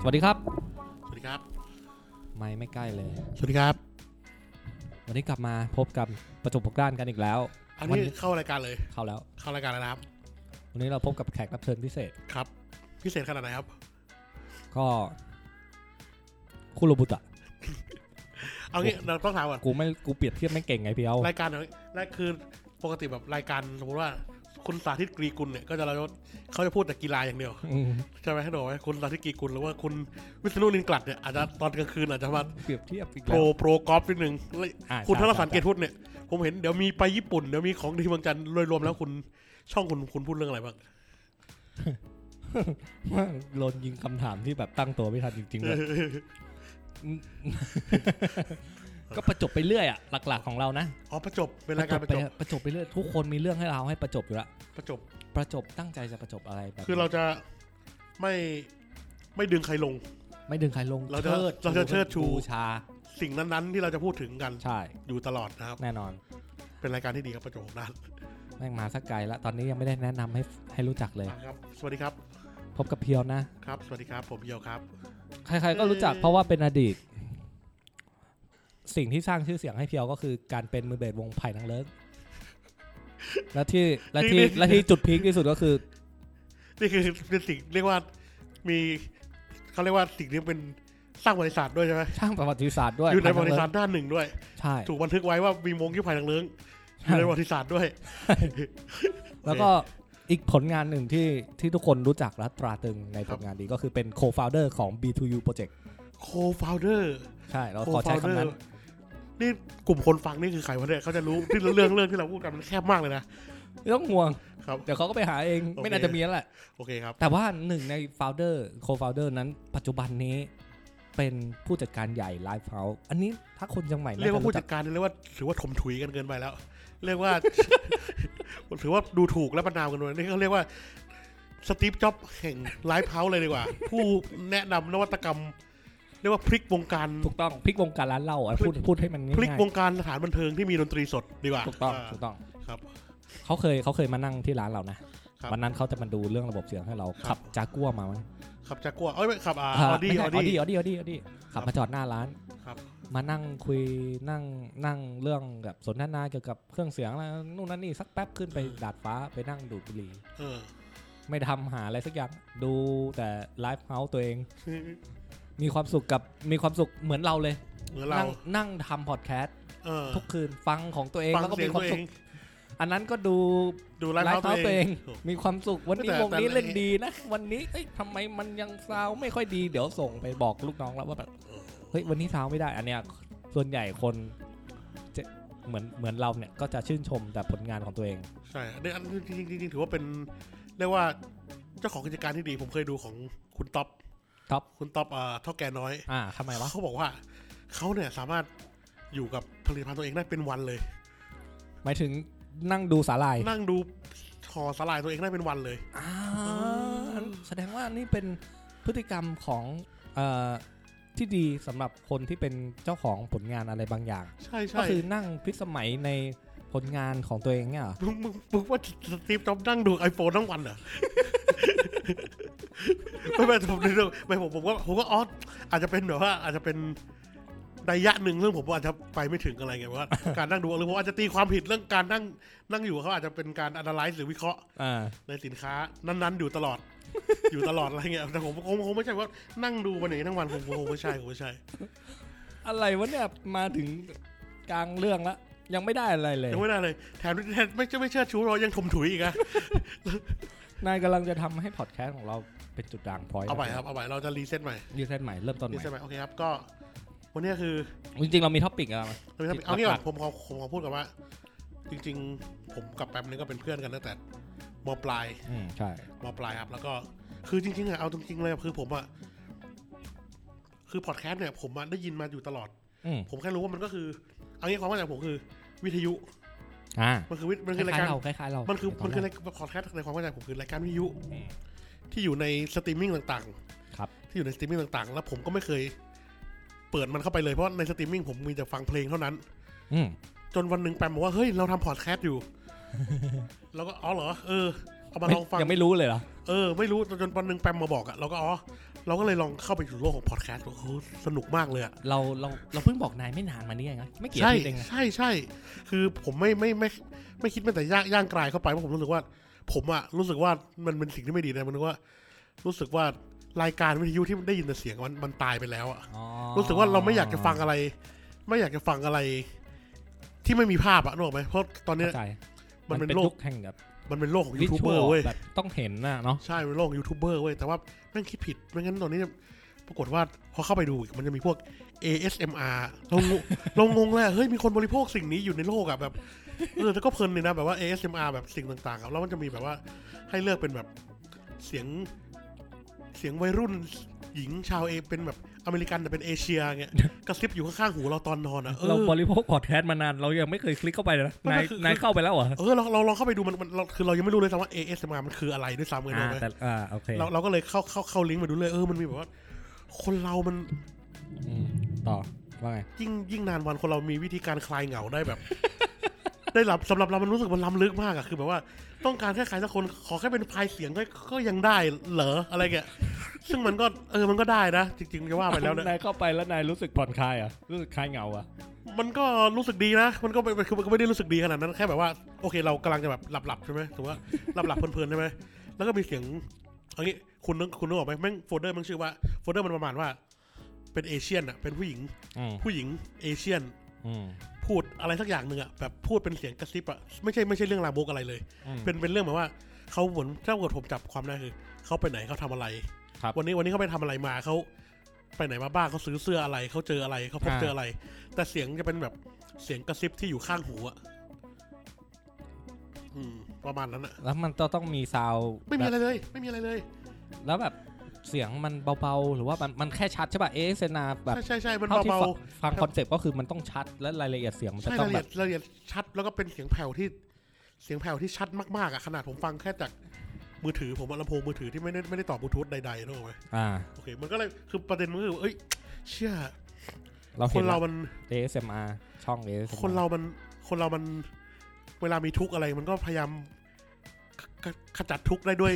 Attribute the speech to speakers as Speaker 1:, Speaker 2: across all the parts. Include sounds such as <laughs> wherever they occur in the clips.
Speaker 1: สวัสดีครับ
Speaker 2: สวัสดีครับ
Speaker 1: ไม่ไม่ใกล้เลย
Speaker 2: สวัสดีครับ
Speaker 1: วันนี้กลับมาพบกับประจบปกด้านกันอีกแล้ว
Speaker 2: อัน
Speaker 1: วั
Speaker 2: นี้เข้ารายการเลย
Speaker 1: เข้าแล้ว
Speaker 2: เข้ารายการแล้วนะครับ
Speaker 1: วันนี้เราพบกับแขกรับเชิญพิเศษ
Speaker 2: ครับ พิเศษขนาดไหนครับ
Speaker 1: ก็คุโรบุตะ
Speaker 2: เอางี้เราต้องถามก่อน
Speaker 1: กูไม่กูเปรียบเทียบไม่เก่งไงพี่เอา
Speaker 2: รายการแรกคือปกติแบบรายการสมมติว่าคุณสาธิตกรีกุลเนี่ยก็จะเราเขาจะพูดแต่กีฬาอย่างเดียว
Speaker 1: อืม
Speaker 2: ใช่ไหมให้หนูไหมคุณสาธิตกรีกุลหรือว่าคุณวิษณุนินกลัดเนี่ยอาจจะตอนกลางคืนอาจจะมา
Speaker 1: เปรียบเทียบอีก
Speaker 2: โป
Speaker 1: แล้
Speaker 2: ร
Speaker 1: ว
Speaker 2: โปรกอล์ฟนิดนึงแล้ว
Speaker 1: อ่า
Speaker 2: คุณ
Speaker 1: ใช่
Speaker 2: ธนสัน
Speaker 1: ใช่
Speaker 2: เกตพูดเนี่ย ผมเห็นเดี๋ยวมีไปญี่ปุ่นเดี๋ยวมีของดีเมืองจันทร์โดยรวมแล้วคุณช่องคุณคุณพูดเรื่องอะไรบ้าง
Speaker 1: โดนยิงคำถามที่แบบตั้งตัวไม่ทันจริงๆเลยก็ประจบไปเรื่อยอ่ะหลัก ๆของเรานะ
Speaker 2: <laughs> อ๋อประจบเป็นรายการประจบ
Speaker 1: ประจบไปเรื่อยทุกคนมีเรื่องให้เราให้ประจบอยู่ละ
Speaker 2: ประจบ
Speaker 1: ประจบตั้งใจจะประจบอะไรแบบ
Speaker 2: คือเราจะไม่ไม่ดึงใครลง
Speaker 1: ไม่ดึงใครลง
Speaker 2: เราจะเราจะเชิดชู
Speaker 1: ชา
Speaker 2: สิ่งนั้นๆ ที่เราจะพูดถึงกัน
Speaker 1: ใช่
Speaker 2: อยู่ตลอดนะครับ
Speaker 1: แน่นอน
Speaker 2: เป็นรายการที่ดีครับประจบของนัน
Speaker 1: แม่งมาสักไกลละตอนนี้ยังไม่ได้แนะนำให้ให้รู้จักเลย
Speaker 2: ครับ สวัสดีครับ
Speaker 1: พบกับเพียวนะ
Speaker 2: ครับ สวัสดีครับ ผมเยียวครับ
Speaker 1: ใครๆก็รู้จักเพราะว่าเป็นอดีต สิ่งที่สร้างชื่อเสียงให้เพียวก็คือการเป็นมือเบสวงไผ่นางเลิกและที่และที่
Speaker 2: นี่
Speaker 1: และที่จุดพีคที่สุดก็คือ
Speaker 2: นี่คือเป็นสิ่งเรียกว่ามีเขาเรียกว่าสิ่งนี้เป็นสร้างประวัติศาสตร์ด้วยใช่ไหม
Speaker 1: ช่างประวัติศาสตร์ด้วย
Speaker 2: อยู่ในประวั
Speaker 1: ไผ่
Speaker 2: ติ
Speaker 1: นาง
Speaker 2: ศา
Speaker 1: เลิ
Speaker 2: สต
Speaker 1: ก
Speaker 2: ร์ด้านหนึ่งด้วย
Speaker 1: ใช่
Speaker 2: ถูกบันทึกไว้ว่ามีมงยี่ภายทางเลื้งอยู่ในประวัติศาสตร์ด้วย
Speaker 1: แล้วก็อีกผลงานหนึ่งที่ที่ทุกคนรู้จักและตราตรึงในผ
Speaker 2: ครับ
Speaker 1: ลงานดีก็คือเป็น co-founder ของ B2U Project
Speaker 2: โคฟาวเดอร์
Speaker 1: ใช่เรา
Speaker 2: โค
Speaker 1: ขอใช้
Speaker 2: ฟาวเดอ
Speaker 1: คำนั้น
Speaker 2: ร์นี่กลุ่มคนฟังนี่คือใครวะเนี่ยเขาจะรู้ที่เรื่องเรื่องที่เราพูดกันมันแคบมากเลยนะ
Speaker 1: ไม่ต้องห่วง
Speaker 2: ครับ
Speaker 1: เดี๋ยวเขาก็ไปหาเอง
Speaker 2: โอเค
Speaker 1: ไม่น่าจะมีแล้วแหละ
Speaker 2: โอเคครับ
Speaker 1: แต่ว่าหนึ่งใน founder co-founder นั้นปัจจุบันนี้เป็นผู้จัดการใหญ่ Live House อันนี้ถ้าคนยังใหม่น่
Speaker 2: เรียกว่าผู้
Speaker 1: จั
Speaker 2: จัดการเรียกว่าถือว่าถมถุยกันเกินไปแล้ว เรียกว่า <laughs> ถือว่าดูถูกและประนามกันเลยนี่เขาเรียกว่าสตีฟจ็อบแห่งไลฟ์เฮาส์เลยดีกว่า ผู้แนะนำนวัตกรรม เรียกว่าพลิกวงการ
Speaker 1: ถูกต้องพลิกวงการร้านเหล้าอ่ะพูดพูดให้มันง่าย
Speaker 2: พลิกวงการสถานบันเทิงที่มีดนตรีสดดีกว่า
Speaker 1: ถูกต้อง
Speaker 2: า
Speaker 1: ถูกต้อง
Speaker 2: ครับ
Speaker 1: เขาเคยเขาเคยมานั่งที่ร้านเรานะครับ วันนั้นเขาจะมาดูเรื่องระบบเสียงให้เรา
Speaker 2: ครั
Speaker 1: ขับบ จากัวมามั้ง
Speaker 2: ครับจากัวเอ้ยไม่ขับอา
Speaker 1: อ
Speaker 2: อ
Speaker 1: ไม่
Speaker 2: ดี้
Speaker 1: ใช่
Speaker 2: อ
Speaker 1: ออดี้
Speaker 2: ดี้
Speaker 1: ออดี้ออดี้ออดี้ขับ
Speaker 2: ครับ
Speaker 1: มาจอดหน้าร้าน
Speaker 2: ครับ
Speaker 1: มานั่งคุยนั่งนั่งเรื่องแบบสนทนาเกี่ยวกับเครื่องเสียงแล้วนู่นนั่นนี่สักแป๊บขึ้นไปดาดฟ้าไปนั่งดูดบุหรี่
Speaker 2: เออ
Speaker 1: ไม่ทำหาอะไรสักอย่างดูแต่ไลฟ์เฮาส์ตัวเอง มีความสุขกับมีความสุขเหมือนเราเลย
Speaker 2: เหมือนเรา
Speaker 1: นั่งนั่งทำพอดแคสต์
Speaker 2: เออ
Speaker 1: ทุกคืนฟังของตัวเอง
Speaker 2: ฟัง
Speaker 1: แล้วก็
Speaker 2: เสี
Speaker 1: มี
Speaker 2: ยง
Speaker 1: ควา
Speaker 2: ตั
Speaker 1: มสุ
Speaker 2: วเอ
Speaker 1: ข
Speaker 2: ง
Speaker 1: อันนั้นก็ดู
Speaker 2: ดูไล
Speaker 1: ไล
Speaker 2: ฟ์
Speaker 1: ฟ์เฮา
Speaker 2: เฮาส์
Speaker 1: ส์ตัว ว
Speaker 2: ตัเอ
Speaker 1: เอง ง มีความสุขวันนี้
Speaker 2: แต่
Speaker 1: วงนี้
Speaker 2: แต่
Speaker 1: เล่นดีนะ วันนี้เอ้ยทำไมมันยังซาวไม่ค่อยดีเดี๋ยวส่งไปบอกลูกน้องแล้วว่าแบบเฮ้ยวันนี้ซาวไม่ได้ อันเนี้ยส่วนใหญ่คนจะเหมือนเหมือนเราเนี่ยก็จะชื่นชมแต่ผลงานของตัวเอง
Speaker 2: ใช่อันนี้อันนี้จริงๆจริงๆถือว่าเป็นเรียกว่าเจ้าของกิจการที่ดี ผมเคยดูของคุณท็อป
Speaker 1: ท็อป
Speaker 2: คุณท็อปอ่าเท่าแก่น้อย
Speaker 1: อ่าทำไมวะ
Speaker 2: เขาบอกว่าเขาเนี่ยสามารถอยู่กับผลิตภัณฑ์ตัวเองได้เป็นวันเลย
Speaker 1: หมายถึงนั่งดูสาลาย
Speaker 2: นั่งดูห่อสลายตัวเองได้เป็นวันเลย
Speaker 1: อ่า
Speaker 2: อืม
Speaker 1: แสดงว่านี่เป็นพฤติกรรมของเออที่ดีสำหรับคนที่เป็นเจ้าของผลงานอะไรบางอย่าง
Speaker 2: ใช่
Speaker 1: ก็
Speaker 2: ใช่
Speaker 1: คือนั่งพิสมัยในผลงานของตัวเองเนี่ยเหรอ
Speaker 2: มึงมึงมึงว่าสตีฟจ็อบนั่งดูไอโฟนทั้งวันเหรอ ไม่ไม่ผมเรื่องไม่ผมผมก็ผมก็อ๋ออาจจะเป็นแบบว่า อาจจะเป็นระยะหนึ่งเรื่องผมอาจจะไปไม่ถึงอะไรไงเพราะว่าการนั่งดูหรือผมอาจจะตีความผิดเรื่องการนั่งนั่งอยู่เขาอาจจะเป็นการ analyze หรือวิเคราะห์
Speaker 1: อ่า
Speaker 2: ในสินค้านั้นๆอยู่ตลอด อยู่ตลอดอะไรเงี้ยแต่ผมคงคงไม่ใช่ว่านั่งดูมันอย่างนี้ทั้งวันผมคงไม่ใช่คงไม่ใช่
Speaker 1: อะไรวะเนี่ยมาถึงกลางเรื่องละยังไม่ได้อะไรเลย
Speaker 2: ยังไม่ได้เลยแถมแถมไม่ใช่ไม่เชื่อชูเรายังถมถุยอีกอะ
Speaker 1: นายกำลังจะทำให้พอดแคสต์ของเราเป็นจุดด่างพลอย
Speaker 2: เอาไปครับเอาไปเราจะรีเซ็ตใหม่
Speaker 1: รีเซ็ตใหม่เริ่มต้นให
Speaker 2: รี
Speaker 1: ม่
Speaker 2: เซ็ตใหม่โอเคครับก็วันนี้คือ
Speaker 1: จริงๆเรามีท็อปิกอะไรมา
Speaker 2: เอางี้ก่
Speaker 1: ห
Speaker 2: อ
Speaker 1: ลัก
Speaker 2: นผมขอผมขอพูดก่อนว่า จริง ๆ ผมกับแป๊บนี่ก็เป็นเพื่อนกันตั้งแต่ มปลาย
Speaker 1: อืมใช่
Speaker 2: มปลายครับ แล้วก็คือจริงๆอะเอาจริงๆเลยอะคือผมอะคือพอดแคสต์เนี่ย ผมอะได้ยินมาอยู่ตลอด
Speaker 1: อืม
Speaker 2: ผมแค่รู้ว่ามันก็คือเอางี้ความว่าใจผมคือ วิทยุ
Speaker 1: อ่า
Speaker 2: มันคือวิทมัน
Speaker 1: ค
Speaker 2: คือราย
Speaker 1: ล้าย
Speaker 2: กา
Speaker 1: ๆ
Speaker 2: ร
Speaker 1: เราคล้ายๆเรา
Speaker 2: มันคือ
Speaker 1: ต
Speaker 2: มันคือ
Speaker 1: แร
Speaker 2: ราย
Speaker 1: ก
Speaker 2: การพอดแคสต์ในความเข้าใจผมคือรายการวิทยุ
Speaker 1: อืม
Speaker 2: ที่อยู่ในสตรีมมิ่งต่างๆ
Speaker 1: ครับ
Speaker 2: ที่อยู่ในสตรีมมิ่งต่างๆ แล้วผมก็ไม่เคย เปิดมันเข้าไปเลยเพราะในสตรีมมิ่งผมมีแต่ฟังเพลงเท่านั้น
Speaker 1: อืม
Speaker 2: จนวันหนึ่งแปมบอกว่า เฮ้ย เราทำพอดแคสต์
Speaker 1: <laughs>
Speaker 2: อยู่ แล้วก็อ๋อเหรอ เออ เอามาลองฟัง
Speaker 1: ยังไม่รู้เลยเหรอ
Speaker 2: เออ ไม่รู้ จนวันหนึ่งแปมมาบอกอะเราก็อ๋อ เราก็เลยลองเข้าไปสู่โลกของพอดแคสต์โอ้โหสนุกมากเลยอะ
Speaker 1: เราเราเราเพิ่งบอกนายไม่นานมานี่เองนะไม่เกี่ยว
Speaker 2: ใช่
Speaker 1: กับเองนะ
Speaker 2: ใช่ใช่ คือผมไม่ไม่ไม่ไม่ไม่คิดแม้แต่ย่างย่างกลายเข้าไปเพราะผมรู้สึกว่า ผมอะรู้สึกว่ามันเป็นสิ่งที่ไม่ดีนะมันรู้ว่า รู้สึกว่ารายการวิทยุที่ได้ยินแต่เสียงมันมันตายไปแล้วอะ
Speaker 1: อ๋อ
Speaker 2: รู้สึกว่าเราไม่อยากจะฟังอะไร ไม่อยากจะฟังอะไร ที่ไม่มีภาพอะนึกออกไหมเพราะตอนเนี้ย
Speaker 1: เข้าใจ
Speaker 2: มั
Speaker 1: มันน
Speaker 2: เป็
Speaker 1: เป็น น
Speaker 2: โล
Speaker 1: ยุ
Speaker 2: ก
Speaker 1: คแห่งแบบ
Speaker 2: มันเป็นโลกของยูทูบเบอ
Speaker 1: วิ
Speaker 2: ร์
Speaker 1: ชวล
Speaker 2: เว้ย
Speaker 1: แบบต้องเห็นนะเนาะ
Speaker 2: ใช่เป็นโลกของยูทูบเบอร์เว้ยแต่ว่าแม่งคิดผิดไม่งั้นตอนนี้เนี่ยปรากฏว่าพอเข้าไปดูอีกมันจะมีพวก ASMR เรางง <laughs> เรางงเลยอะเฮ้ยมีคนบริโภคสิ่งนี้อยู่ในโลกอะแบบเออแต่ก็เพลินเลยนะแบบว่า ASMR แบบสิ่งต่างๆครับแล้วมันจะมีแบบว่าให้เลือกเป็นแบบเสียงเสียงวัยรุ่นหญิงชาวเอเป็นแบบอเมริกันแต่เป็นเอเชียเงี้ยกระซิบอยู่ข้างๆหูเราตอนนอนอะเออ
Speaker 1: เราบริโภคพอดแคสต์มานานเรายังไม่เคยคลิกเข้าไปเลยนะ
Speaker 2: ไม่
Speaker 1: นาย
Speaker 2: คือ
Speaker 1: นายเข้าไปแล้วเหรอ
Speaker 2: เออเราเราลองเข้าไปดูมันมันเราคือเรายังไม่รู้เลยซ้ำว่า ASMR มันคืออะไรด้วยซ้ำเลย
Speaker 1: อ่า
Speaker 2: นะเว้ย
Speaker 1: แต่อ่าโอเค
Speaker 2: เราเราก็เลยเข้าเข้าเข้าลิงก์มาดูเลยเออมันมีแบบว่า คนเรามัน
Speaker 1: อืมต่อว่าไง
Speaker 2: ยิ่งยิ่งนานวันคนเรามีวิธีการคลายเหงาได้แบบ <laughs> ได้รับสำหรับเรามันรู้สึกมันล้ำลึกมากอะคือแบบว่าต้องการแค่ใครสักคนขอแค่เป็นพลายเสียงก็ก็ยังได้เหรออะไรแกซึ่งมันก็เออมันก็ได้นะจริงๆจะว่าไปแล้วนะ
Speaker 1: นายเข้าไปแล้วนายรู้สึกผ่อนคลายเหรอ่ะรู้สึกคลายเหงาเหรอ่ะ
Speaker 2: มันก็รู้สึกดีนะมันก็ไม่คือมันก็ไม่ได้รู้สึกดีขนาดนั้นแค่แบบว่าโอเค เรากำลังจะแบบหลับหลับๆใช่ไหมถือว่าหลับหลับๆเพลินๆใช่ไหมแล้วก็มีเสียง เอางี้คุณนึกคุณนึกออกไหมแม่งโฟลเดอร์มันชื่อว่าโฟลเดอร์มันประมาณว่า เป็นเอเชียนอะเป็นผู้หญิง
Speaker 1: อืม
Speaker 2: ผู้หญิงเอเชียน
Speaker 1: อืม
Speaker 2: พูดอะไรสักอย่างหนึ่งอะแบบพูดเป็นเสียงกระซิบอะไม่ใช่ไม่ใช่เรื่องลามกอะไรเลย
Speaker 1: อืม
Speaker 2: เป็นเป็นเรื่องแบบว่าเขาเหมือนถ้าเกิดผมจับความได้คือเขาไปไหนเขาทำอะไร
Speaker 1: ครับ
Speaker 2: วันนี้วันนี้เขาไปทำอะไรมาเขาไปไหนมาบ้างเขาซื้อเสื้ออะไรเขาเจออะไรเขาพบ
Speaker 1: อ่า
Speaker 2: เจออะไร แต่เสียงจะเป็นแบบเสียงกระซิบที่อยู่ข้างหูอะอืม ประมาณนั้นอะ
Speaker 1: แล้วมันจะต้องมีซาวด์
Speaker 2: ไม่มี
Speaker 1: แบ
Speaker 2: อะ
Speaker 1: บ
Speaker 2: ไรเลย ไม่มีอะไรเลย
Speaker 1: แล้วแบบเสียงมันเบาๆ หรือว่ามันมันแค่ชัดใช่ป่ะเอเซนาแบบ
Speaker 2: ใช่ใช่ใช่มัน
Speaker 1: เท่าที่
Speaker 2: เบา
Speaker 1: ฟัง
Speaker 2: ๆ
Speaker 1: ฟังคอนเซ็ปต์ก็คือมันต้องชัดและรายละเอียดเสียงมันจะ
Speaker 2: ใช่
Speaker 1: ต้อ
Speaker 2: ราง ยละ
Speaker 1: แบ
Speaker 2: เอีย
Speaker 1: บ
Speaker 2: ดรายละเอียดชัดแล้วก็เป็นเสียงแผ่วที่เสียงแผ่วที่ชัดมากๆอ่ะขนาดผมฟังแค่จากมือถือผมอะลำโพงมือถือที่ไม่ได้ไม่ได้ต่อบลูทูธใดๆนึกออกไหม
Speaker 1: อ่า
Speaker 2: โอเคมันก็เลยคือประเด็นมันคือเอ้ยเชื่อ
Speaker 1: เรา
Speaker 2: ค
Speaker 1: เห็
Speaker 2: น
Speaker 1: น
Speaker 2: เรา
Speaker 1: เรา
Speaker 2: มัน
Speaker 1: ASMR ช่อง ASMR
Speaker 2: คนเรามันคนเรามันเวลามีทุกข์อะไรมันก็พยายามขขขจัดทุกข์ได้ด้วย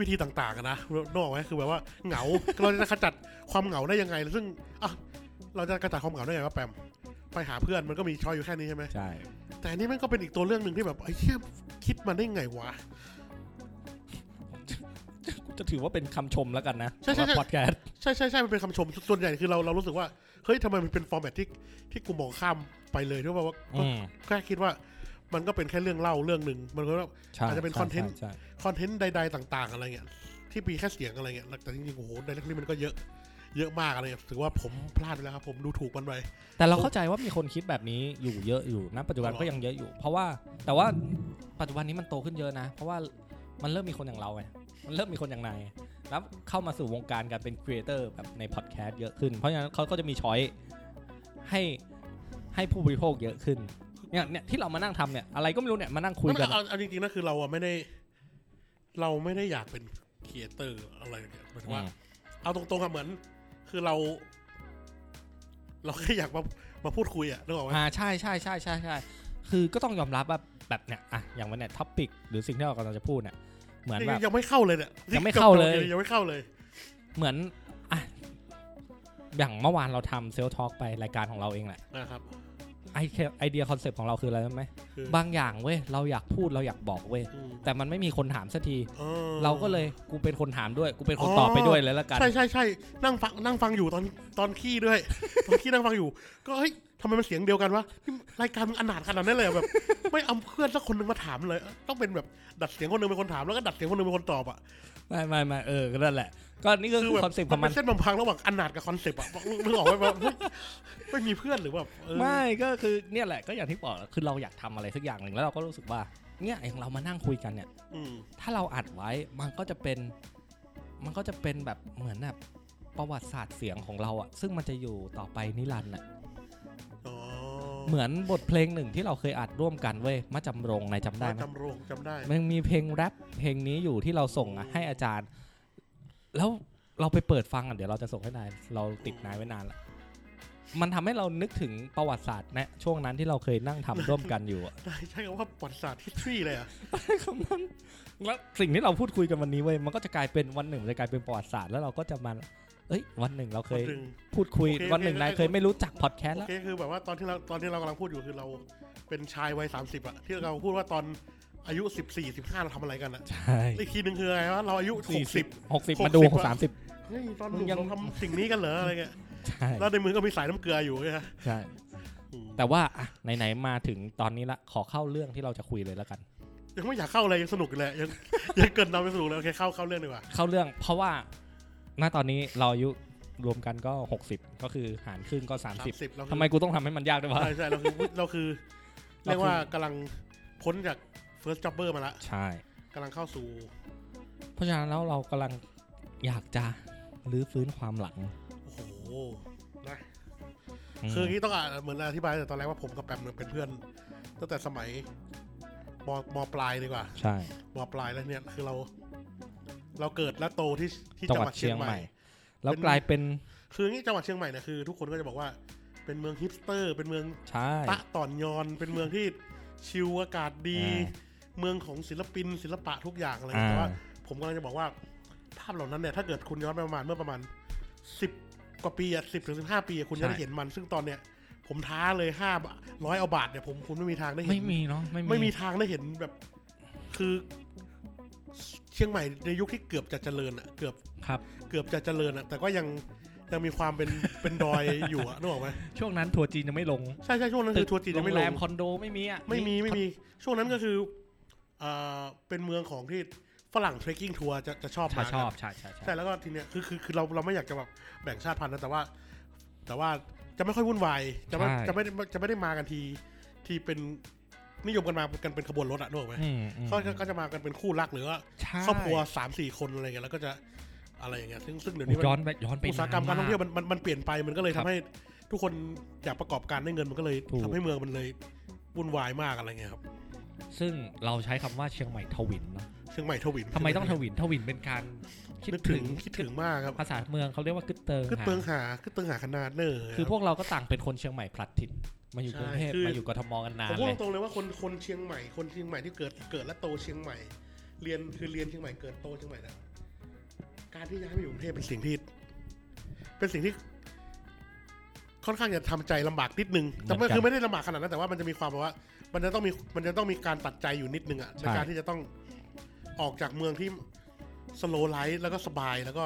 Speaker 2: วิธีต่างๆอะนะนึกออกไหมคือแบบว่าเหงา <laughs> เราจะขจัดความเหงาได้ยังไง ซึ่งอ่ะเราจะขจัดความเหงาได้ยังไงวะแปมไปหาเพื่อนมันก็มีช้อยอยู่แค่นี้ใช่ไหม
Speaker 1: ใช่
Speaker 2: แต่อันนี่มันก็เป็นอีกตัวเรื่องหนึ่งที่แบบไอ้เชี่ยคิดมาได้ไงวะ
Speaker 1: จะถือว่าเป็นคำชมแล้วกันนะ
Speaker 2: ใช่ใช่ใช่
Speaker 1: พอดแคสต์
Speaker 2: ใช่ใช่ใช่มันเป็นคำชมส่วนใหญ่คือเราเรารู้สึกว่าเฮ้ยทำไมมันเป็นฟอร์แมตที่ที่กูมองข้ามไปเลยที่ว่าว่า
Speaker 1: อืม
Speaker 2: แค่คิดว่า มันก็เป็นแค่เรื่องเล่าเรื่องหนึ่งมันก็
Speaker 1: ใช่
Speaker 2: อาจจะเป็น
Speaker 1: ใช่
Speaker 2: content
Speaker 1: ใช่ใช่
Speaker 2: คอนเทนต์ใด ๆ ต่าง ๆ อะไรเงี้ยที่มีแค่เสียงอะไรเงี้ยแต่จริงๆโอ้โหในเรื่องนี้มันก็เยอะ เยอะมากอะไรเงี้ยถือว่าผมพลาดไปแล้วครับผมดูถูกมันไป
Speaker 1: แต่เราเข้าใจว่ามีคนคิดแบบนี้อยู่เยอะอยู่นะปัจจุบัน
Speaker 2: ตลอด
Speaker 1: ก็ยังเยอะอยู่ เพราะว่าแต่ว่าปัจจุบันนี้มันโตขึ้นเยอะนะ เพราะว่ามันเริ่มมีคนอย่างเราไงมันเริ่มมีคนอย่างนายไงแล้วเข้ามาสู่วงการการเป็นครีเอเตอร์แบบในพอดแคสต์เยอะขึ้น เพราะฉะนั้นเขาก็จะมีช้อยให้ให้ผู้บริโภคเยอะขึ้นเนี่ยเนี่ยที่เรามานั่งทำเนี่ยอะไรก็ไม่รู้เนี่ยมานั่งคุย
Speaker 2: ไม่
Speaker 1: กั
Speaker 2: ไม่
Speaker 1: น
Speaker 2: เอาเอาจริงๆนะคือเราอะไม่ได้ เราไม่ได้อยากเป็นครีเอเตอร์อะไรเงี้ยหมายถึงว่า
Speaker 1: อืม
Speaker 2: เอาตรงๆอะเหมือน คือเรา เราแค่อยากมามาพูดคุยอะนึกออกไหม
Speaker 1: อ่าใช่ใช่ใช่ใช่ใช่คือก็ต้องยอมรับว่าแบบเนี่ยอ่ะอย่างวันเนี่ยท็อปิกหรือสิ่งที่เรากำลังจะพูดเนี่ยเหมือนแบ
Speaker 2: นี่
Speaker 1: บ
Speaker 2: ยังไม่เข้าเลยเนี่ย
Speaker 1: ยังไม่เข้าเลย
Speaker 2: ยังไม่เข้าเลย
Speaker 1: เหมือนอ่ะอย่างเมื่อวานเราทำเซลทอล์กไปรายการของเราเองแหละ
Speaker 2: นะครับ
Speaker 1: ไอเดียไอเดียคอนเซปต์ของเราคืออะไรรู้ไหม
Speaker 2: คือ
Speaker 1: บางอย่างเว้ยเราอยากพูดเราอยากบอกเว้ย
Speaker 2: อืม
Speaker 1: แต่มันไม่มีคนถามสักที
Speaker 2: ออ
Speaker 1: เราก็เลยกูเป็นคนถามด้วย กูเป็นคน
Speaker 2: อ๋อ
Speaker 1: ตอบไปด้วยเลยละกัน
Speaker 2: ใช่ใช่ใช่นั่งฟังนั่งฟังอยู่ตอนตอนขี้ด้วย <laughs> ตอนขี้นั่งฟังอยู่ ก็เฮ้ยทำไมมันเสียงเดียวกันวะนี่รายการมึงอนาถขนาดนั้นเลยเหรอแบบ ไม่เอาเพื่อนสักคนหนึ่งมาถามเลย ต้องเป็นแบบดัดเสียงคนหนึ่งเป็นคนถามแล้วก็ดัดเสียงคนหนึ่งเป็นคนตอบอะ
Speaker 1: ไม่ไม่ไม่เออก็นั่นแหละ ก็นี่ก็คือคอนเซปต์ของมัน
Speaker 2: เส้นบางพังระหว่างอนาถกับคอนเซปต์อะนึกออกไหมว่าเฮ้ยไม่มีเพื่อนหรือแบบเออ
Speaker 1: ไม่ก็คือเนี่ยแหละก็อย่างที่บอกแหละคือเราอยากทำอะไรสักอย่างหนึ่งแล้วเราก็รู้สึกว่า เนี่ยอย่างเรามานั่งคุยกันเนี่ย
Speaker 2: อืม
Speaker 1: ถ้าเราอัดไว้มันก็จะเป็น มันก็จะเป็นแบบเหมือนแบบประวัติศาสตร์เสียงของเราอะซึ่งมันจะอยู่ต่อไปนิรันดร์อะ
Speaker 2: อ๋อ
Speaker 1: เหมือนบทเพลงหนึ่งที่เราเคยอัดร่วมกันเว้ยมาจำรงนายจำได้ไหม
Speaker 2: จำรงจำได้ <laughs>
Speaker 1: มันมีเพลงแรปเพลงนี้อยู่ที่เราส่งอะให้อาจารย์ แล้วเราไปเปิดฟังอ่ะเดี๋ยวเราจะส่งให้นาย เราติดนายไว้นานละมันทำให้เรานึกถึงประวัติศาสตร์นะช่วงนั้นที่เราเคยนั่งทำร่วมกันอยู่อะ
Speaker 2: ได้ใช่คำว่าประวัติศาสตร์ history เลยอ่ะ
Speaker 1: คำนั้นแล้วสิ่งที่เราพูดคุยกันวันนี้เว้ยมันก็จะกลายเป็นวันหนึ่งมันจะกลายเป็นประวัติศาสตร์แล้วเราก็จะมาเอ้ย วันหนึ่งเราเคย
Speaker 2: หนึ่ง
Speaker 1: พูดคุย
Speaker 2: โอเค
Speaker 1: วันหนึ่ง
Speaker 2: โอเค
Speaker 1: นายเคยไม่รู้จักพอดแคสต์
Speaker 2: โอ
Speaker 1: แล้ว
Speaker 2: เคคือแบบว่าตอนที่เราตอนที่เรากำลังพูดอยู่คือเราเป็นชายวัยสามสิบอะที่เราพูดว่าตอนอายุสิบสี่สิบห้าเราทำอะไรกันอะ
Speaker 1: ใช่
Speaker 2: อีกทีหนึ่งคืออะไรวะเราอายุห
Speaker 1: สี่
Speaker 2: ก
Speaker 1: สิ
Speaker 2: สิ
Speaker 1: บบ หกสิบ
Speaker 2: หกสิบ
Speaker 1: มาดู
Speaker 2: อะ
Speaker 1: สามสิบ
Speaker 2: เฮ้ยตอนห
Speaker 1: มึง
Speaker 2: นุ่ม
Speaker 1: ยัง
Speaker 2: เราทำสิ่งนี้กันเหรออะไรเงี้ย
Speaker 1: ใช่
Speaker 2: แล้วในมือก็มีสายน้ำเกลืออยู่นะ
Speaker 1: ใช่
Speaker 2: อืม
Speaker 1: แต่ว่าอ่ะไหนๆมาถึงตอนนี้ละขอเข้าเรื่องที่เราจะคุยเลยแล้วกัน
Speaker 2: ยังไม่อยากเข้าเลยยังสนุกอยู่เลยยัง ยังเกินเราไปสนุกเลยโอเคเข้าเข้าเรื่องดีกว่า
Speaker 1: เข้าเรื่องเพราะว่าณตอนนี้เราอายุรวมกันก็ 60 ก็คือหารครึ่งก็
Speaker 2: สาม
Speaker 1: 30
Speaker 2: สิบเรา
Speaker 1: ทำ
Speaker 2: คือ
Speaker 1: ไมกูต้องทำให้มันยากด้วยวะ
Speaker 2: ใช่ใช่เราคือเราคือ
Speaker 1: เราคือ
Speaker 2: เรียกว่ากำลังพ้นจาก first jobber มาละ
Speaker 1: ใช่
Speaker 2: กำลังเข้าสู่
Speaker 1: เพราะฉะนั้นแล้วเรากำลังอยากจะรื้อฟื้นความหลัง
Speaker 2: โอ้โหนะ คืออย่างนี้ต้องอ่านเหมือนอธิบายแต่ตอนแรกว่าผมกับแปมเนี่ยเป็นเพื่อนตั้งแต่สมัยมมปลายดีกว่า
Speaker 1: ใช่
Speaker 2: มปลายแล้วเนี่ย คือเรา เราเกิดและโตที่ที่
Speaker 1: จัง
Speaker 2: จัง
Speaker 1: ห
Speaker 2: ห
Speaker 1: วั
Speaker 2: วั
Speaker 1: ด
Speaker 2: ด
Speaker 1: เชี
Speaker 2: เชี
Speaker 1: ย
Speaker 2: ย
Speaker 1: ง
Speaker 2: ง
Speaker 1: ให
Speaker 2: ให
Speaker 1: ม่
Speaker 2: ม่
Speaker 1: แล้วกลายเป็น
Speaker 2: คืออย่างนี้จังหวัดเชียงใหม่เนี่ยคือทุกคนก็จะบอกว่าเป็นเมืองฮิปสเตอร์ เป็นเมือง
Speaker 1: ใช่
Speaker 2: ตะต่อนยอนเป็นเมืองที่ชิลอากาศดี
Speaker 1: อ่า
Speaker 2: เมืองของศิลปิน ศิลปะทุกอย่างอะไร
Speaker 1: อ่า
Speaker 2: แต่ว่า ผมกำลังจะบอกว่า ภาพเหล่านั้นเนี่ยถ้าเกิดคุณย้อนไปประมาณเมื่อประมาณสิบกว่าปีอะสิบถึงสิบห้าปีอะคุณจะได้เห็นมัน ซึ่งตอนเนี้ยผมท้าเลยห้าร้อยเอาบาทเนี่ยผมคุณไม่มีทางได้เห็
Speaker 1: ไม่
Speaker 2: น
Speaker 1: มีเนาะไม่
Speaker 2: ไม่มีทางได้เห็นแบบ คือเชียงใหม่ในยุคที่เกือบจะเจริญอะเกือบ
Speaker 1: ครับ
Speaker 2: เกือบจะเจริญอะแต่ก็ยังยังมีความเป็น เป็นดอยอยู่อะนึกออกไหม
Speaker 1: ช่วงนั้นทัวร์จีนยังไม่ลง
Speaker 2: ใช่ใช่ช่วงนั้นคือทัวร์จีนยังไม่
Speaker 1: โร
Speaker 2: ล
Speaker 1: แรง มคอนโดไม่มีอ่ะ
Speaker 2: ไม่มีไม่มี ช่วงนั้นก็คืออ่าเป็นเมืองของที่ฝรั่งเทรคกิ้งทัวร์จะจะชอบ
Speaker 1: ใช่
Speaker 2: มากัน
Speaker 1: ชอบใช่ใช่ใช่
Speaker 2: ใช่แล้วก็ทีเนี้ยคือคือคือเราเราไม่อยากจะแบบแบ่งชาติพันธุ์นะแต่ว่า แต่ว่าจะไม่ค่อยวุ่นวายจะไม่จะไม่ได้จะไม่ได้มากันที ทีเป็นนิยมกันมากันเป็นขบวนรถอะนึกออกไหม
Speaker 1: อืมอืม
Speaker 2: เขาก็ก็จะมากันเป็นคู่รักหรือว่า
Speaker 1: ใช่
Speaker 2: ครอบครัวสามสี่คนอะไรเงี้ยแล้วก็จะอะไรอย่างเงี้ยซึ่งซึ่งเดี๋ยวนี้มัน
Speaker 1: ย้อนไปย้อนไป
Speaker 2: อุตสาหกรรม
Speaker 1: นน
Speaker 2: การท่องเที่ยว
Speaker 1: ม
Speaker 2: มันมันมันเปลี่ยนไปมันก็เลย
Speaker 1: ครับ
Speaker 2: ทำให้ทุกคนอยากประกอบการได้เงินมันก็เลย
Speaker 1: ถูก
Speaker 2: ทำให้เมืองมันเลยวุ่นวายมากอะไรเงี้ยครับ
Speaker 1: ซึ่งเราใช้คำว่าเชียงใหม่ทวินเนาะ
Speaker 2: เชียงใหม่ทวิน
Speaker 1: ทำไมต้องทวินทวินเป็นการคิด
Speaker 2: นึก
Speaker 1: ถึ
Speaker 2: ถึ
Speaker 1: ง
Speaker 2: งคิดถึงมากครับ
Speaker 1: ภาษาเมืองเขาเรียกว่ากึดเติง
Speaker 2: คือเติง
Speaker 1: หา
Speaker 2: หาคือเติงหาขนาดเนอร์
Speaker 1: คือพวกเราก็ต่างเป็นคนเชียงใหม่พลัดถิ่นมาอยู่กรุงเทพ
Speaker 2: ใช่คือ
Speaker 1: มาอยู่กทมกันนา
Speaker 2: ผ
Speaker 1: น
Speaker 2: มพูด
Speaker 1: เลย
Speaker 2: ตรงๆเลยว่าคนคนเชียงใหม่คนเชียงใหม่ที่เกิดเกิดและโตเชียงใหม่ เรียนคือเรียนเชียงใหม่เกิดโตเชียงใหม่นะการที่ย้ายมาอยู่กรุงเทพเป็นสิ่งที่เป็นสิ่งที่ ค่อนข้างจะทำใจลำบากนิดนึงแต่ไม่คือไม่ได้ลำบากขนาดนั้นแต่ว่ามันจะมีความแบบว่า มันจะต้องมีมันจะต้องมีการตัดใจอยู่นิดนึงอะในการที่จะต้องออกจากเมืองที่สโลไลฟ์แล้วก็สบายแล้วก็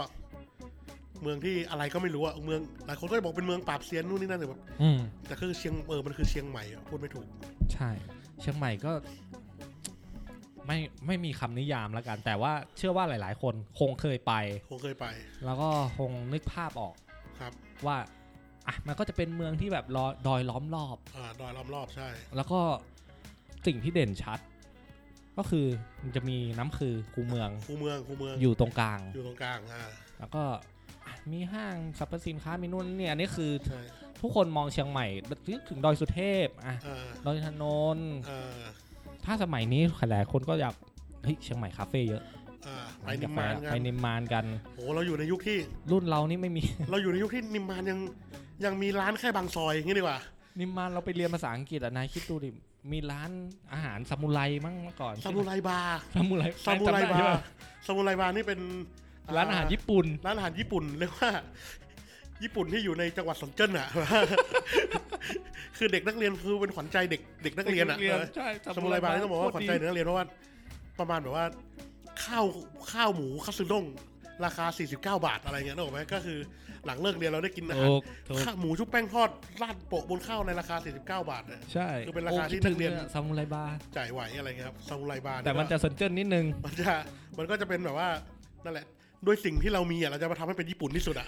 Speaker 2: เมืองที่อะไรก็ไม่รู้อะเมืองหลายคนก็จะบอกเป็นเมืองปราบเซียนนู่นนี่นั่นแต่แบบ
Speaker 1: อืม
Speaker 2: แต่คือเชียงเออมันคือเชียงใหม่อะพูดไม่ถูก
Speaker 1: ใช่ เชียงใหม่ก็ ไม่ไม่มีคำนิยามแล้วกัน แต่ว่าเชื่อว่าหลาย ๆ คนคงเคยไป
Speaker 2: ผมเคยไป
Speaker 1: แล้วก็คงนึกภาพออก
Speaker 2: ครับ
Speaker 1: ว่าอ่ะมันก็จะเป็นเมืองที่แบบรอดอยล้อมรอบ
Speaker 2: อาดอยล้อมรอบใช่
Speaker 1: แล้วก็สิ่งที่เด่นชัด ก็คือมันจะมีน้ำคือคูเมือง
Speaker 2: คูเมืองคูเมือง
Speaker 1: อยู่ตรงกลาง
Speaker 2: อยู่ตรงกลางอ่า
Speaker 1: แล้วก็อ่ะมีห้างสรรพสินค้ามีนู่นเนี่ยอันนี้คือ
Speaker 2: ใช่
Speaker 1: ทุกคนมองเชียงใหม่นึกถึงดอยสุเทพอ่ะ
Speaker 2: อ่า
Speaker 1: ดอยถนนท์
Speaker 2: อ่า
Speaker 1: ถ้าสมัยนี้หลายๆคนก็อยากเฮ้ยเชียงใหม่คาเฟ่เยอะ
Speaker 2: อ่าไปนิมมานกั
Speaker 1: ไป
Speaker 2: น
Speaker 1: นิมมานกัน
Speaker 2: โหเราอยู่ในยุค
Speaker 1: <laughs>
Speaker 2: ที่
Speaker 1: รุ่นเรานี่ไม่มี
Speaker 2: เราอยู่ในยุคที่นิมมานยังยังมีร้านแค่บางซอยอย่างงี้ดีกว่า
Speaker 1: นิมมานเราไปเรียนภาษาอังกฤษอ่ะนายคิดดูดิมีร้านอาหารซามูไรมั้งเมื่อก่อน
Speaker 2: ซามูไรบาร์
Speaker 1: ซามูไร
Speaker 2: ซามูไรบา
Speaker 1: จำด้
Speaker 2: ร์
Speaker 1: ปะ
Speaker 2: ซามูไรบาร์นี่เป็น
Speaker 1: ร้านอาหารญี่ปุ่น
Speaker 2: ร้านอาหารญี่ปุ่นเรียกว่า ญี่ปุ่นที่อยู่ในจังหวัดสนเจิ้นอ่ะ <laughs> คือเด็กนักเรียนคือเป็นขวัญใจเด็กเด็กนักเรียนอ่ะเออ
Speaker 1: ใช่
Speaker 2: สมุไรบาร์นี่ต้องบอกว่าขวัญใจ
Speaker 1: โคตรดี
Speaker 2: เด็กนักเรียนเพราะว่าประมาณแบบว่า ข้าวข้าวหมูคัตสึด้งราคา 49 บาทอะไรเงี้ยนึกออกไหมก็คือหลังเลิกเรียนเราได้กินอาหาร
Speaker 1: ถูกถูก
Speaker 2: ข้าวหมูชุบแป้งทอดราดโปะบนข้าวในราคา 49 บาทเนี่ย
Speaker 1: ใช่
Speaker 2: คือเป็นราคาที่
Speaker 1: โดถึง
Speaker 2: นักเรียน
Speaker 1: ซามูไรบาร์
Speaker 2: จ่ายไหวอะไรเงี้ยครับซามูไรบาร์เย
Speaker 1: แต่มันจะสนเจนนิดนึง
Speaker 2: มันจะมันก็จะเป็นแบบว่านั่นแหละด้วยสิ่งที่เรามีอ่ะเราจะมาทำให้เป็นญี่ปุ่นที่สุดอ่ะ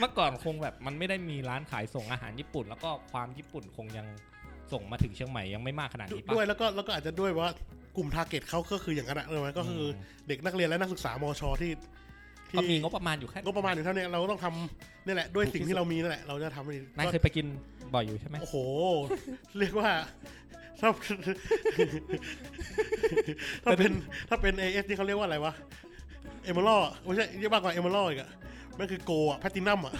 Speaker 1: เมื่อก่อนคงแบบมันไม่ได้มีร้านขายส่งอาหารญี่ปุ่น แล้วก็ความญี่ปุ่นคงยัง
Speaker 3: ส่งมาถึงเชียงใหม่ยังไม่มากขนาดนี้ปะ
Speaker 2: ด้วยแล้วก็แล้วก็อาจจะด้วยว่ากลุ่มทาร์เก็ตเขาก็คืออย่างนั้นอะเออก็คืออเด็กนักเรียนและนักศึกษามชที่ที่
Speaker 3: ก็มีงบประมาณอยู่แค่
Speaker 2: งบประมาณอยู่เท่านี้เราก็ต้องทำนี่แหละด้วยสิ่งที่เรามีนั่นแหละเราจะทำให้ดี
Speaker 3: นาย
Speaker 2: ก็
Speaker 3: เคยไปกินบ่อยอยู่ใช่ไหม
Speaker 2: โอ้โห เรียกว่า ถ้า <laughs> ถ้าเป็นถ้าเป็นเอสนี่เขาเรียกว่าอะไรวะเอเมอรัลไม่ใช่เรียกมากกว่าเอเมอรัลอีกอะมันคือโกอะแพตินัมอะ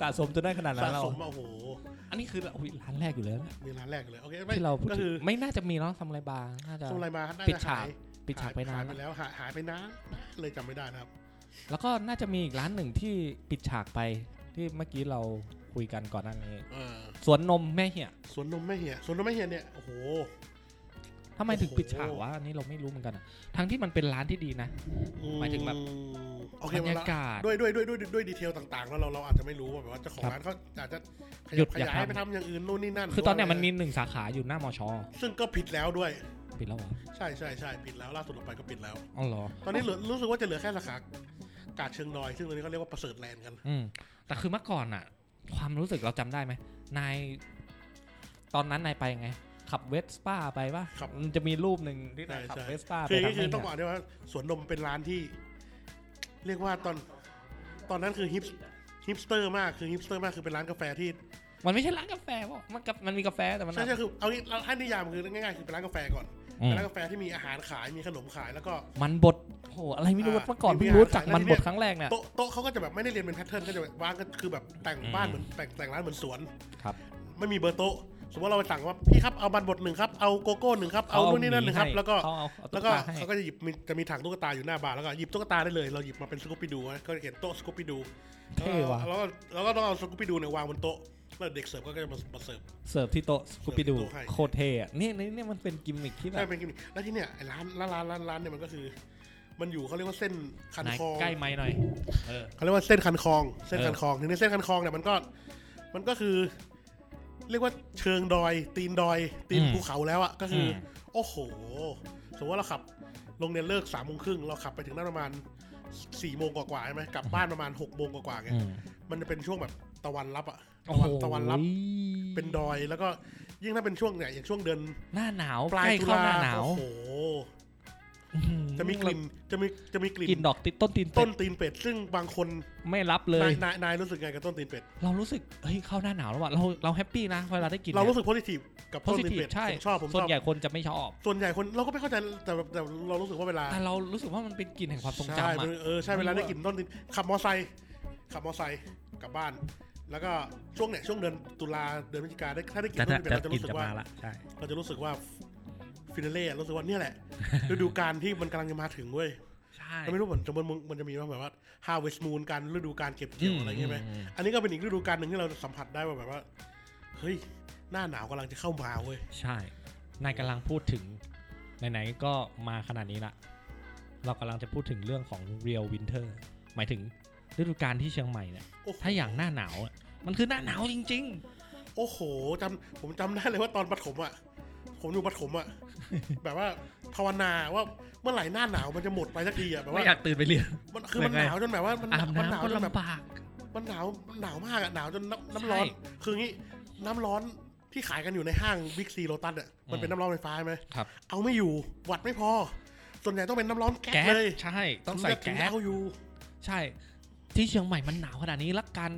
Speaker 3: สะสมจนได้ขนาดนั้
Speaker 2: สะ
Speaker 3: นเรา
Speaker 2: สมอะโอ้โห
Speaker 3: อันนี้คืออุ๊ยร้านแรกอยู่แล้วนะ
Speaker 2: มีร้านแรกเลยโอเคไม่
Speaker 3: ที่เราพูด
Speaker 2: ก็
Speaker 3: ถึ
Speaker 2: คื
Speaker 3: ง
Speaker 2: อ
Speaker 3: ไม่น่าจะมีเนาะทำอะไรบาร์น่าจะ
Speaker 2: ทำอะไรมาน่จะ
Speaker 3: ปิดฉาก
Speaker 2: หย
Speaker 3: ปิดฉากไปนาน
Speaker 2: หยไป
Speaker 3: แล้ว
Speaker 2: แล้วหายหายไปนานเลยจำไม่ได้นะครับ
Speaker 3: แล้วก็น่าจะมีอีกร้านหนึ่งที่ปิดฉากไปที่เมื่อกี้เราคุยกันก่อนหน้านี้
Speaker 2: เออ
Speaker 3: สวนนมแม่เหี่ย
Speaker 2: สวนนมแม่เหียสวนนมแม่เหียเนี่ยโอ้โห
Speaker 3: ทำไมถึง
Speaker 2: โอ้โห
Speaker 3: ปิดฉากวะอันนี้เราไม่รู้เหมือนกันอะทั้งที่มันเป็นร้านที่ดีนะ หมายถึงแบบ
Speaker 2: อืมโอเค
Speaker 3: บร
Speaker 2: มัน
Speaker 3: รยา
Speaker 2: ละ
Speaker 3: กาศ
Speaker 2: ด้วยด้วยด้วยด้วยด้วยดีเทลต่างๆ แล้วเราเราอาจจะไม่รู้ว่าแบบว่าเจ้าของ
Speaker 3: ครับ
Speaker 2: ร้านเขาอาจจะข
Speaker 3: หยุ
Speaker 2: ยับ
Speaker 3: ด
Speaker 2: ข
Speaker 3: อยาก
Speaker 2: ยาย
Speaker 3: ทำ
Speaker 2: ไปทำอย่างอื่นนู่นนี่นั่น
Speaker 3: คือตอนเนี้ย
Speaker 2: หรื
Speaker 3: มัน
Speaker 2: ว่าะไร
Speaker 3: มีหนึ่งสาขาอยู่หน้ามอชอ
Speaker 2: ซึ่งก็ผิดแล้วด้วย
Speaker 3: ปิดแล้วเหรอ
Speaker 2: ใช่ใช่ใช่ผิดแล้วล่าสุดออกไปก็ผิดแล้ว
Speaker 3: อ๋อเหรอ
Speaker 2: ตอนนี้เหลือรู้สึกว่าจะเหลือแค่สาขากาดเชิงดอย ซึ่งตอนนี้เขาเรียกว่าประเสริฐแลนด์กัน
Speaker 3: อืมแต่คือเมื่อก่อนอะความรู้สึกเราจำได้ไหมนายตอนนั้นนายไปยังไง ขับเวสป้าไปปะ
Speaker 2: ครับ
Speaker 3: มันจะมีรูปหนึ่งที่นาย
Speaker 2: ใช่
Speaker 3: ขับ
Speaker 2: ใช่
Speaker 3: เวสป้าไป
Speaker 2: คืออย่าง
Speaker 3: ทำ
Speaker 2: นี้คื
Speaker 3: ให้
Speaker 2: อต้องบอกด้วยว่าสวนนมเป็นร้านที่ เรียกว่าตอนตอนนั้นคือฮิปฮิปสเตอร์มากคือฮิปสเตอร์มากคือเป็นร้านกาแฟที่
Speaker 3: มันไม่ใช่ร้านกาแฟวะมันกับมันมีกาแฟแต่มัน
Speaker 2: ใช่ใช่คือเอางี้เราให้นิยามคือง่ายๆคือเป็นร้านกาแฟก่อน
Speaker 3: อืม
Speaker 2: เป็นร้านกาแฟที่มีอาหารขายมีขนมขายแล้วก็
Speaker 3: มันบดโหอะไรไม่รู้
Speaker 2: อ่า
Speaker 3: เมื่อก่อน
Speaker 2: มี
Speaker 3: เพิ่ง
Speaker 2: อาหาร
Speaker 3: รู้จัก
Speaker 2: ขาย
Speaker 3: มัน
Speaker 2: แล้ว
Speaker 3: บ
Speaker 2: ที
Speaker 3: ด
Speaker 2: เนี้ย
Speaker 3: ครั้งแรกเนี่ย
Speaker 2: โต๊ะโต๊ะเขาก็จะแบบไม่ได้เรียนเป็นแพทเทิร์นก็จะแบบวางก็คือแบบแต่งบ้านเหมือนแต่งแต่งร้านเหมือนสวน
Speaker 3: ครับ
Speaker 2: ไม่มีเบอร์โต๊ะสมมติเราไปสั่งว่าพี่ครับเอาบันบดหนึ่งครับเอาโกโก้หนึ่งครับเอานู่นนี่นั่นหนึ่งครับ
Speaker 3: ให้
Speaker 2: แล้วก็
Speaker 3: เขาเอาเอาตุ๊
Speaker 2: แล้วก็
Speaker 3: ตาให้
Speaker 2: เขาก็จะหยิบมีจะมีถังตุ๊กตาอยู่หน้าบาร์แล้วก็หยิบตุ๊กตาได้เลยเราหยิบมาเป็นสกูปปี้ดูนะก็จะเห็นโต๊ะสกูปปี้ดู
Speaker 3: เท่ว่ะ
Speaker 2: แล้วก็แล้วก็ต้องเอาสกูปปี้ดูเนี่ยวางบนโต๊ะแล้วเด็กเสิร์ฟก็จะมามาเสิร์ฟ
Speaker 3: เสิร์ฟที่โต๊ะกูไปดู
Speaker 2: เสิร์ฟที่โต๊ะให้
Speaker 3: โคตรเท่อะเนี่ยเนี่ยเนี่ยมันเป็นกิมมิคที่แบ
Speaker 2: ใช่
Speaker 3: บ
Speaker 2: เป็นกิมมิคแล้วที่เนี่ยไอ้ร้านร้านร้านร้านร้านเนี่ยมันก็คือ มันอยู่เขาเรียกว่าเส้นคัน
Speaker 3: นาย
Speaker 2: คลอง
Speaker 3: ใกล้ไม้หน่อยเออ
Speaker 2: เขาเรียกว่าเส้นคันคลองเส้น
Speaker 3: เออ
Speaker 2: คันคลองทีนี้เส้นคันคลองเนี่ยมันก็มันก็คือ เรียกว่าเชิงดอย ตีนดอย ตีนภูเขาแล้วอะก็คืออ
Speaker 3: ม
Speaker 2: โอ้โห สมมติว่าเราขับโรงเรียนเลิกสามโมงครึ่งเราขับไปถึงนั่นประมาณสี่โมงกว่าๆใช่ไหมกลับบ้านประมาณหกโมงกว่าๆไง
Speaker 3: อืม
Speaker 2: มันจะเป็นช่วงแบบตะวันรับอะ
Speaker 3: โอ้
Speaker 2: ตะ
Speaker 3: โห
Speaker 2: วันตะวันรับเป็นดอยแล้วก็ยิ่งถ้าเป็นช่วงเนี่ยอย่างช่วงเดือน
Speaker 3: หน้าหนาว
Speaker 2: ปลาย
Speaker 3: ใกล้
Speaker 2: ตุ
Speaker 3: เข้า
Speaker 2: ลา
Speaker 3: หน้าหนาว
Speaker 2: โอ้โห จะมีกลิ่นจะมีจะมีกลิ่น
Speaker 3: กลิ่นดอกติดต้นตีนเป็
Speaker 2: ต้
Speaker 3: ด
Speaker 2: นตีนเป็ด ซึ่งบางคน
Speaker 3: ไม่รับเลย
Speaker 2: นายนายนายรู้สึกไงกับต้นตีนเป็ด
Speaker 3: เรารู้สึกเฮ้ยเข้าหน้าหนาวแล้วว่ะเราเราแฮปปี้นะเวลาได้กลิน
Speaker 2: เรารู้สึกโพสิทีฟกับ
Speaker 3: โพ
Speaker 2: ต้น
Speaker 3: สิ
Speaker 2: ตีน
Speaker 3: ทีฟ
Speaker 2: เป็ด
Speaker 3: ใช่
Speaker 2: ผมชอบผมช
Speaker 3: ส่วน
Speaker 2: อบ
Speaker 3: ใหญ่คนจะไม่ชอบ
Speaker 2: ส่วนใหญ่คนเราก็ไม่เข้าใจแต่แบบแต่เรารู้สึกว่าเวลา
Speaker 3: แต่เรารู้สึกว่ามันเป็นกลิ่นแห่งความทรง
Speaker 2: ใช่
Speaker 3: จำอะ
Speaker 2: เออใช่
Speaker 3: ไม่
Speaker 2: เว
Speaker 3: รู้
Speaker 2: ลา
Speaker 3: อะ
Speaker 2: ได้กลิ่นต้นตีนขับมอไซค์ขับมอไซค์กลับบ้าน แล้วก็ช่วงเนี่ยช่วงเดือนตุลาเดือนพฤศจิกาได้ถ้าได้กลิ่นต้นตีนเป็ดเราจะรู้สึกว่า
Speaker 3: ใช่
Speaker 2: เราจะรู้สึกว่าฟินาเล่รู้สึกว่าเนี่ยแห
Speaker 3: <laughs>
Speaker 2: ละฤดูกาลที่มันกำลังจะมาถึงเว้ย
Speaker 3: ใช่
Speaker 2: เราไม่รู้เหมือนจะมันมันจะมีว่าแบบว่า harvest moon การฤดูการเก็บเกี่ยวอะไรเงี้ยไหมอันนี้ก็เป็นอีกฤดูการหนึ่งที่เราสัมผัสได้ว่าแบบว่า เฮ้ย หน้าหนาวกำลังจะเข้ามาเว้ย
Speaker 3: ใช่ นายกำลังพูดถึงไหนๆก็มาขนาดนี้ละเรากำลังจะพูดถึงเรื่องของ real winter หมายถึงฤดูกาลที่เชียงใหม่เนี่ย
Speaker 2: โอ้โห
Speaker 3: ถ้าอย่างหน้าหนาวอะมันคือหน้าหนาวจริง
Speaker 2: โอ้โหจำผมจำได้เลยว่าตอนปฐมอ่ะ ผมอยู่ปฐม
Speaker 3: <laughs>
Speaker 2: อ่ะ แบบว่าภาวนาว่าเมื่อไหร่หน้าหนาวมันจะหมดไปสักทีอ่ะแบ
Speaker 3: ๆ
Speaker 2: บ
Speaker 3: ไม่
Speaker 2: ว่า
Speaker 3: อยากตื่นไปเรียน
Speaker 2: มันคือมันหนาวจนแบบว่ามัน
Speaker 3: อาบ
Speaker 2: มันหนาว
Speaker 3: น้ำก็
Speaker 2: จนแบบ
Speaker 3: ลำบาก
Speaker 2: มันหนาวมันหนาวมากอ่ะหนาวจนน้ำน้ำร้อน
Speaker 3: ใช่
Speaker 2: คืองี้น้ำร้อนที่ขายกันอยู่ในห้างบิ๊กซีโลตัสอ่ะมันเป็น
Speaker 3: อืม
Speaker 2: น้ำร้อนไฟฟ้าใช่ไหม
Speaker 3: ครับ
Speaker 2: เอาไม่อยู่หวัดไม่พอ ส่วนใหญ่ต้องเป็นน้ำร้อนแก๊ส
Speaker 3: แก๊ส
Speaker 2: เลย
Speaker 3: ใช่ ต้องใส่
Speaker 2: ถึ
Speaker 3: แก๊
Speaker 2: จะ
Speaker 3: ส
Speaker 2: เอาอยู่
Speaker 3: ใช่ ที่เชียงใหม่มันหนาวขนาดนี้และการ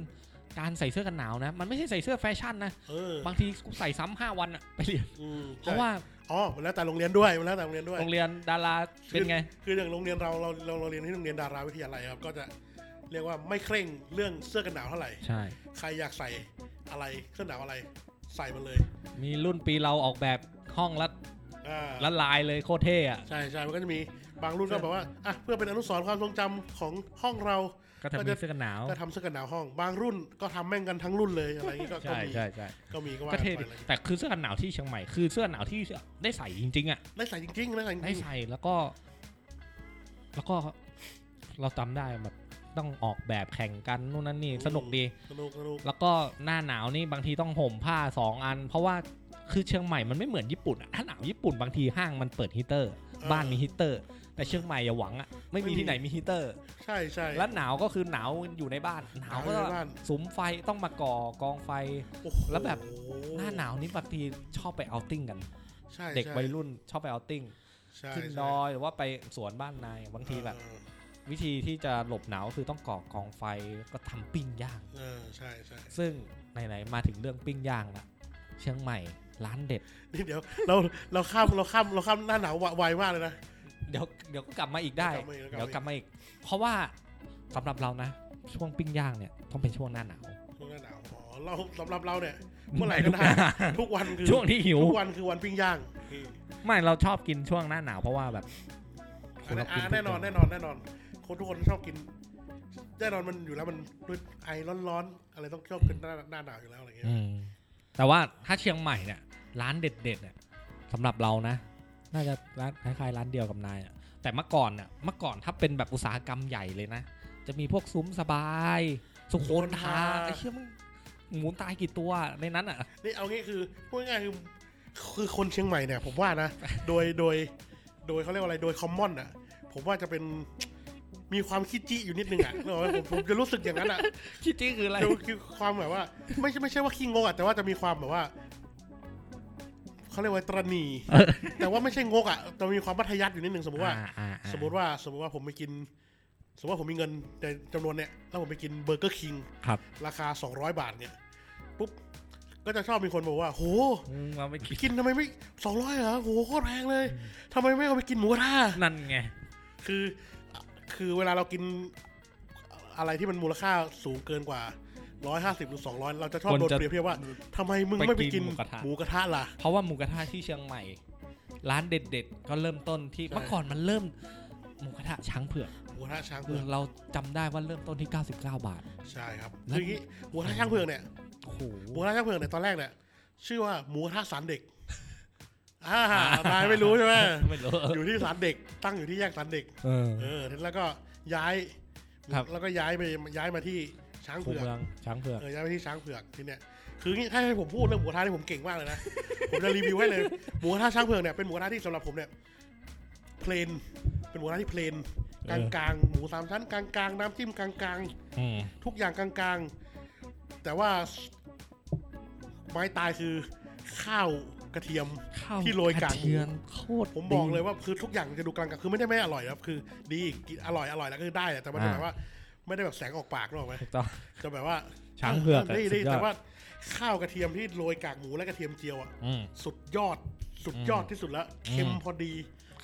Speaker 3: การใส่เสื้อกันหนาวนะ มันไม่ใช่ใส่เสื้อแฟชั่นนะ
Speaker 2: เออบ
Speaker 3: างทีกูใส่ซ้ำห้าวันอะไปเรียน
Speaker 2: อืม
Speaker 3: เพราะว่า
Speaker 2: อ๋อมันแล้วแต่โรงเรียนด้วยมันแล้วแต่โรงเรียนด้วย
Speaker 3: โรงเรียนดาราเป็นไง
Speaker 2: คืออย่างโรงเรียนเราเราเราเราเรียนที่โรงเรียนดาราวิทยาลัยครับ ก็จะเรียกว่าไม่เคร่งเรื่องเสื้อกันหนาวเท่าไหร่
Speaker 3: ใช่
Speaker 2: ใครอยากใส่อะไรเสื้อหนาวอะไร ใส่มันเลย
Speaker 3: มีรุ่นปีเราออกแบบห้องละ
Speaker 2: อ่า
Speaker 3: ละลายเลยโคตรเท่อะ
Speaker 2: ใช่ใช่มันก็จะมีบางรุ่นก็แบบว่าอ่ะเพื่อเป็นอนุสรณ์ความทรงจำของห้องเรา
Speaker 3: ก็ทำเป็นเสื้อกันหนาว
Speaker 2: ก็ทำเสื้อกันหนาวห้อง บางรุ่นก็ทำแม่งกันทั้งรุ่นเลยอะไรอย่างงี้ก็ก็
Speaker 3: ใช่
Speaker 2: มี
Speaker 3: ใช่ใช่
Speaker 2: ก็มีก็ว่า
Speaker 3: ก็
Speaker 2: กัน
Speaker 3: เท่
Speaker 2: ไป
Speaker 3: ดิ
Speaker 2: อะไรอย่างงี้
Speaker 3: แต่คือเสื้อกันหนาวที่เชียงใหม่คือเสื้อกันหนาวที่ได้ใส่จริงๆอะ
Speaker 2: ได้ใส่จริงๆได้ใส่จ
Speaker 3: ได้
Speaker 2: ริงๆ
Speaker 3: ใส่แล้วก็ แล้วก็เราจำได้แบบต้องออกแบบแข่งกันนู่นนั่นนี่สนุกดี
Speaker 2: สนุกสนุก
Speaker 3: แล้วก็หน้าหนาวนี่บางทีต้องห่มผ้าสองอัน เพราะว่าคือเชียงใหม่มันไม่เหมือนญี่ปุ่นอะถ้าหนาวญี่ปุ่นบางทีห้างมันเปิดฮีเตอร์ บ้านมีฮีเตอร์ แต่ แต่เชียงใหม่อย่าหวังอ่ะไม่มีที่ไหนมีฮีเตอร์
Speaker 2: ใช่ใช่
Speaker 3: แล้วหนาวก็คือหนาวอยู่ในบ้าน หนาวก็
Speaker 2: หนาวอยู่ในบ้าน
Speaker 3: สุมไฟต้องมาก่อกองไฟ
Speaker 2: โอ้โห
Speaker 3: แล้วแบบ หน้าหนาวนี่บางทีชอบไปเอาท์ติ้งกัน
Speaker 2: ใช่
Speaker 3: เด็ก
Speaker 2: ใช่
Speaker 3: วัยรุ่นชอบไปเอาท์ติ้ง
Speaker 2: ใช่
Speaker 3: ขึ้น
Speaker 2: ใช่
Speaker 3: ดอยหรือว่าไปสวนบ้านนายบางทีแบบ วิธีที่จะหลบหนาวคือต้องก่อกองไฟก็ทำปิ้งย่าง
Speaker 2: เออใช่ใช่
Speaker 3: ซึ่งไหนๆมาถึงเรื่องปิ้งย่างละเชียงใหม่ร้านเด็ด
Speaker 2: นี่เดี๋ยวเราเราข้ามเราข้ามเราข้ามหน้าหนาวไวมากเลยนะ
Speaker 3: เดี๋ยวเดี๋ยวก็กลับมาอีกได้
Speaker 2: เดี๋
Speaker 3: เดี๋
Speaker 2: ย
Speaker 3: ย
Speaker 2: ว ว
Speaker 3: ก
Speaker 2: กลั
Speaker 3: ลับบ มา
Speaker 2: มาอี
Speaker 3: อีก
Speaker 2: ก
Speaker 3: เพราะว่าสำหรับเรานะ ช่วงปิ้งย่างเนี่ยต้องเป็นช่วงหน้าหนาว
Speaker 2: ช่วงหน้าหนาวอ๋อเราสำหรับเราเนี่ย เมื่อไหร่ก็ได้
Speaker 3: <laughs>
Speaker 2: ทุกวันคือ
Speaker 3: ช่วงที่หิว
Speaker 2: ทุกวันคือวันปิ้งย่างนี่
Speaker 3: ไม่เราชอบกินช่วงหน้าหนาวเพราะว่าแบบ
Speaker 2: อันนั้นอ่ะ
Speaker 3: ทุก
Speaker 2: แน่นอน
Speaker 3: ย่าง
Speaker 2: แน่นอนแน่นอน คนทุกคนชอบกินแน่นอนมันอยู่แล้วมันด้วยไอร้อนๆอะไรต้องชอบกินหน้าหน้าหนาวอยู่แล้วอะไรเงี้ย
Speaker 3: อืมแต่ว่าถ้าเชียงใหม่เนี่ย ร้านเด็ดๆเนี่ยสำหรับเรานะ น่าจะร้านคล้ายๆร้านเดียวกับนายอะแต่เมื่อก่อนน่ะเมื่อก่อนถ้าเป็นแบบอุตสาหกรรมใหญ่เลยนะ จะมีพวกซุ้มสบาย สุโขทัยไอ้เชี่ยมึงหมูตายกี่ตัวในนั้นอ่ะ
Speaker 2: นี่เอางี้คือพูดง่ายๆคือคือคนเชียงใหม่เนี่ย ผม
Speaker 3: <laughs>
Speaker 2: ว่านะ โดยโดยโดยเขาเรียกว่าอะไรโดยคอมมอนอ่ะ ผมว่าจะเป็นมีความขี้จี้อยู่นิดนึงอ่ะเน <laughs> กออกไหมผมผมจะรู้สึกอย่างนั้นอ่ะ
Speaker 3: คิดจริงคืออะไร
Speaker 2: ดูคือความแบบว่า ไม่ใช่ไม่ใช่ว่าขี้งกอ่ะแต่ว่าจะมีความแบบว่าเขาเรียกว่าตระหนี
Speaker 3: เออ
Speaker 2: แต่ว่าไม่ใช่งกอ่ะแต่มีความมัธยัสถ์อยู่นิดหนึ่งสมมติว่า
Speaker 3: อ่อ่อ่
Speaker 2: สมมติว่าสมมติว่าผมไปกิน สมมติว่าผมมีเงินในจำนวนเนี้ยแล้วผมไปกินเบอร์เกอร์คิง
Speaker 3: ครับ
Speaker 2: ราคา 200 บาทเนี่ยปุ๊บก็จะชอบมีคนบอกว่าโห
Speaker 3: อืมเราไม่คิด
Speaker 2: กินทำไมไม่สองร้อยเหรอโหโคตรแพงเลยทำไมไม่เอาไปกินหมูกระทะ
Speaker 3: นั่นไง
Speaker 2: คือคือเวลาเรากินอะไรที่มันมูลค่าสูงเกินกว่าร้อยห้าสิบหรือสองร้อยเราจะชอบ
Speaker 3: คน
Speaker 2: โดน
Speaker 3: จะ
Speaker 2: เปรียบเทียบว่าทำไมมึงไม่ไป
Speaker 3: ไปกิ
Speaker 2: กิ
Speaker 3: น
Speaker 2: น
Speaker 3: หมูกระทะ
Speaker 2: หมูกระทะล่ะ
Speaker 3: เพราะว่าหมูกระทะที่เชียงใหม่ ร้านเด็ดๆ ก็เริ่มต้นที่
Speaker 2: ใช่
Speaker 3: เมื่อก่อนมันเริ่มหมูกระทะช้างเผือก
Speaker 2: หมูกระทะช้าง
Speaker 3: คื
Speaker 2: เผื
Speaker 3: อ
Speaker 2: อก
Speaker 3: เราจำได้ว่าเริ่มต้นที่ 99 บาท
Speaker 2: ใช่ครับ
Speaker 3: แล้ว
Speaker 2: คืออย่างนี้หมูกระทะช้างเผือกเนี่ย
Speaker 3: โอ้โห
Speaker 2: หมูกระทะช้างเผือกเนี่ยตอนแรกเนี่ยชื่อว่าหมูกระทะสารเด็ก <laughs> อ่านายไม่รู้ใช่ไหม
Speaker 3: ไม่รู้
Speaker 2: อยู่ที่สารเด็ก ตั้งอยู่ที่แยกสารเด็ก
Speaker 3: เออ
Speaker 2: เออแล้วก็ย้าย
Speaker 3: ครับ
Speaker 2: แล้วก็ย้ายไปย้ายมาที่ช้าง
Speaker 3: คู
Speaker 2: เผือก
Speaker 3: เมืองช้างเผือก
Speaker 2: เออย้ายไปที่ช้างเผือกทีเนี้ยคืองี้ถ้าให้ผมพูดเรื่องหมูกระทะที่ผมเก่งมากเลยนะ <laughs> ผมจะรีวิวให้เลยหมูกระทะช้างเผือกเนี่ยเป็นหมูกระทะที่สำหรับผมเนี่ยเพลนเป็นหมูกระทะที่เพลนกลางกลางๆหมูสามชั้นกลางกลางๆน้ำจิ้มกลางกลาง
Speaker 3: อืม
Speaker 2: ๆทุกอย่างกลางกลางๆแต่ว่าไม้ตายคือข้าวกระเทียม
Speaker 3: ข้าว
Speaker 2: ที่โรยกากหมู
Speaker 3: เทียมโคตร
Speaker 2: ผมบอกเลย
Speaker 3: ดี
Speaker 2: ว่าคือทุกอย่างจะดูกลางกลางคือไม่ได้ไม่อร่อยนะครับคือ ดีกินอร่อยอร่อยแล้วก็คือได้แหละแต่มัน
Speaker 3: อ่า
Speaker 2: หมายว่า ไม่ได้แบบแสงออกปากหรอกไหม
Speaker 3: ถูกต้อง
Speaker 2: จะแบบว่า
Speaker 3: ช้างเผือกอะ
Speaker 2: นี่
Speaker 3: สุ
Speaker 2: นี่
Speaker 3: ดยอ
Speaker 2: แต่ว่า
Speaker 3: ด
Speaker 2: ข้าวกระเทียมที่โรยกากหมูและกระเทียมเจียวอ่ะ
Speaker 3: อืม
Speaker 2: สุดยอดสุดยอดที่สุดแล้ว
Speaker 3: อืม
Speaker 2: เค็มพอดี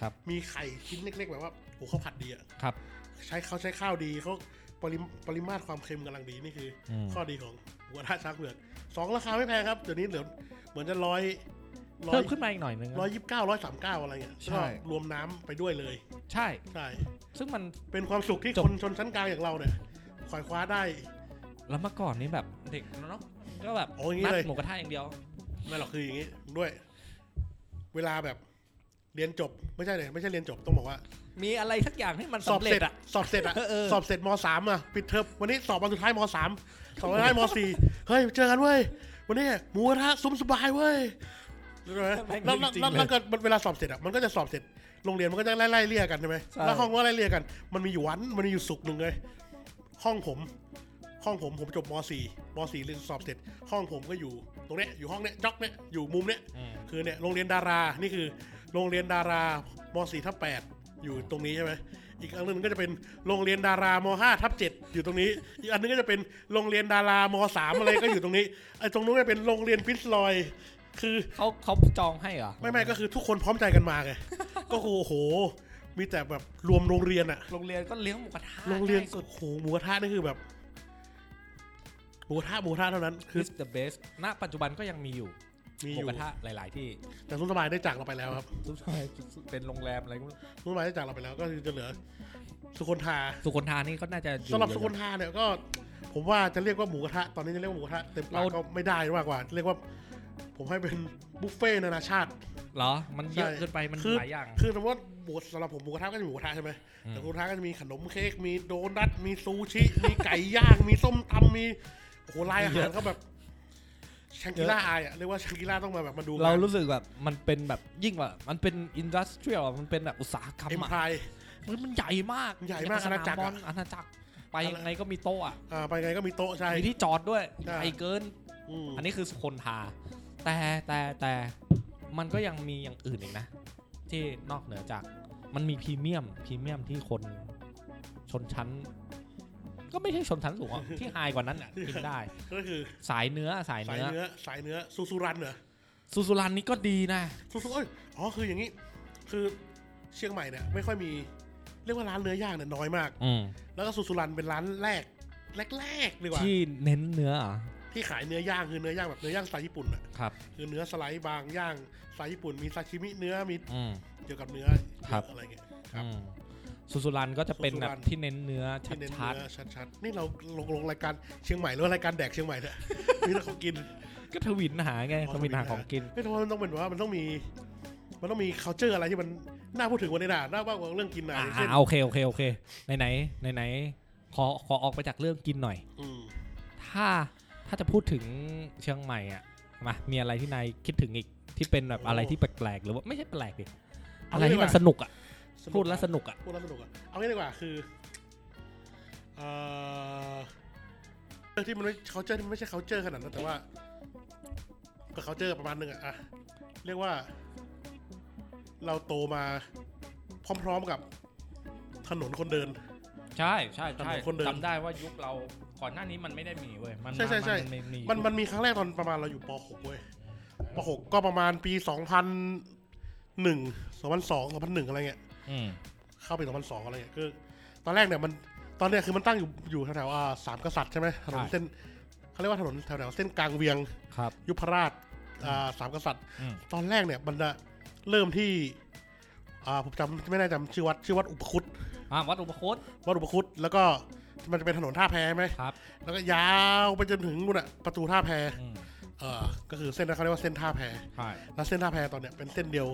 Speaker 3: ครับ
Speaker 2: มีไข่ชิ้นเล็ก ๆ แบบว่าโหเขาผัดดีอ่ะ
Speaker 3: ครับ
Speaker 2: ใช้เขาใช้ข้าวดีเขาปริมปริมาตรความเค็มกำลังดีนี่คืออ
Speaker 3: ม
Speaker 2: ข้อดีของหัวราช้างเผือกสองราคาไม่แพงครับเดี๋ยวนี้เหลือเหมือนจะร้อยร้อ
Speaker 3: เพิ่
Speaker 2: ย
Speaker 3: มขึ้นมาอีกหน่อยนึง
Speaker 2: ร้อย
Speaker 3: นะ
Speaker 2: ยี่สิบเก้าร้อยสามเก้าอะไรเงี้ย
Speaker 3: ใช่
Speaker 2: ก็รวมน้ำไปด้วยเลย
Speaker 3: ใช่
Speaker 2: ใช่
Speaker 3: ซึ่งมัน
Speaker 2: เป็นความสุขที่
Speaker 3: จบ
Speaker 2: คนชนชั้นกลางอย่างเราเนี่ยขวายคว้าได้
Speaker 3: แล้วเมื่อก่อนนี่แบบเด็กเนาะก็แบบ
Speaker 2: โอ้ยอย่างนี้
Speaker 3: นัด
Speaker 2: เลย
Speaker 3: หมูกระทะอย่างเดียว
Speaker 2: ไม่หรอกคืออย่างนี้ด้วย เวลาแบบเรียนจบไม่ใช่เลยไม่ใช่เรียนจบต้องบอกว่า
Speaker 3: มีอะไรสักอย่างให้มัน
Speaker 2: สอบ
Speaker 3: สำเร็
Speaker 2: เสร็
Speaker 3: จ
Speaker 2: จ
Speaker 3: อะ
Speaker 2: อะสอบเสร็จอะ
Speaker 3: เออเออ
Speaker 2: สอบเสร็จมสามอะปิดเทอมวันนี้สอบวันสุดท้ายมสามสอบวันสุดท้ายมสี่เฮ้ยเจอกันเว้ยวันนี้หมูกระทะซุ้มสบายเว้ยรู้ไหมแล้วแล้วแล้วแล้วก็เวลาสอบเสร็จอะมันก็จะสอบเสร็จโรงเรียนมันก็จะไล่ไล่เลี่ยกันใช่ไหม
Speaker 3: ใช่
Speaker 2: แล้วห้องก็ไล่เลี่ยกัน มันมีอยู่วันมันมีอยู่สุกร์หนึ่งเลยห้องผม ห้องผมผมจบมสี่มสี่เรียนสอบเสร็จ ห้องผมก็อยู่ตรงเนี้ยอยู่ห้องเนี้ยจ๊อกเนี้ยอยู่มุมเนี้ย
Speaker 3: อืม
Speaker 2: คือเนี่ยโรงเรียนดารา นี่คือโรงเรียนดารามสี่ทับแปดอยู่ตรงนี้ใช่ไหม อีกอันหนึงก็จะเป็นโรงเรียนดารามห้าทับเจ็ดอยู่ตรงนี้ อีกอันหนึงก็จะเป็นโรงเรียนดารามสามอะไรก็อยู่ตรงนี้ ไอ้ตรงนู้นเนี่ยเป็นโรงเรียนพิสลอย คือ
Speaker 3: เขาเขาจองให้เหรอ
Speaker 2: ไม่ไม่ก็คือทุกคนพร้อมใจกันมา
Speaker 3: <laughs>
Speaker 2: ไง ก็คือโอ้โห มีแต่แบบรวมโรงเรียนอะ
Speaker 3: โรงเรียนก็เลี้ยงหมูกระทะ
Speaker 2: โรงเรียน
Speaker 3: ง่า
Speaker 2: สุ
Speaker 3: สุด
Speaker 2: ดโหหมูกระทะนี่คือแบบหมูกระทะหมูกระทะเท่านั้น คือ
Speaker 3: is the best ณ ปัจจุบันก็ยังมีอยู่
Speaker 2: มีอ
Speaker 3: หมู
Speaker 2: ยู่
Speaker 3: กระทะหลาย ๆ ที่
Speaker 2: แต่สุนสบายได้จากเราไปแล้วครับ
Speaker 3: ซุปซอยเป็นโรงแรมอะไรก็ไม่รู้
Speaker 2: สุนสบายได้จากเราไปแล้ว ก็คือจะเหลือ สุคนทา
Speaker 3: สุโขทัยนี่ก็น่าจะอยู่
Speaker 2: สำหรับสุคนทาเนี่ยก็ ผมว่าจะเรียกว่าหมูกระทะตอนนี้จะเรียกว่าหมูกระทะเต็มปากก็ไม่ได้มากกว่า เรียกว่า ผมให้เป็นบุฟเฟ่ต์นานาชาติ
Speaker 3: เหรอ มันเยอะ
Speaker 2: ใช่
Speaker 3: เกินไปมันหลายอย่าง
Speaker 2: คือสมมติว่าหมูสำหรับผมหมูกระทะก็จะมีหมูกระทะใช่ไหม
Speaker 3: อืม
Speaker 2: แต่หมูกระทะก็จะมีขนมเค้กมีโดนัทมีซูชิ <laughs> มีไก่ย่างมีส้มตำมีโอ้โหลายอาหารก็แบบชังกิล่าอายอะเรียกว่าชังกิล่าต้องมาแบบมาดู
Speaker 3: เรารู้สึกแบบมันเป็นแบบยิ่งกว่ามันเป็นอินดัสเทรียลมันเป็นแบบอุตสาหกรรม
Speaker 2: เอ็ม
Speaker 3: อะ
Speaker 2: พาย
Speaker 3: มันมันใหญ่มาก
Speaker 2: ใหญ่มาก
Speaker 3: สน
Speaker 2: อาณาจักร
Speaker 3: บ
Speaker 2: อะ
Speaker 3: อลอาณาจักรไปยังไงก็มีโต๊ะอะ
Speaker 2: อ่าไปไงก็มีโต๊ะใช่
Speaker 3: มีที่จอดด้วย
Speaker 2: ใช่
Speaker 3: ใหญ่เกิน
Speaker 2: อืม
Speaker 3: อันนี้คือสุคนทา แต่แต่แต่มันก็ยังมีอย่างอื่นอีกนะ ที่นอกเหนือจากมันมีพรีเมียมพรีเมียมที่คนชนชั้น ก็ไม่ใช่ชนชั้น
Speaker 2: <laughs>
Speaker 3: สูงอะ ที่ไฮกว่านั้นอ่ะกินได้
Speaker 2: ก็คือ
Speaker 3: สายเนื้อสาย
Speaker 2: สาย
Speaker 3: เนื้อ
Speaker 2: เนื้อสายเนื้อซูซูรันเหรอ
Speaker 3: ซูซูรันนี่ก็ดีนะ
Speaker 2: ซูซูเอ้ยอ๋อ คืออย่างนี้ คือเชียงใหม่เนี่ยไม่ค่อยมี เรียกว่าร้านเนื้อย่างเนี่ยน้อยมาก
Speaker 3: อืม
Speaker 2: แล้วก็สุสุรันเป็นร้านแรก แรกๆดีกว่า
Speaker 3: ที่เน้นเนื้อเหรอ
Speaker 2: ที่ขายเนื้อย่างคือเนื้อย่างแบบเนื้อย่างสไตล์ญี่ปุ่นอะ
Speaker 3: ครับ
Speaker 2: คือเนื้อสไลด์บางย่างสไตล์ญี่ปุ่น มีซาชิมิเนื้อ มี
Speaker 3: อืม
Speaker 2: เกี่ยวกับเนื้อ
Speaker 3: ครับ
Speaker 2: อะไรเงี้ย ครับ
Speaker 3: อืมซูซูรันก็จะเป็น
Speaker 2: ซูซู
Speaker 3: แบ
Speaker 2: รั
Speaker 3: บ
Speaker 2: น
Speaker 3: ที่เน้นเนื้อช
Speaker 2: ที่เน้นั
Speaker 3: ด
Speaker 2: เนื้อชัดๆ นี่เราลงลงรายการเชียงใหม่หรือว่ารายการแดกเชียงใหม่เนี่ย <laughs> มีแต่ของกิน
Speaker 3: ๆก็ทวินหาไง
Speaker 2: อ๋อ
Speaker 3: ทวินหา
Speaker 2: ทวินหา
Speaker 3: ของกิน
Speaker 2: ไม่ทำไมมันต้องเป็นว่ามันต้องมี มันต้องมี c u เจอร์อะไรที่มันน่าพูดถึงวันนี้นะน่าว่าเรื่องกินนะ
Speaker 3: อ่า
Speaker 2: อย่างเช่น
Speaker 3: โอเคโอเคโอเคไหนไหนไหนไหนขอขอออกไปจากเรื่องกินหน่อย
Speaker 2: อืม
Speaker 3: ถ้าถ้าจะพูดถึงเชียงใหม่อ่ะมามีอะไรที่นายคิดถึงอีกที่เป็นแบบอะไรที่แปลกๆหรือว่าไม่ใช่แปลกดิอะไรที่มันสนุกอ่ะ
Speaker 2: สนุก
Speaker 3: พูดแล้วสนุกอ่ะ
Speaker 2: พูดแล้วสนุกอะเอางี้ดีกว่าคือเอ่อเรื่องที่มันไม่เขาเจอมันไม่ใช่ c u เจอขนาดนั้นแต่ว่า ก็ c u เจอประมาณหนึงอะอะเรียกว่า เราโตมา พร้อมๆกับ ถนนคนเดิน
Speaker 1: ใช่ใช่
Speaker 2: ถน
Speaker 1: ใช่
Speaker 2: นคนเดิน
Speaker 1: จำได้ว่ายุคเราก่อนหน้านี้มันไม่ได้มีเว้ยมัน
Speaker 2: ใช่ใช่ใช่
Speaker 1: มันมันมี
Speaker 2: มันมันมีครั้งแรกตอนประมาณเราอยู่ป .6 เว้ยป .6 ก็ประมาณปี 2001 2002 2001 อะไรเงี้ย
Speaker 1: อืม
Speaker 2: เข้าไป 2002 อะไรเงี้ยคือตอนแรกเนี่ยมันตอนเนี้ยคือมันตั้งอยู่อยู่แถวๆอ่าสามกษัตริย์ใช่ไหมถนนเส้นเขาเรียกว่าถนนแถวๆเส้นกลางเวียง
Speaker 3: ครับ
Speaker 2: ยุพราชอ่าสามกษัตริย์
Speaker 1: อืม
Speaker 2: ตอนแรกเนี่ยมันจะเริ่มที่อ่าผมจำไม่แน่จำชื่อวัดชื่อวัดอุปคุต
Speaker 1: อ่าวัดอุปคุต
Speaker 2: วัดอุปคุตแล้วก็มันจะเป็นถนนท่าแพใช่ไหม
Speaker 1: ครับ
Speaker 2: แล้วก็ยาวไปจนถึงนู่นอะประตูท่าแพ
Speaker 1: อืม
Speaker 2: เออก็คือเส้นนั้นเขาเรียกว่าเส้นท่าแพ
Speaker 1: ใช่
Speaker 2: แล้วเส้นท่าแพตอนเนี้ยเป็นเส้นเดียว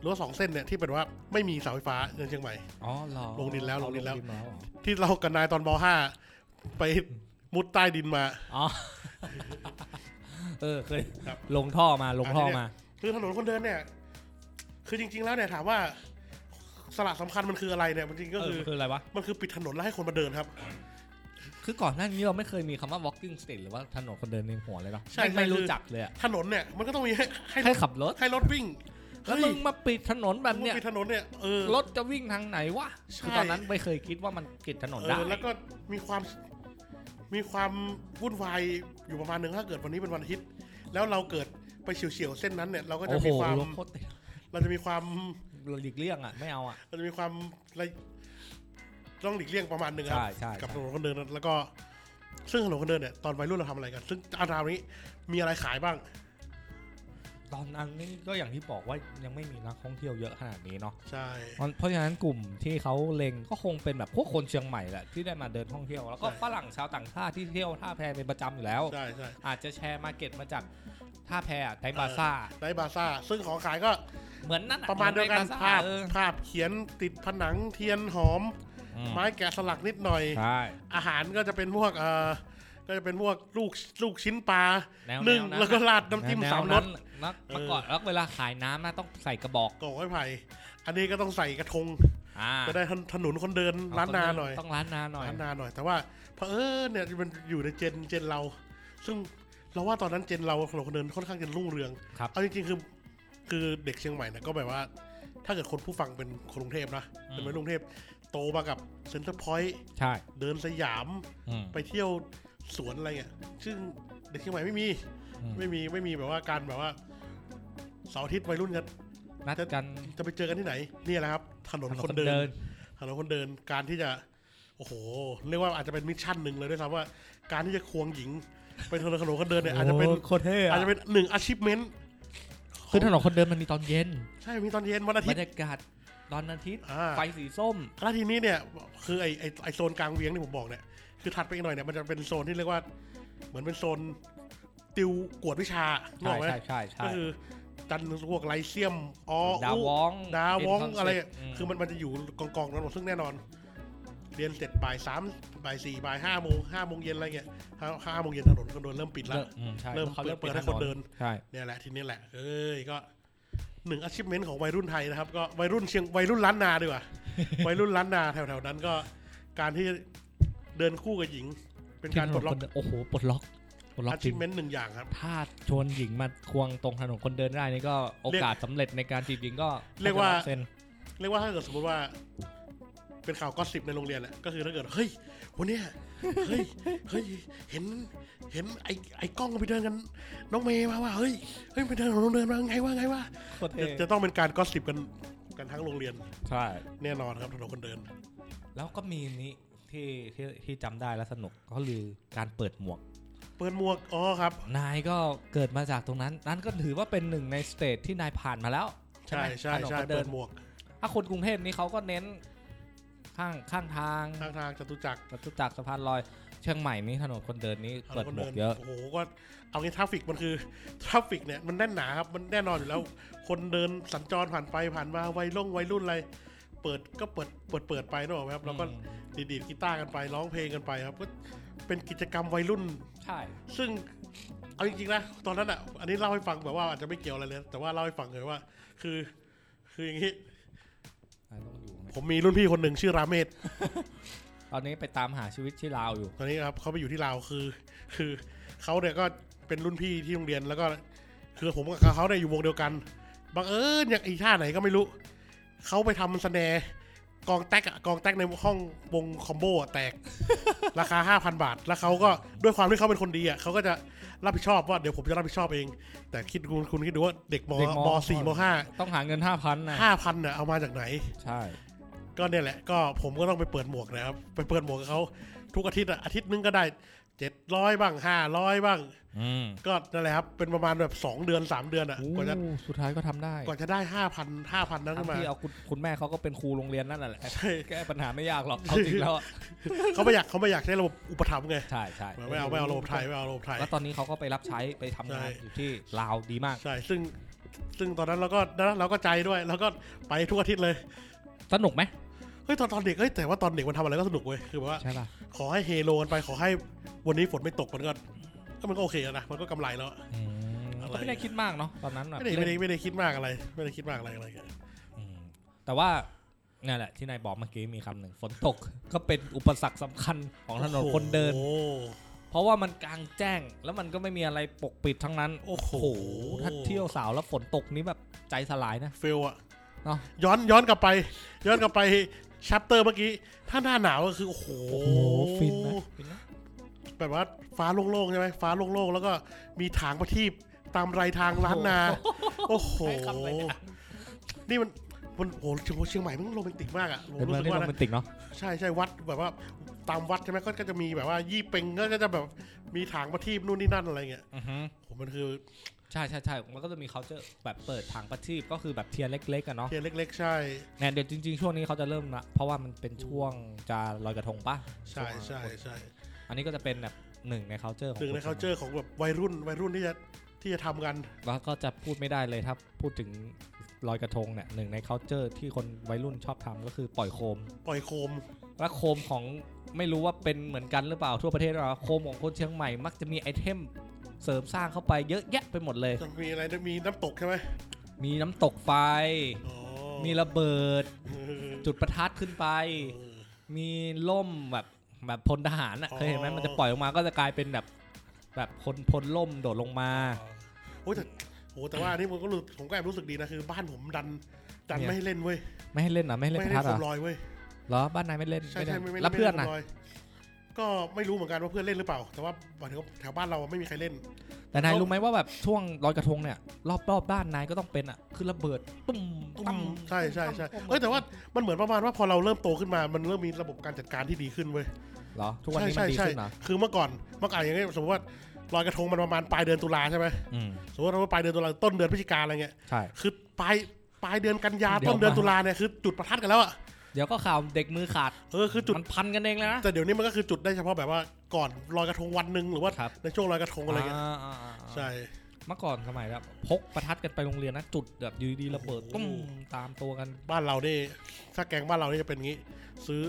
Speaker 2: หรือว่าสองเส้นเนี่ยที่เป็นว่าไม่มีเสาไฟฟ้าในเชียงใหม่
Speaker 1: อ๋อเหรอ
Speaker 2: ลงดินแล้วลงดินแล้ว
Speaker 1: เหรอ
Speaker 2: ที่เรากับนายตอนม .5 ไปมุดใต้ดินมา
Speaker 3: อ๋อ เออเคย
Speaker 2: ครับ
Speaker 3: ลงท่อมาลงท่อมา
Speaker 2: คือถนนคนเดินเนี่ย คือจริง ๆ แล้วเนี่ยถามว่าสละสำคัญมันคืออะไรเนี่ยมันจริงก็
Speaker 3: เออ
Speaker 2: คือ
Speaker 3: มันคืออะไรวะ
Speaker 2: มันคือปิดถนนแล้วให้คนมาเดินครับ
Speaker 3: คือก่อนหน้านี้เราไม่เคยมีคำว่า walking street หรือว่าถนนคนเดินในหัวเลยหรอ
Speaker 2: ใช่
Speaker 3: ไม่
Speaker 2: ใช่
Speaker 3: ไม่รู้จักเลยอะ
Speaker 2: ถนนเนี่ยมันก็ต้องมีให้ให้
Speaker 3: ให้ขับรถ
Speaker 2: ให้รถวิ่ง
Speaker 3: แล้ว
Speaker 2: เฮ้ย
Speaker 3: มึงมาปิดถนนแบบ
Speaker 2: มึง
Speaker 3: เนี้ย
Speaker 2: ปิดถนนเนี่ยเออ
Speaker 3: รถจะวิ่งทางไหนวะ
Speaker 2: ใช่
Speaker 3: คือตอนนั้นไม่เคยคิดว่ามันปิดถนน
Speaker 2: เอ
Speaker 3: ได้
Speaker 2: อแล้วก็มีความมีความวุ่นวายอยู่ประมาณหนึ่งถ้าเกิดวันนี้เป็นวันอาทิตย์ แล้วเราเกิดไปเฉียวๆเส้นนั้นเนี่ย เราก็จะ
Speaker 3: โอ้โห
Speaker 2: มีความ
Speaker 3: รถโคตรติด
Speaker 2: เราจะมีความ
Speaker 3: หลีกเลี่ยงอ่ะไม่เอาอ่ะ
Speaker 2: มันจะมีความอะไรต้องหลีกเลี่ยงประมาณหนึ่งครับ
Speaker 3: ใช่ใช่
Speaker 2: กับ
Speaker 3: ใช่
Speaker 2: ถนนคนเดินแล้วก็ ซึ่งถนนคนเดินเนี่ยตอนวัยรุ่นเราทำอะไรกัน ซึ่งอารามนี้มีอะไรขายบ้าง
Speaker 3: ตอนนั้นนี่ก็อย่างที่บอกว่ายังไม่มีนักท่องเที่ยวเยอะขนาดนี้เนาะ
Speaker 2: ใช่
Speaker 3: เพราะเพราะฉะนั้นกลุ่มที่เขาเล็งก็คงเป็นแบบพวกคนเชียงใหม่แหละที่ได้มาเดินท่องเที่ยวแล้วก็ฝรั่งชาวต่างชาติที่เที่ยวท่าแพเป็นประจำอยู่แล้ว
Speaker 2: ใช่ใช่
Speaker 3: อาจจะแชร์มาร์เก็ตมาจากท่าแพไทบาซ่า
Speaker 2: ไดบาซ่า ซึ่งของขายก็
Speaker 3: เหมือนนั่นอ
Speaker 2: ประมาณเดียวกัน
Speaker 3: ไบซ่
Speaker 2: ภาพ
Speaker 3: เออ
Speaker 2: ภาพเขียนติดผนังเทียนหอม
Speaker 3: อืม
Speaker 2: ไม้แกะสลักนิดหน่อย
Speaker 3: ใช่
Speaker 2: อาหารก็จะเป็นพวกเอ่อก็จะเป็นพวกลูกลูกชิ้นปลา
Speaker 3: แนว
Speaker 2: นึ่ง
Speaker 3: แนนั้น
Speaker 2: แล้วก็ราดน้ำจิ้ม
Speaker 3: แว
Speaker 2: สามรส
Speaker 3: นั้นนะ
Speaker 2: เออ
Speaker 3: เมื่อก่อนแล้วเวลาขายน้ำนะต้องใส่กระบอก
Speaker 2: กล่องไม้ไผ่อันนี้ก็ต้องใส่กระทง
Speaker 3: อ่า
Speaker 2: จะได้ถนนคนเดินร้านนาหน่อย
Speaker 3: ต้องร้านนาหน่อย
Speaker 2: พัฒนาหน่อยแต่ว่าเพอเออเนี่ยมันอยู่ในเจนเจนเรา ซึ่งเราว่าตอนนั้นเจนเราของเราคนเดินค่อนข้างจะรุ่งเรือง
Speaker 3: ครับ
Speaker 2: เอาจริงๆคือคือเด็กเชียงใหม่เนี่ยก็แบบว่า ถ้าเกิดคนผู้ฟังเป็นคนกรุงเทพนะเป็นวัยรุ่นกรุงเทพโตมากับเซ็นเตอร์พอยต์
Speaker 3: ใช่
Speaker 2: เดินสยาม
Speaker 3: อืม
Speaker 2: ไปเที่ยวสวนอะไรเงี้ยซึ่งเด็กเชียงใหม่ไม่มี
Speaker 3: อืม
Speaker 2: ไม่มีไม่มีแบบว่าการแบบว่าเสาร์อาทิตย์วัยรุ่นจะ
Speaker 3: นัดกัน
Speaker 2: จะไปเจอกันที่ไหนนี่แหละครับ ถนนคนเดิน ถนนคนเดินการที่จะโอ้โห เรียกว่าอาจจะเป็นมิชชั่นหนึ่งเลยด้วยซ้ำว่า การที่จะควงหญิงไปถนนถนนคนเดินเนี่ยอาจจะเป็น
Speaker 3: โโหโคตรเท่
Speaker 2: อาจจะเป็นหนึ่งอาชีพเมน
Speaker 3: คือถนนคนเดินมันมีตอนเย็น
Speaker 2: ใช่มีตอนเย็นวันอา
Speaker 3: บ
Speaker 2: ทิ
Speaker 3: ร
Speaker 2: ต
Speaker 3: ร
Speaker 2: ย์
Speaker 3: ยากาศตอนอาทิตย์
Speaker 2: อ่า
Speaker 3: ไฟสีส้ม
Speaker 2: แล้วทีนี้เนี่ยคือไอไอไอโซนกลางเวียงที่ผมบอกเนี่ยคือถัดไปอีกหน่อยเนี่ยมันจะเป็นโซนที่เรียกว่า เหมือนเป็นโซนติวกวดวิชานึกออก
Speaker 3: ใช่
Speaker 2: ไหม
Speaker 3: ใช่ใช่ใช่
Speaker 2: ก็คือจันทร์พวกไลเซียมออ
Speaker 3: ดาววอง
Speaker 2: ดาวอง
Speaker 3: เนค
Speaker 2: อะ
Speaker 3: น
Speaker 2: ไร
Speaker 3: เซ็ปต์ม
Speaker 2: คือมันมันจะอยู่กองกองๆนั้นหมดซึ่งแน่นอน เรียนเสร็จบ่ายสามบ่ายสี่บ่ายห้าโมงห้าโมงเย็นอะไรเงี้ยห้าห้าโมงเย็นถนนก็โดนเริ่มปิดแล้ว
Speaker 3: เริ่มอืมใช่
Speaker 2: เริ่ม
Speaker 3: พะ
Speaker 2: เปิดให้คนเดิน
Speaker 3: ใช่
Speaker 2: เนี่ยแหละทีนี้แหละ <laughs> เอ้ยก็หนึ่งอาชีพเมนของวัยรุ่นไทยนะครับ ก็วัยรุ่นเชียงวัยรุ่นล้านนาดีกว่า วัยรุ่นล้านนาแถวๆนั้นก็ การที่เดินคู่กับหญิง เป็นการปลดล็อก
Speaker 3: โอ้โหปลดล็อกปลดล็อ
Speaker 2: อาก
Speaker 3: จ
Speaker 2: ชี
Speaker 3: ริง
Speaker 2: พเมนหนึ่งอย่างครับ
Speaker 3: ถ้าชวนหญิงมาควงตรงถนนคนเดินได้นี่ก็โอกาสสำเร็จในการจีบหญิงก็
Speaker 2: เรียกว่า
Speaker 3: เซน
Speaker 2: เรียกว่าถ้าเกิดสมมติว่า เป็นข่าวก็สิบในโรงเรียนแหละก็คือถ้าเกิดเฮ้ยวันเนี้ยเฮ้ยเฮ้ยเห็นเห็นไอ้ไอ้กล้องไปเดินกัน น้องเมย์มาว่าเฮ้ยเฮ้ยไปเดินของน้องเดินมาไงว่าไงว่า
Speaker 3: โคตรเท่
Speaker 2: จะต้องเป็นการก็สิบกันกันทั้งโรงเรียน
Speaker 3: ใช่
Speaker 2: แน่นอนครับถนนคนเดิน
Speaker 3: แล้วก็มีนี้ที่ที่ที่จำได้และสนุกก็คือการเปิดหมวก
Speaker 2: เปิดหมวกอ๋อครับ
Speaker 3: นายก็เกิดมาจากตรงนั้น นั้นก็ถือว่าเป็นหนึ่งในสเตจที่นายผ่านมาแล้ว ใช่
Speaker 2: ใช่
Speaker 3: ไห
Speaker 2: ใช่
Speaker 3: มถนน
Speaker 2: ใช่
Speaker 3: คนเดิน
Speaker 2: เปิดหมวก
Speaker 3: ถ้าคนกรุงเทพนี่เขาก็เน้นข้างข้างทาง
Speaker 2: ทางทางจตุจักร
Speaker 3: จตุจักรสะพานลอย เชียงใหม่นี่ถนนคนเดินนี้
Speaker 2: ถน
Speaker 3: เปิด
Speaker 2: นคน
Speaker 3: หม
Speaker 2: เดิ
Speaker 3: วกเยอะ
Speaker 2: โอ้โหก็เอางี้ทราฟฟิกมันคือ <laughs> ทราฟฟิกเนี่ยมันแน่นหนาครับมันแน่นอนอยู่แล้ว คนเดินสัญจรผ่านไปผ่านมาวัยรุ่งวัยรุ่นอะไรเปิดก็เปิดเปิดเปิดไปนะครับแล้วก็ดีดกีตาร์กันไปร้องเพลงกันไปครับก็เป็นกิจกรรมวัยรุ่น
Speaker 3: ใช่
Speaker 2: ซึ่งเอาจริงๆนะตอนนั้นอ่ะอันนี้เล่าให้ฟังแบบว่าอาจจะไม่เกี่ยวอะไรเลยแต่ว่าเล่าให้ฟังเลยว่า คือ คืออย่างนี้
Speaker 3: ต้องอยู่
Speaker 2: ผมมีรุ่นพี่คนหนึ่งชื่อราเมศ
Speaker 3: ตอนนี้ไปตามหาชีวิตที่ลาวอยู่
Speaker 2: ตอนนี้นะครับเขาไปอยู่ที่ลาวคือ คือเขาเนี่ยก็เป็นรุ่นพี่ที่โรงเรียนแล้วก็ คือผมกับเขาเนี่ยอยู่วงเดียวกันบังเอิญอย่างอีท่าไหนก็ไม่รู้เขาไปทำสแนร์กองแตกอะกองแตกในห้องวงคอมโบอะแตก ราคา 5,000 บาท แล้วเขาก็ด้วยความที่เขาเป็นคนดีอ่ะเขาก็จะรับผิดชอบว่าเดี๋ยวผมจะรับผิดชอบเอง แต่คิดคุณคุณคิดดูว่าเด็กม
Speaker 3: เด็ก
Speaker 2: ม
Speaker 3: ม
Speaker 2: สี่มห้า
Speaker 3: ต้องหาเงินห้าพันนะ
Speaker 2: ห้าพันเนี่ยเอามาจากไหน
Speaker 3: ใช่
Speaker 2: ก็เนี่ยแหละก็ผมก็ต้องไปเปิดหมวกนะครับ ไปเปิดหมวกกับเขาทุกอาทิตย์อะอาทิตย์นึงก็ได้เจ็ดร้อยบ้างห้าร้อยบ้าง
Speaker 3: อืม
Speaker 2: ก็นั่นแหละครับ เป็นประมาณแบบสองเดือนสามเดือนอะกว่าจะ
Speaker 3: สุดท้ายก็ทำได้
Speaker 2: กว่าจะได้ห้าพันห้าพันนั้น
Speaker 3: ทั้ง
Speaker 2: มา
Speaker 3: ที่เอาคุณคุณแม่เขาก็เป็นครูโรงเรียนนั่นแหละ
Speaker 2: ใช่
Speaker 3: แก้ปัญหาไม่ยากหรอกเขาจริงแล้วอะ
Speaker 2: เขาไม่อยากเขาไม่อยากใช้ระบบอุปถัมภ์ไง
Speaker 3: ใช่ใช่
Speaker 2: ไม่เอาไม่เอาระบบไทยไม่เอาระบบไทย
Speaker 3: แล้วตอนนี้เขาก็ไปรับใช้ไปทำงาน
Speaker 2: ใช่
Speaker 3: อยู่ที่ลาวดีมาก
Speaker 2: ใช่ซึ่งซึ่งตอนนั้นเราก็นะเราก็ใจด้วย แล้วก็ไปทุกอาทิตย์เลย
Speaker 3: สนุกไหม
Speaker 2: เฮ้ยตอนตอนเด็กเฮ้ยแต่ว่าตอนเด็กมันทำอะไรก็สนุกเว้ยคือแบบว่า
Speaker 3: ใช่ป่ะ
Speaker 2: ขอให้เฮโลกันไปขอให้วันนี้ฝนไม่ตกมันก็ก็มันก็โอเคแล้วนะมันก็กำไรแล้วอะ
Speaker 3: อืม
Speaker 2: อะไร
Speaker 3: ก็ไม่ได้คิดมากเนาะตอนนั้นแบบ
Speaker 2: ไม่ได้
Speaker 3: เล่
Speaker 2: ไม่
Speaker 3: น
Speaker 2: ได้ไม่ได้คิดมากอะไร ไม่ได้คิดมากอะไรอะไรกัน
Speaker 3: อืมแต่ว่าเนี่ยแหละที่นายบอกเมื่อกี้มีคำหนึ่งฝนตก ก็เป็นอุปสรรคสำคัญของถนนคนเดิน
Speaker 2: โอ้โห
Speaker 3: เพราะว่ามันกลางแจ้ง แล้วมันก็ไม่มีอะไรปกปิดทั้งนั้น
Speaker 2: โอ้โห
Speaker 3: โอ้โหถ้าเที่ยวสาวแล้วฝนตกนี่แบบใจสลายนะ
Speaker 2: เฟลอะ
Speaker 3: เนอะ
Speaker 2: ย้อนย้อนกลับไป ย้อนกลับไปชัปเตอร์เมื่อกี้ ถ้าหน้าหนาวก็คือ โอ้โห
Speaker 3: ฟินนะฟินนะ
Speaker 2: แบบว่าฟ้าโล่งๆใช่ไหมฟ้าโล่งๆ แล้วก็มีถางประทีปตามไรทางล้านนา โอ้โห
Speaker 3: ใช้คำอะไรเนี่ย
Speaker 2: นี่มันมันโอ้โหเชียงเชียงใหม่มันโรแมนติกมากอะผม
Speaker 3: เป็น
Speaker 2: รู้
Speaker 3: เมือง
Speaker 2: สึกว่า
Speaker 3: ที่โร
Speaker 2: นะ
Speaker 3: แมนติกเนาะ
Speaker 2: ใช่ใช่วัดแบบว่าตามวัดใช่ไหมก็ก็จะมีแบบว่ายี่เป็งก็จะแบบมีถางประทีปนู่นนี่นั่นอะไรเงี้ย
Speaker 3: อือฮึ
Speaker 2: ผมมันคือ
Speaker 3: ใช่ใช่ใช่มันก็จะมีเขาจะแบบเปิดทางประทีปก็คือแบบเทียนเล็กๆอะเนาะ
Speaker 2: เทียนเล็ก ๆ ใช่
Speaker 3: เนี่ยเดี๋ยวจริง ๆ ช่วงนี้เขาจะเริ่มละเพราะว่ามันเป็นช่วงจะลอยกระทงป่ะ
Speaker 2: ใช่ใช่ใช่
Speaker 3: อันนี้ก็จะเป็นแบบหนึ่งใน culture ของ
Speaker 2: หนึ่งใน
Speaker 3: ค
Speaker 2: c u เจอร์ของแบบวัยรุ่นวัยรุ่นที่จะที่จะทำกัน
Speaker 3: แล้วก็จะพูดไม่ได้เลยถ้าพูดถึงลอยกระทงเนี่ยหนึ่งใน culture ที่คนวัยรุ่นชอบทำก็คือปล่อยโคม
Speaker 2: ปล่อยโคม
Speaker 3: และโคมของไม่รู้ว่าเป็นเหมือนกันหรือเปล่าทั่วประเทศหรอเปล่าโคมของคนเชียงใหม่มักจะมีไอเทมเสริมสร้างเข้าไปเยอะแยะไปหมดเลย
Speaker 2: จะมีอะไรนะมีน้ำตกใช่ไหม
Speaker 3: มีน้ำตกไฟ
Speaker 2: อ๋อ
Speaker 3: มีระเบิด
Speaker 2: เออ
Speaker 3: จุดประทัดขึ้นไป
Speaker 2: เออ
Speaker 3: มีล่มแบบแบบพลทหารอะ
Speaker 2: อ๋อ
Speaker 3: เคยเห็นไหมมันจะปล่อยออกมาก็จะกลายเป็นแบบ แบบพลพลล่มโดดลงมา
Speaker 2: โอ้ยแต่โอ้แต่ว่าอันนี่ผมก็รู้ผมก็แอบรู้สึกดีนะคือ บ้านผมดันดัน
Speaker 3: เนี่ย
Speaker 2: ไม่ให้เล่นเว้ย
Speaker 3: ไม่ให้เล่นเหรอไม่ให้เล่น
Speaker 2: ไม่
Speaker 3: ป
Speaker 2: ให้
Speaker 3: ระ
Speaker 2: เล่
Speaker 3: ทั
Speaker 2: น
Speaker 3: ด
Speaker 2: โคม
Speaker 3: เหรอ
Speaker 2: ลอยเว้ย
Speaker 3: เหรอบ้านนายไม่เล่น
Speaker 2: ใช่ใช่ไม่ไม่
Speaker 3: แล้วเพื่อน
Speaker 2: ไม่
Speaker 3: น่ะ
Speaker 2: ล่โคมลยก็ไม่รู้เหมือนกันว่าเพื่อนเล่นหรือเปล่า แต่ว่าหมายถึงว่าแถวบ้านเราไม่มีใครเล่น
Speaker 3: แต่นาย
Speaker 2: เอารู้
Speaker 3: รู้ไหมว่าแบบช่วงลอยกระทงเนี่ยรอบรอบบ้านนายก็ต้องเป็นอ่ะ คือระเบิดตุ้ม
Speaker 2: ตุ้
Speaker 3: ตั้
Speaker 2: ม
Speaker 3: ม
Speaker 2: ใช่ใช่ใช่
Speaker 3: ม
Speaker 2: เอ้ยแต่ว่ามันเหมือนประมาณว่าพอเราเริ่มโตขึ้นมามันเริ่มมีระบบการจัดการที่ดีขึ้นเว้ย
Speaker 3: เหรอ ทุกวันนี้
Speaker 2: ใช่
Speaker 3: มันดี
Speaker 2: ใช่
Speaker 3: ขึ้
Speaker 2: ใช่
Speaker 3: นเหรอ
Speaker 2: คือเมื่อก่อนเมื่อก่อนอย่างเงี้ยสมมติว่าลอยกระทงมันประมาณปลายเดือนตุลาใช่ไหม
Speaker 3: อืม
Speaker 2: สมมติว่าปลายเดือนตุลาต้นเดือนพฤศจิกาอะไรเงี้ย
Speaker 3: ใช่
Speaker 2: คือปลายปลายเดือนกันยา
Speaker 3: เดี๋ยว
Speaker 2: ต้นเดือนตุลาเนี่ยคือจุดประทัดกันแล้วอ่ะ
Speaker 3: เดี๋ยวก็ข่าวเด็กมือขาด
Speaker 2: เออคือจุด
Speaker 3: มันพันกันเองแล้วนะ
Speaker 2: แต่เดี๋ยวนี้มันก็คือจุดได้เฉพาะแบบว่าก่อนลอยกระทงวันหนึ่งหรือว่า
Speaker 3: ครับ
Speaker 2: ในช่วงลอยกระทงอะไรเงี้ย
Speaker 3: อ่าอ่าอ่า
Speaker 2: ใช่
Speaker 3: เมื่อก่อนสมัยแบบพกประทัดกันไปโรงเรียนนะ จุดแบบอยูดีๆระเบิด
Speaker 2: โอ้
Speaker 3: ตุ้ม
Speaker 2: โห
Speaker 3: ตามตัวกัน
Speaker 2: บ้านเรานี่ถ้าแกงบ้านเรานี่จะเป็นงี้ ซื้อ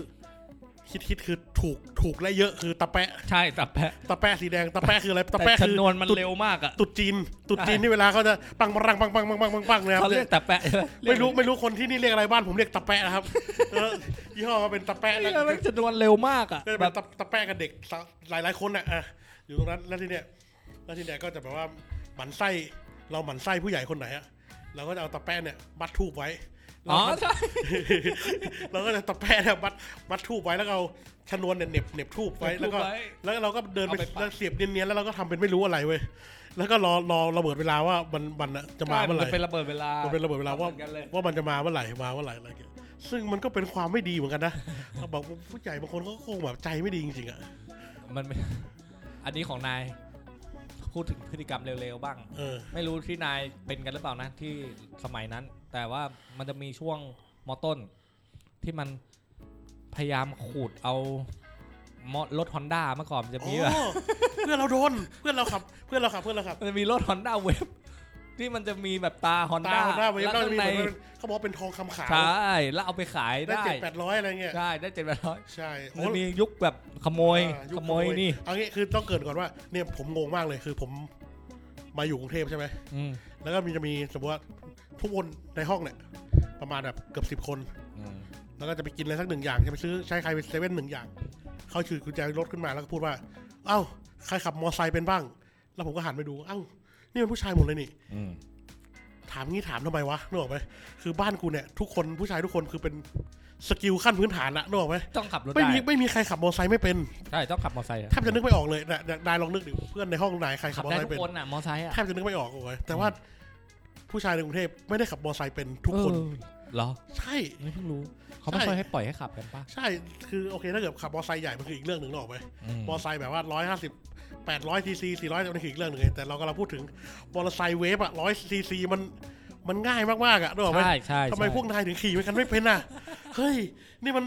Speaker 2: คิดคิดคือถูกถูกและเยอะคือตะแปะ
Speaker 3: ใช่แต่แปะ
Speaker 2: ตะแปะสีแดงตะแปะคืออะไรตะ
Speaker 3: แต่
Speaker 2: แปะคือ
Speaker 3: จำนวนมัน
Speaker 2: ตุ๊ด
Speaker 3: เร็วมากอ่ะ
Speaker 2: ตุดจีนตุดจีนที่เวลาเขาจะปังปังปังปังปังปังปังปังนะครับ
Speaker 3: เขาเรียกแต่แปะใช่ห
Speaker 2: ไม่รู้ไม่รู้คนที่นี่เรียกอะไรบ้านผมเรียกตะแปะนะครับ เออยี่ห้อมาเป็นตะแปะ
Speaker 1: เรี
Speaker 2: แล้
Speaker 1: ยว กอะไรจำนวนเร็วมากอ่ะ
Speaker 2: ก็จะ
Speaker 1: แบ
Speaker 2: เป็น
Speaker 1: บ
Speaker 2: ตะตะแปะกับเด็กหลายหลายๆคนน่ะอ่ะอยู่ตรงนั้นแล้วทีเนี้ยแล้วทีเนี้ยก็จะแบบว่าหมันไส้เราหมันไส้ผู้ใหญ่คนไหนอะเราก็จะเอาตะแปะเนี่ยมัดทูบไว้เรา
Speaker 1: อ๋อ
Speaker 2: ก็
Speaker 1: ใช่
Speaker 2: เราก็จะตะแปะเนี่ยมัดมัดทูบไว้แล้วก็เอาชนวนเนี่ยเหน็บเหน็บทูบไว้แล้วก็
Speaker 3: ถูไ
Speaker 2: แล้วเราก็เดินไป
Speaker 3: เอาไปปัก
Speaker 2: แล้วเสียบเนียนๆแล้วเราก็ทำเป็นไม่รู้อะไรเว้ยแล้วก็รอรอระเบิดเวลาว่ามันมันอะจะมา
Speaker 3: ใช่
Speaker 2: เมื่อไหร่
Speaker 3: นเป็นระเบิดเวลา
Speaker 2: มั
Speaker 3: มัน
Speaker 2: เป็นระเบิดเวลาว่า
Speaker 3: นเลย
Speaker 2: ว่ามันจะมาเมื่อไหร่มาเมื่อไหร่อะไรเงี้ยซึ่งมันก็เป็นความไม่ดีเหมือนกันนะ เขาบอกผู้ใหญ่บางคนเขาก็คงแบบใจไม่ดีจริงๆอ่ะ
Speaker 1: มันไม่
Speaker 3: <laughs> อันนี้ของนายพูดถึงพฤติกรรมเร็วๆบ้าง
Speaker 2: เออ
Speaker 3: ไม่รู้ที่นายเป็นกันหรือเปล่านะที่สมัยนั้น แต่ว่ามันจะมีช่วงมต้น ที่มันพยายามขูดเอามอรถฮอนด้าเมื่อก่อนมันจะ
Speaker 2: อ๋
Speaker 3: มีแบบ <laughs>
Speaker 2: อ เพื่อนเราโดน เพื่อนเราขับ เพื่อนเราขับ เพื่อนเราขับ
Speaker 3: มันจะมีรถฮอนด้าเว็บที่มันจะมีแบบตาฮอน
Speaker 2: ตา
Speaker 3: ด้า
Speaker 2: หน้าไว้
Speaker 3: แล้ว
Speaker 2: เรา
Speaker 3: ข้า
Speaker 2: จะ
Speaker 3: ง
Speaker 2: มี
Speaker 3: ใน
Speaker 2: เหมือนว่าเขาบอกว่าเป็นทองคำขาว
Speaker 3: ใช่แล้วเอาไปขาย
Speaker 2: ได้
Speaker 3: ได้
Speaker 2: เจ็ดแปดร้อยอะไรเงี้ย
Speaker 3: ใช่ได้เจ็ดแปดร้อย
Speaker 2: ใช่โอ้
Speaker 3: มันจะมียุคแบบขโมย
Speaker 2: อ่าค
Speaker 3: ขโมยนี่
Speaker 2: เอางี้คือต้องเกริดก่อนว่าเนี่ยผมงงมากเลยคือผมมาอยู่กรุงเทพใช่ไหม
Speaker 3: อืม
Speaker 2: แล้วก็มีจะมีสมมติว่าทุกคนในห้องเนี่ยประมาณแบบเกือบสิบ10 คน
Speaker 3: อืม
Speaker 2: แล้วก็จะไปกินอะไรสักหนึ่งอย่างจะไปซื้อใช้ใครไปเซเว่นหนึ่งอย่าง เขาถือกุญแจรถขึ้นมาแล้วก็พูดว่า เอ้า ใครขับมอไซค์เป็นบ้าง แล้วผมก็หันไปดู เอ้า นี่เป็นผู้ชายหมดเลยนี่
Speaker 3: อืม
Speaker 2: ถามงี้ถามทำไมวะนึกออกไหมคือบ้านกูเนี่ยทุกคนผู้ชายทุกคนคือเป็นสกิลขั้นพื้นฐานละนึกออกไหม
Speaker 3: ต้องขับรถ
Speaker 2: ไม่
Speaker 3: ได้
Speaker 2: มีไม่มีใครขับมอไซค์ไม่เป็น
Speaker 3: ใช่ต้องขับมอเตอร์ไซค์อะ
Speaker 2: แทบจะนึกไม่ออกเลยนะนายลองนึกดิเพื่อนในห้องนายใครขั
Speaker 3: ขั
Speaker 2: บบ มอ
Speaker 3: ได้
Speaker 2: ไซ
Speaker 3: ทุ
Speaker 2: ค์เป็
Speaker 3: ก
Speaker 2: น
Speaker 3: คนอ่ะมอเตอร์ไซค์อ่ะ
Speaker 2: แทบจะนึกไม่ออกเลยแต่ว่าผู้ชายในกรุงเทพไม่ได้ขับมอไซค์เป็นทุกคน
Speaker 3: เออเหรอ
Speaker 2: ใช่
Speaker 3: ไม่เพิ่งรู้เขาไม่
Speaker 2: ใช่
Speaker 3: ค่อยให้ปล่อยให้ขับกันป่ะ
Speaker 2: ใช่คือโอเคถ้าเกิดขับมอไซค์ใหญ่มันคืออีกเรื่องหนึ่งนึกออกไหม มอไซค์แบบว่าร้อยห้าสิบแปดร้อยซีซีสี่ร้อยนี่คืออีกเรื่องหนึ่งไงแต่เรากำลังพูดถึงมอเตอร์ไซค์เวฟอะร้อยซีซีมันมันง่ายมากๆอะนึกออกไหม
Speaker 3: ใช่ใช่
Speaker 2: ทำไม
Speaker 3: ใช่
Speaker 2: พวกนายถึงขี่มันกันไม่เป็นอะเฮ้ย นี่มัน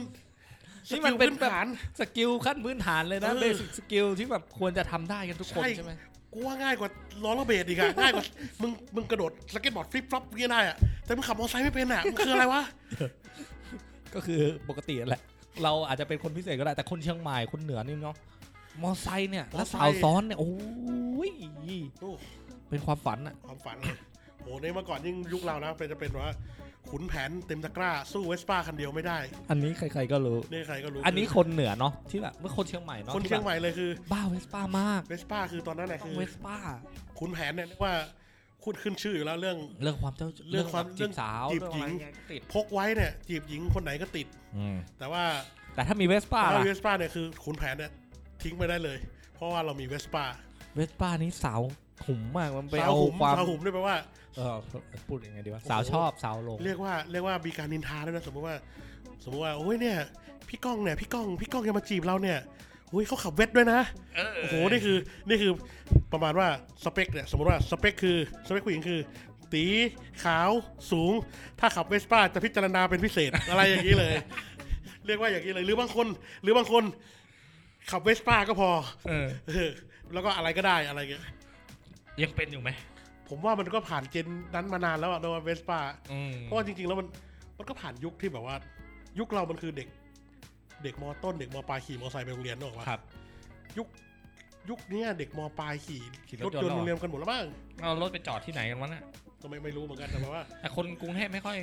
Speaker 3: นี่มันเป็
Speaker 2: ส
Speaker 3: น
Speaker 2: กิลพื้ฐาน
Speaker 3: สกิลขั้นพื้นฐานเลยนะ
Speaker 2: เออ
Speaker 3: เบสิกสกิลที่แบบควรจะทำได้กันทุกคน
Speaker 2: ใช่
Speaker 3: ใช่ไหม
Speaker 2: กูว่าง่ายกว่าล้อระเบิด
Speaker 3: <laughs>
Speaker 2: อีกอะง่ายกว่ามึงมึงกระโดดสเก็ตบอร์ดฟลิปฟลอปเงี้ยได้อะแต่มึงขับมอเตอร์ไซค์ไม่เป็นอะมันคืออะไรวะ
Speaker 3: ก็คือปกติแหละ เราอาจจะเป็นคนพิเศษก็ได้แต่คนเชียงใหม่คนเหนือนี่เนาะมอไซค์เนี่ย
Speaker 2: มอไซค์
Speaker 3: แล้วสาวซ้อนเนี่ยโอ้ย
Speaker 2: โอ้
Speaker 3: เป็นความฝันอะ
Speaker 2: ความฝันเลยโอ้ในเมื่อก่อนยิ่งยุคเรานะเป็นจะเป็นว่าขุนแผนเต็มตะกร้าสู้เวสป้าคันเดียวไม่ได้
Speaker 3: อันนี้ใครๆก็รู้
Speaker 2: นี่ใครก็รู้
Speaker 3: อันนี้คนเหนือเนาะที่แบบเมื่อคนเชียงใหม่เนาะ
Speaker 2: คนเชียงใหม่เลยคือ
Speaker 3: ที่แบบบ้าเวสป้ามาก
Speaker 2: เวสป้าคือตอนนั้นแหละ
Speaker 3: ต้อ
Speaker 2: คื
Speaker 3: ง
Speaker 2: อ
Speaker 3: เวสป้า
Speaker 2: ขุนแผนเนี่ยเรียกว่าคุณขึ้นชื่ออยู่แล้วเรื่อง
Speaker 3: เรื่องความเจ้า
Speaker 2: เรื่องความ
Speaker 3: แบบ
Speaker 2: เรื่
Speaker 3: จี
Speaker 2: อง
Speaker 3: บสาว
Speaker 2: จีบหญิง
Speaker 3: เรื่องอะไรเนี่ยติด
Speaker 2: พกไว้เนี่ยจีบหญิงคนไหนก็ติด แต่ว่า
Speaker 3: แต่ถ้ามีเวสป้า
Speaker 2: ถ้า
Speaker 3: ล่ะ
Speaker 2: เวสป้าเนี่ยคือขุนแผนเนี่ยทิ้งไม่ได้เลย เพราะว่าเรามีเวสป้า
Speaker 3: เวสป้านี่สาวหุ่มมากมันไป
Speaker 2: สาว
Speaker 3: เอา
Speaker 2: หุ่ม
Speaker 3: ความ
Speaker 2: สาวหุ่มด้วยแปลว่า
Speaker 3: เออพูดยังไงดีวะ
Speaker 2: โอ้โห
Speaker 3: สาวชอบสาวหลง
Speaker 2: เรียกว่าเรียกว่ามีการนินทาด้วยนะสมมติว่า สมมติว่าโอ้ยเนี่ย พี่ก้องเนี่ยพี่ก้องพี่ก้องจะมาจีบเราเนี่ยโอ้ยเขาขับเวทด้วยนะโอ้โหนี่คือนี่คือประมาณว่าสเปคเนี่ยสมมติว่าสเปคคือสเปคผู้หญิงคือ ตีขาวสูง ถ้าขับเวสป้าจะพิจารณาเป็นพิเศษ อะไรอย่างนี้เลย เรียกว่าอย่างนี้เลยหรือบางคน หรือบางคน ขับเวสป้าก็พอ
Speaker 3: เออ
Speaker 2: เออแล้วก็อะไรก็ได้อะไรเงี้ย
Speaker 3: ยังเป็นอยู่ไหม
Speaker 2: ผมว่ามันก็ผ่านเจนนั้นมานานแล้วอะโดนเวสป้า
Speaker 3: อืม
Speaker 2: เพราะว่าจริงๆ แล้วมันมันก็ผ่านยุคที่แบบว่า ยุคเรามันคือเด็ก เด็กมอต้น เด็กมอปลายขี่มอไซค์ไปโรงเรียนนึกออกปะ
Speaker 3: ครับ
Speaker 2: ยุคเนี้ยเด็กมอปลายขี่
Speaker 3: ขี่
Speaker 2: ร
Speaker 3: ร
Speaker 2: ถ
Speaker 3: ถ
Speaker 2: ย
Speaker 3: ย
Speaker 2: น
Speaker 3: นต์
Speaker 2: ต์โรงเรียนกันหมดแล้วบ้าง
Speaker 3: เอารถไปจอดที่ไหนกันวะน่ะ
Speaker 2: ก็ไม่ไม่รู้เหมือนกันแต่ว่า
Speaker 3: แต่คนกรุงเทพไม่ค่อย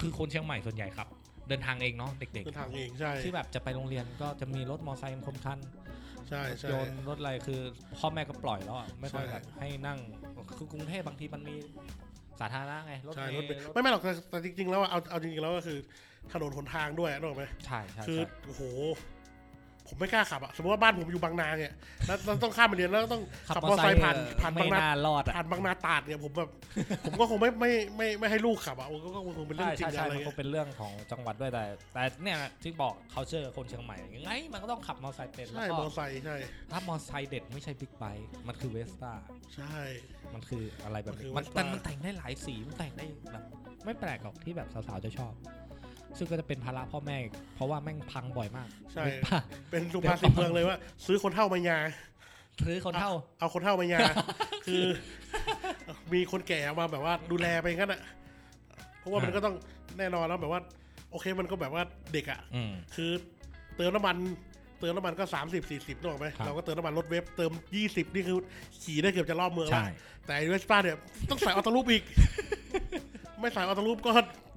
Speaker 3: คือคนเชียงใหม่ส่วนใหญ่ครับ เดินทางเองเนาะเด็ก
Speaker 2: เดินทางเองใช่
Speaker 3: ๆที่แบบจะไปโรงเรียนก็จะมีรถมอไซค์คนคัน
Speaker 2: ใช่
Speaker 3: รถ
Speaker 2: ใช่
Speaker 3: ยนต์รถอะไรคือพ่อแม่ก็ปล่อยแล้วอะไม่ค่อย
Speaker 2: ใช่
Speaker 3: แบบให้นั่งคือกรุงเทพบางทีมันมีสาธารณะไงรถ
Speaker 2: ใช่
Speaker 3: เม
Speaker 2: รถ
Speaker 3: ล์
Speaker 2: เมล์
Speaker 3: รถ
Speaker 2: ไม่ไม่หรอกแต่แต่จริงๆ แล้วอะเอาเอาจริงๆ แล้วก็คือถนนหนทางด้วยนึกออกไหม
Speaker 3: ใช่ใช่
Speaker 2: คือ
Speaker 3: ใช่
Speaker 2: โอ้โห ผมไม่กล้าขับอะสมมติว่าบ้านผมอยู่บางนาเนี่ยแล้วแล้วต้องข้ามไปเรียนแล้วต้อง
Speaker 3: ขับ
Speaker 2: ขับ
Speaker 3: ม
Speaker 2: มอ
Speaker 3: อ
Speaker 2: ไซ
Speaker 3: ไซ
Speaker 2: ค์
Speaker 3: ค์
Speaker 2: ผ่า
Speaker 3: ผ่าน น
Speaker 2: ผ่านบา
Speaker 3: ไม่
Speaker 2: งนา
Speaker 3: น่ารอดอ่ะ
Speaker 2: ผ่านบางนาตราดเนี่ยผม
Speaker 3: <laughs>
Speaker 2: แบบผมก็คงไม่ไม่ไม่ไม่ไม่ให้ลูกขับอะก็ก็คงเป็นเรื่องจ
Speaker 3: ใช่
Speaker 2: ริ
Speaker 3: ใช่
Speaker 2: ง
Speaker 3: ใช่
Speaker 2: อะไร
Speaker 3: มัน
Speaker 2: เงี้ย
Speaker 3: ก็เป็นเรื่องของจังหวัดด้วยแต่ แต่เนี่ยที่บอกเขาเชื่อคนเชียงใหม่ยังไงมันก็ต้องขับมอไซค์เป็นแล้
Speaker 2: ใช่
Speaker 3: ว
Speaker 2: ม
Speaker 3: ก็
Speaker 2: อไซค์ใช่
Speaker 3: ถ้ามอไซค์เด็ดไม่ใช่บิ๊กไบค์มันคือเวสป้า
Speaker 2: ใช่
Speaker 3: มันคืออะไรแบบนี้
Speaker 2: มั
Speaker 3: มัน น
Speaker 2: คือ
Speaker 3: แต่
Speaker 2: Vespa
Speaker 3: มันแต่งได้หลายสี มันแต่งได้แบบไม่แปลกหรอกที่แบบสาวๆจะชอบ ซึ่งก็จะเป็นภาระพ่อแม่ เพราะว่าแม่งพังบ่อยมาก
Speaker 2: ใช่
Speaker 3: Vespa
Speaker 2: เป็นสุภาษิตเมืองเลยว่า ซื้อคนเท่ามายา
Speaker 3: ซื้อคนเท่า
Speaker 2: เอาคนเท่า
Speaker 3: <laughs>
Speaker 2: มายา คือมีคนแก่มาแบบว่าดูแลไปงั้นอ่ะเพราะว่ามัน
Speaker 3: อ่า
Speaker 2: ก็ต้องแน่นอนแล้วแบบว่า โอเคมันก็แบบว่าเด็กอ่ะ
Speaker 3: อืม
Speaker 2: คือ เติมน้ำมัน เติมน้ำมันก็สามสิบสี่สิบนึกออกไหม
Speaker 3: ครับ
Speaker 2: เราก็เติมน้ำมันรถเวฟเติมยี่สิบนี่คือขี่ได้เกือบจะรอบเมืองแล้ว
Speaker 3: ใช่
Speaker 2: แต่เวสป้าเนี่ยต้องใส่ออโต้ลูปอีก <laughs> ไม่ใส่ออโต้ลูปก็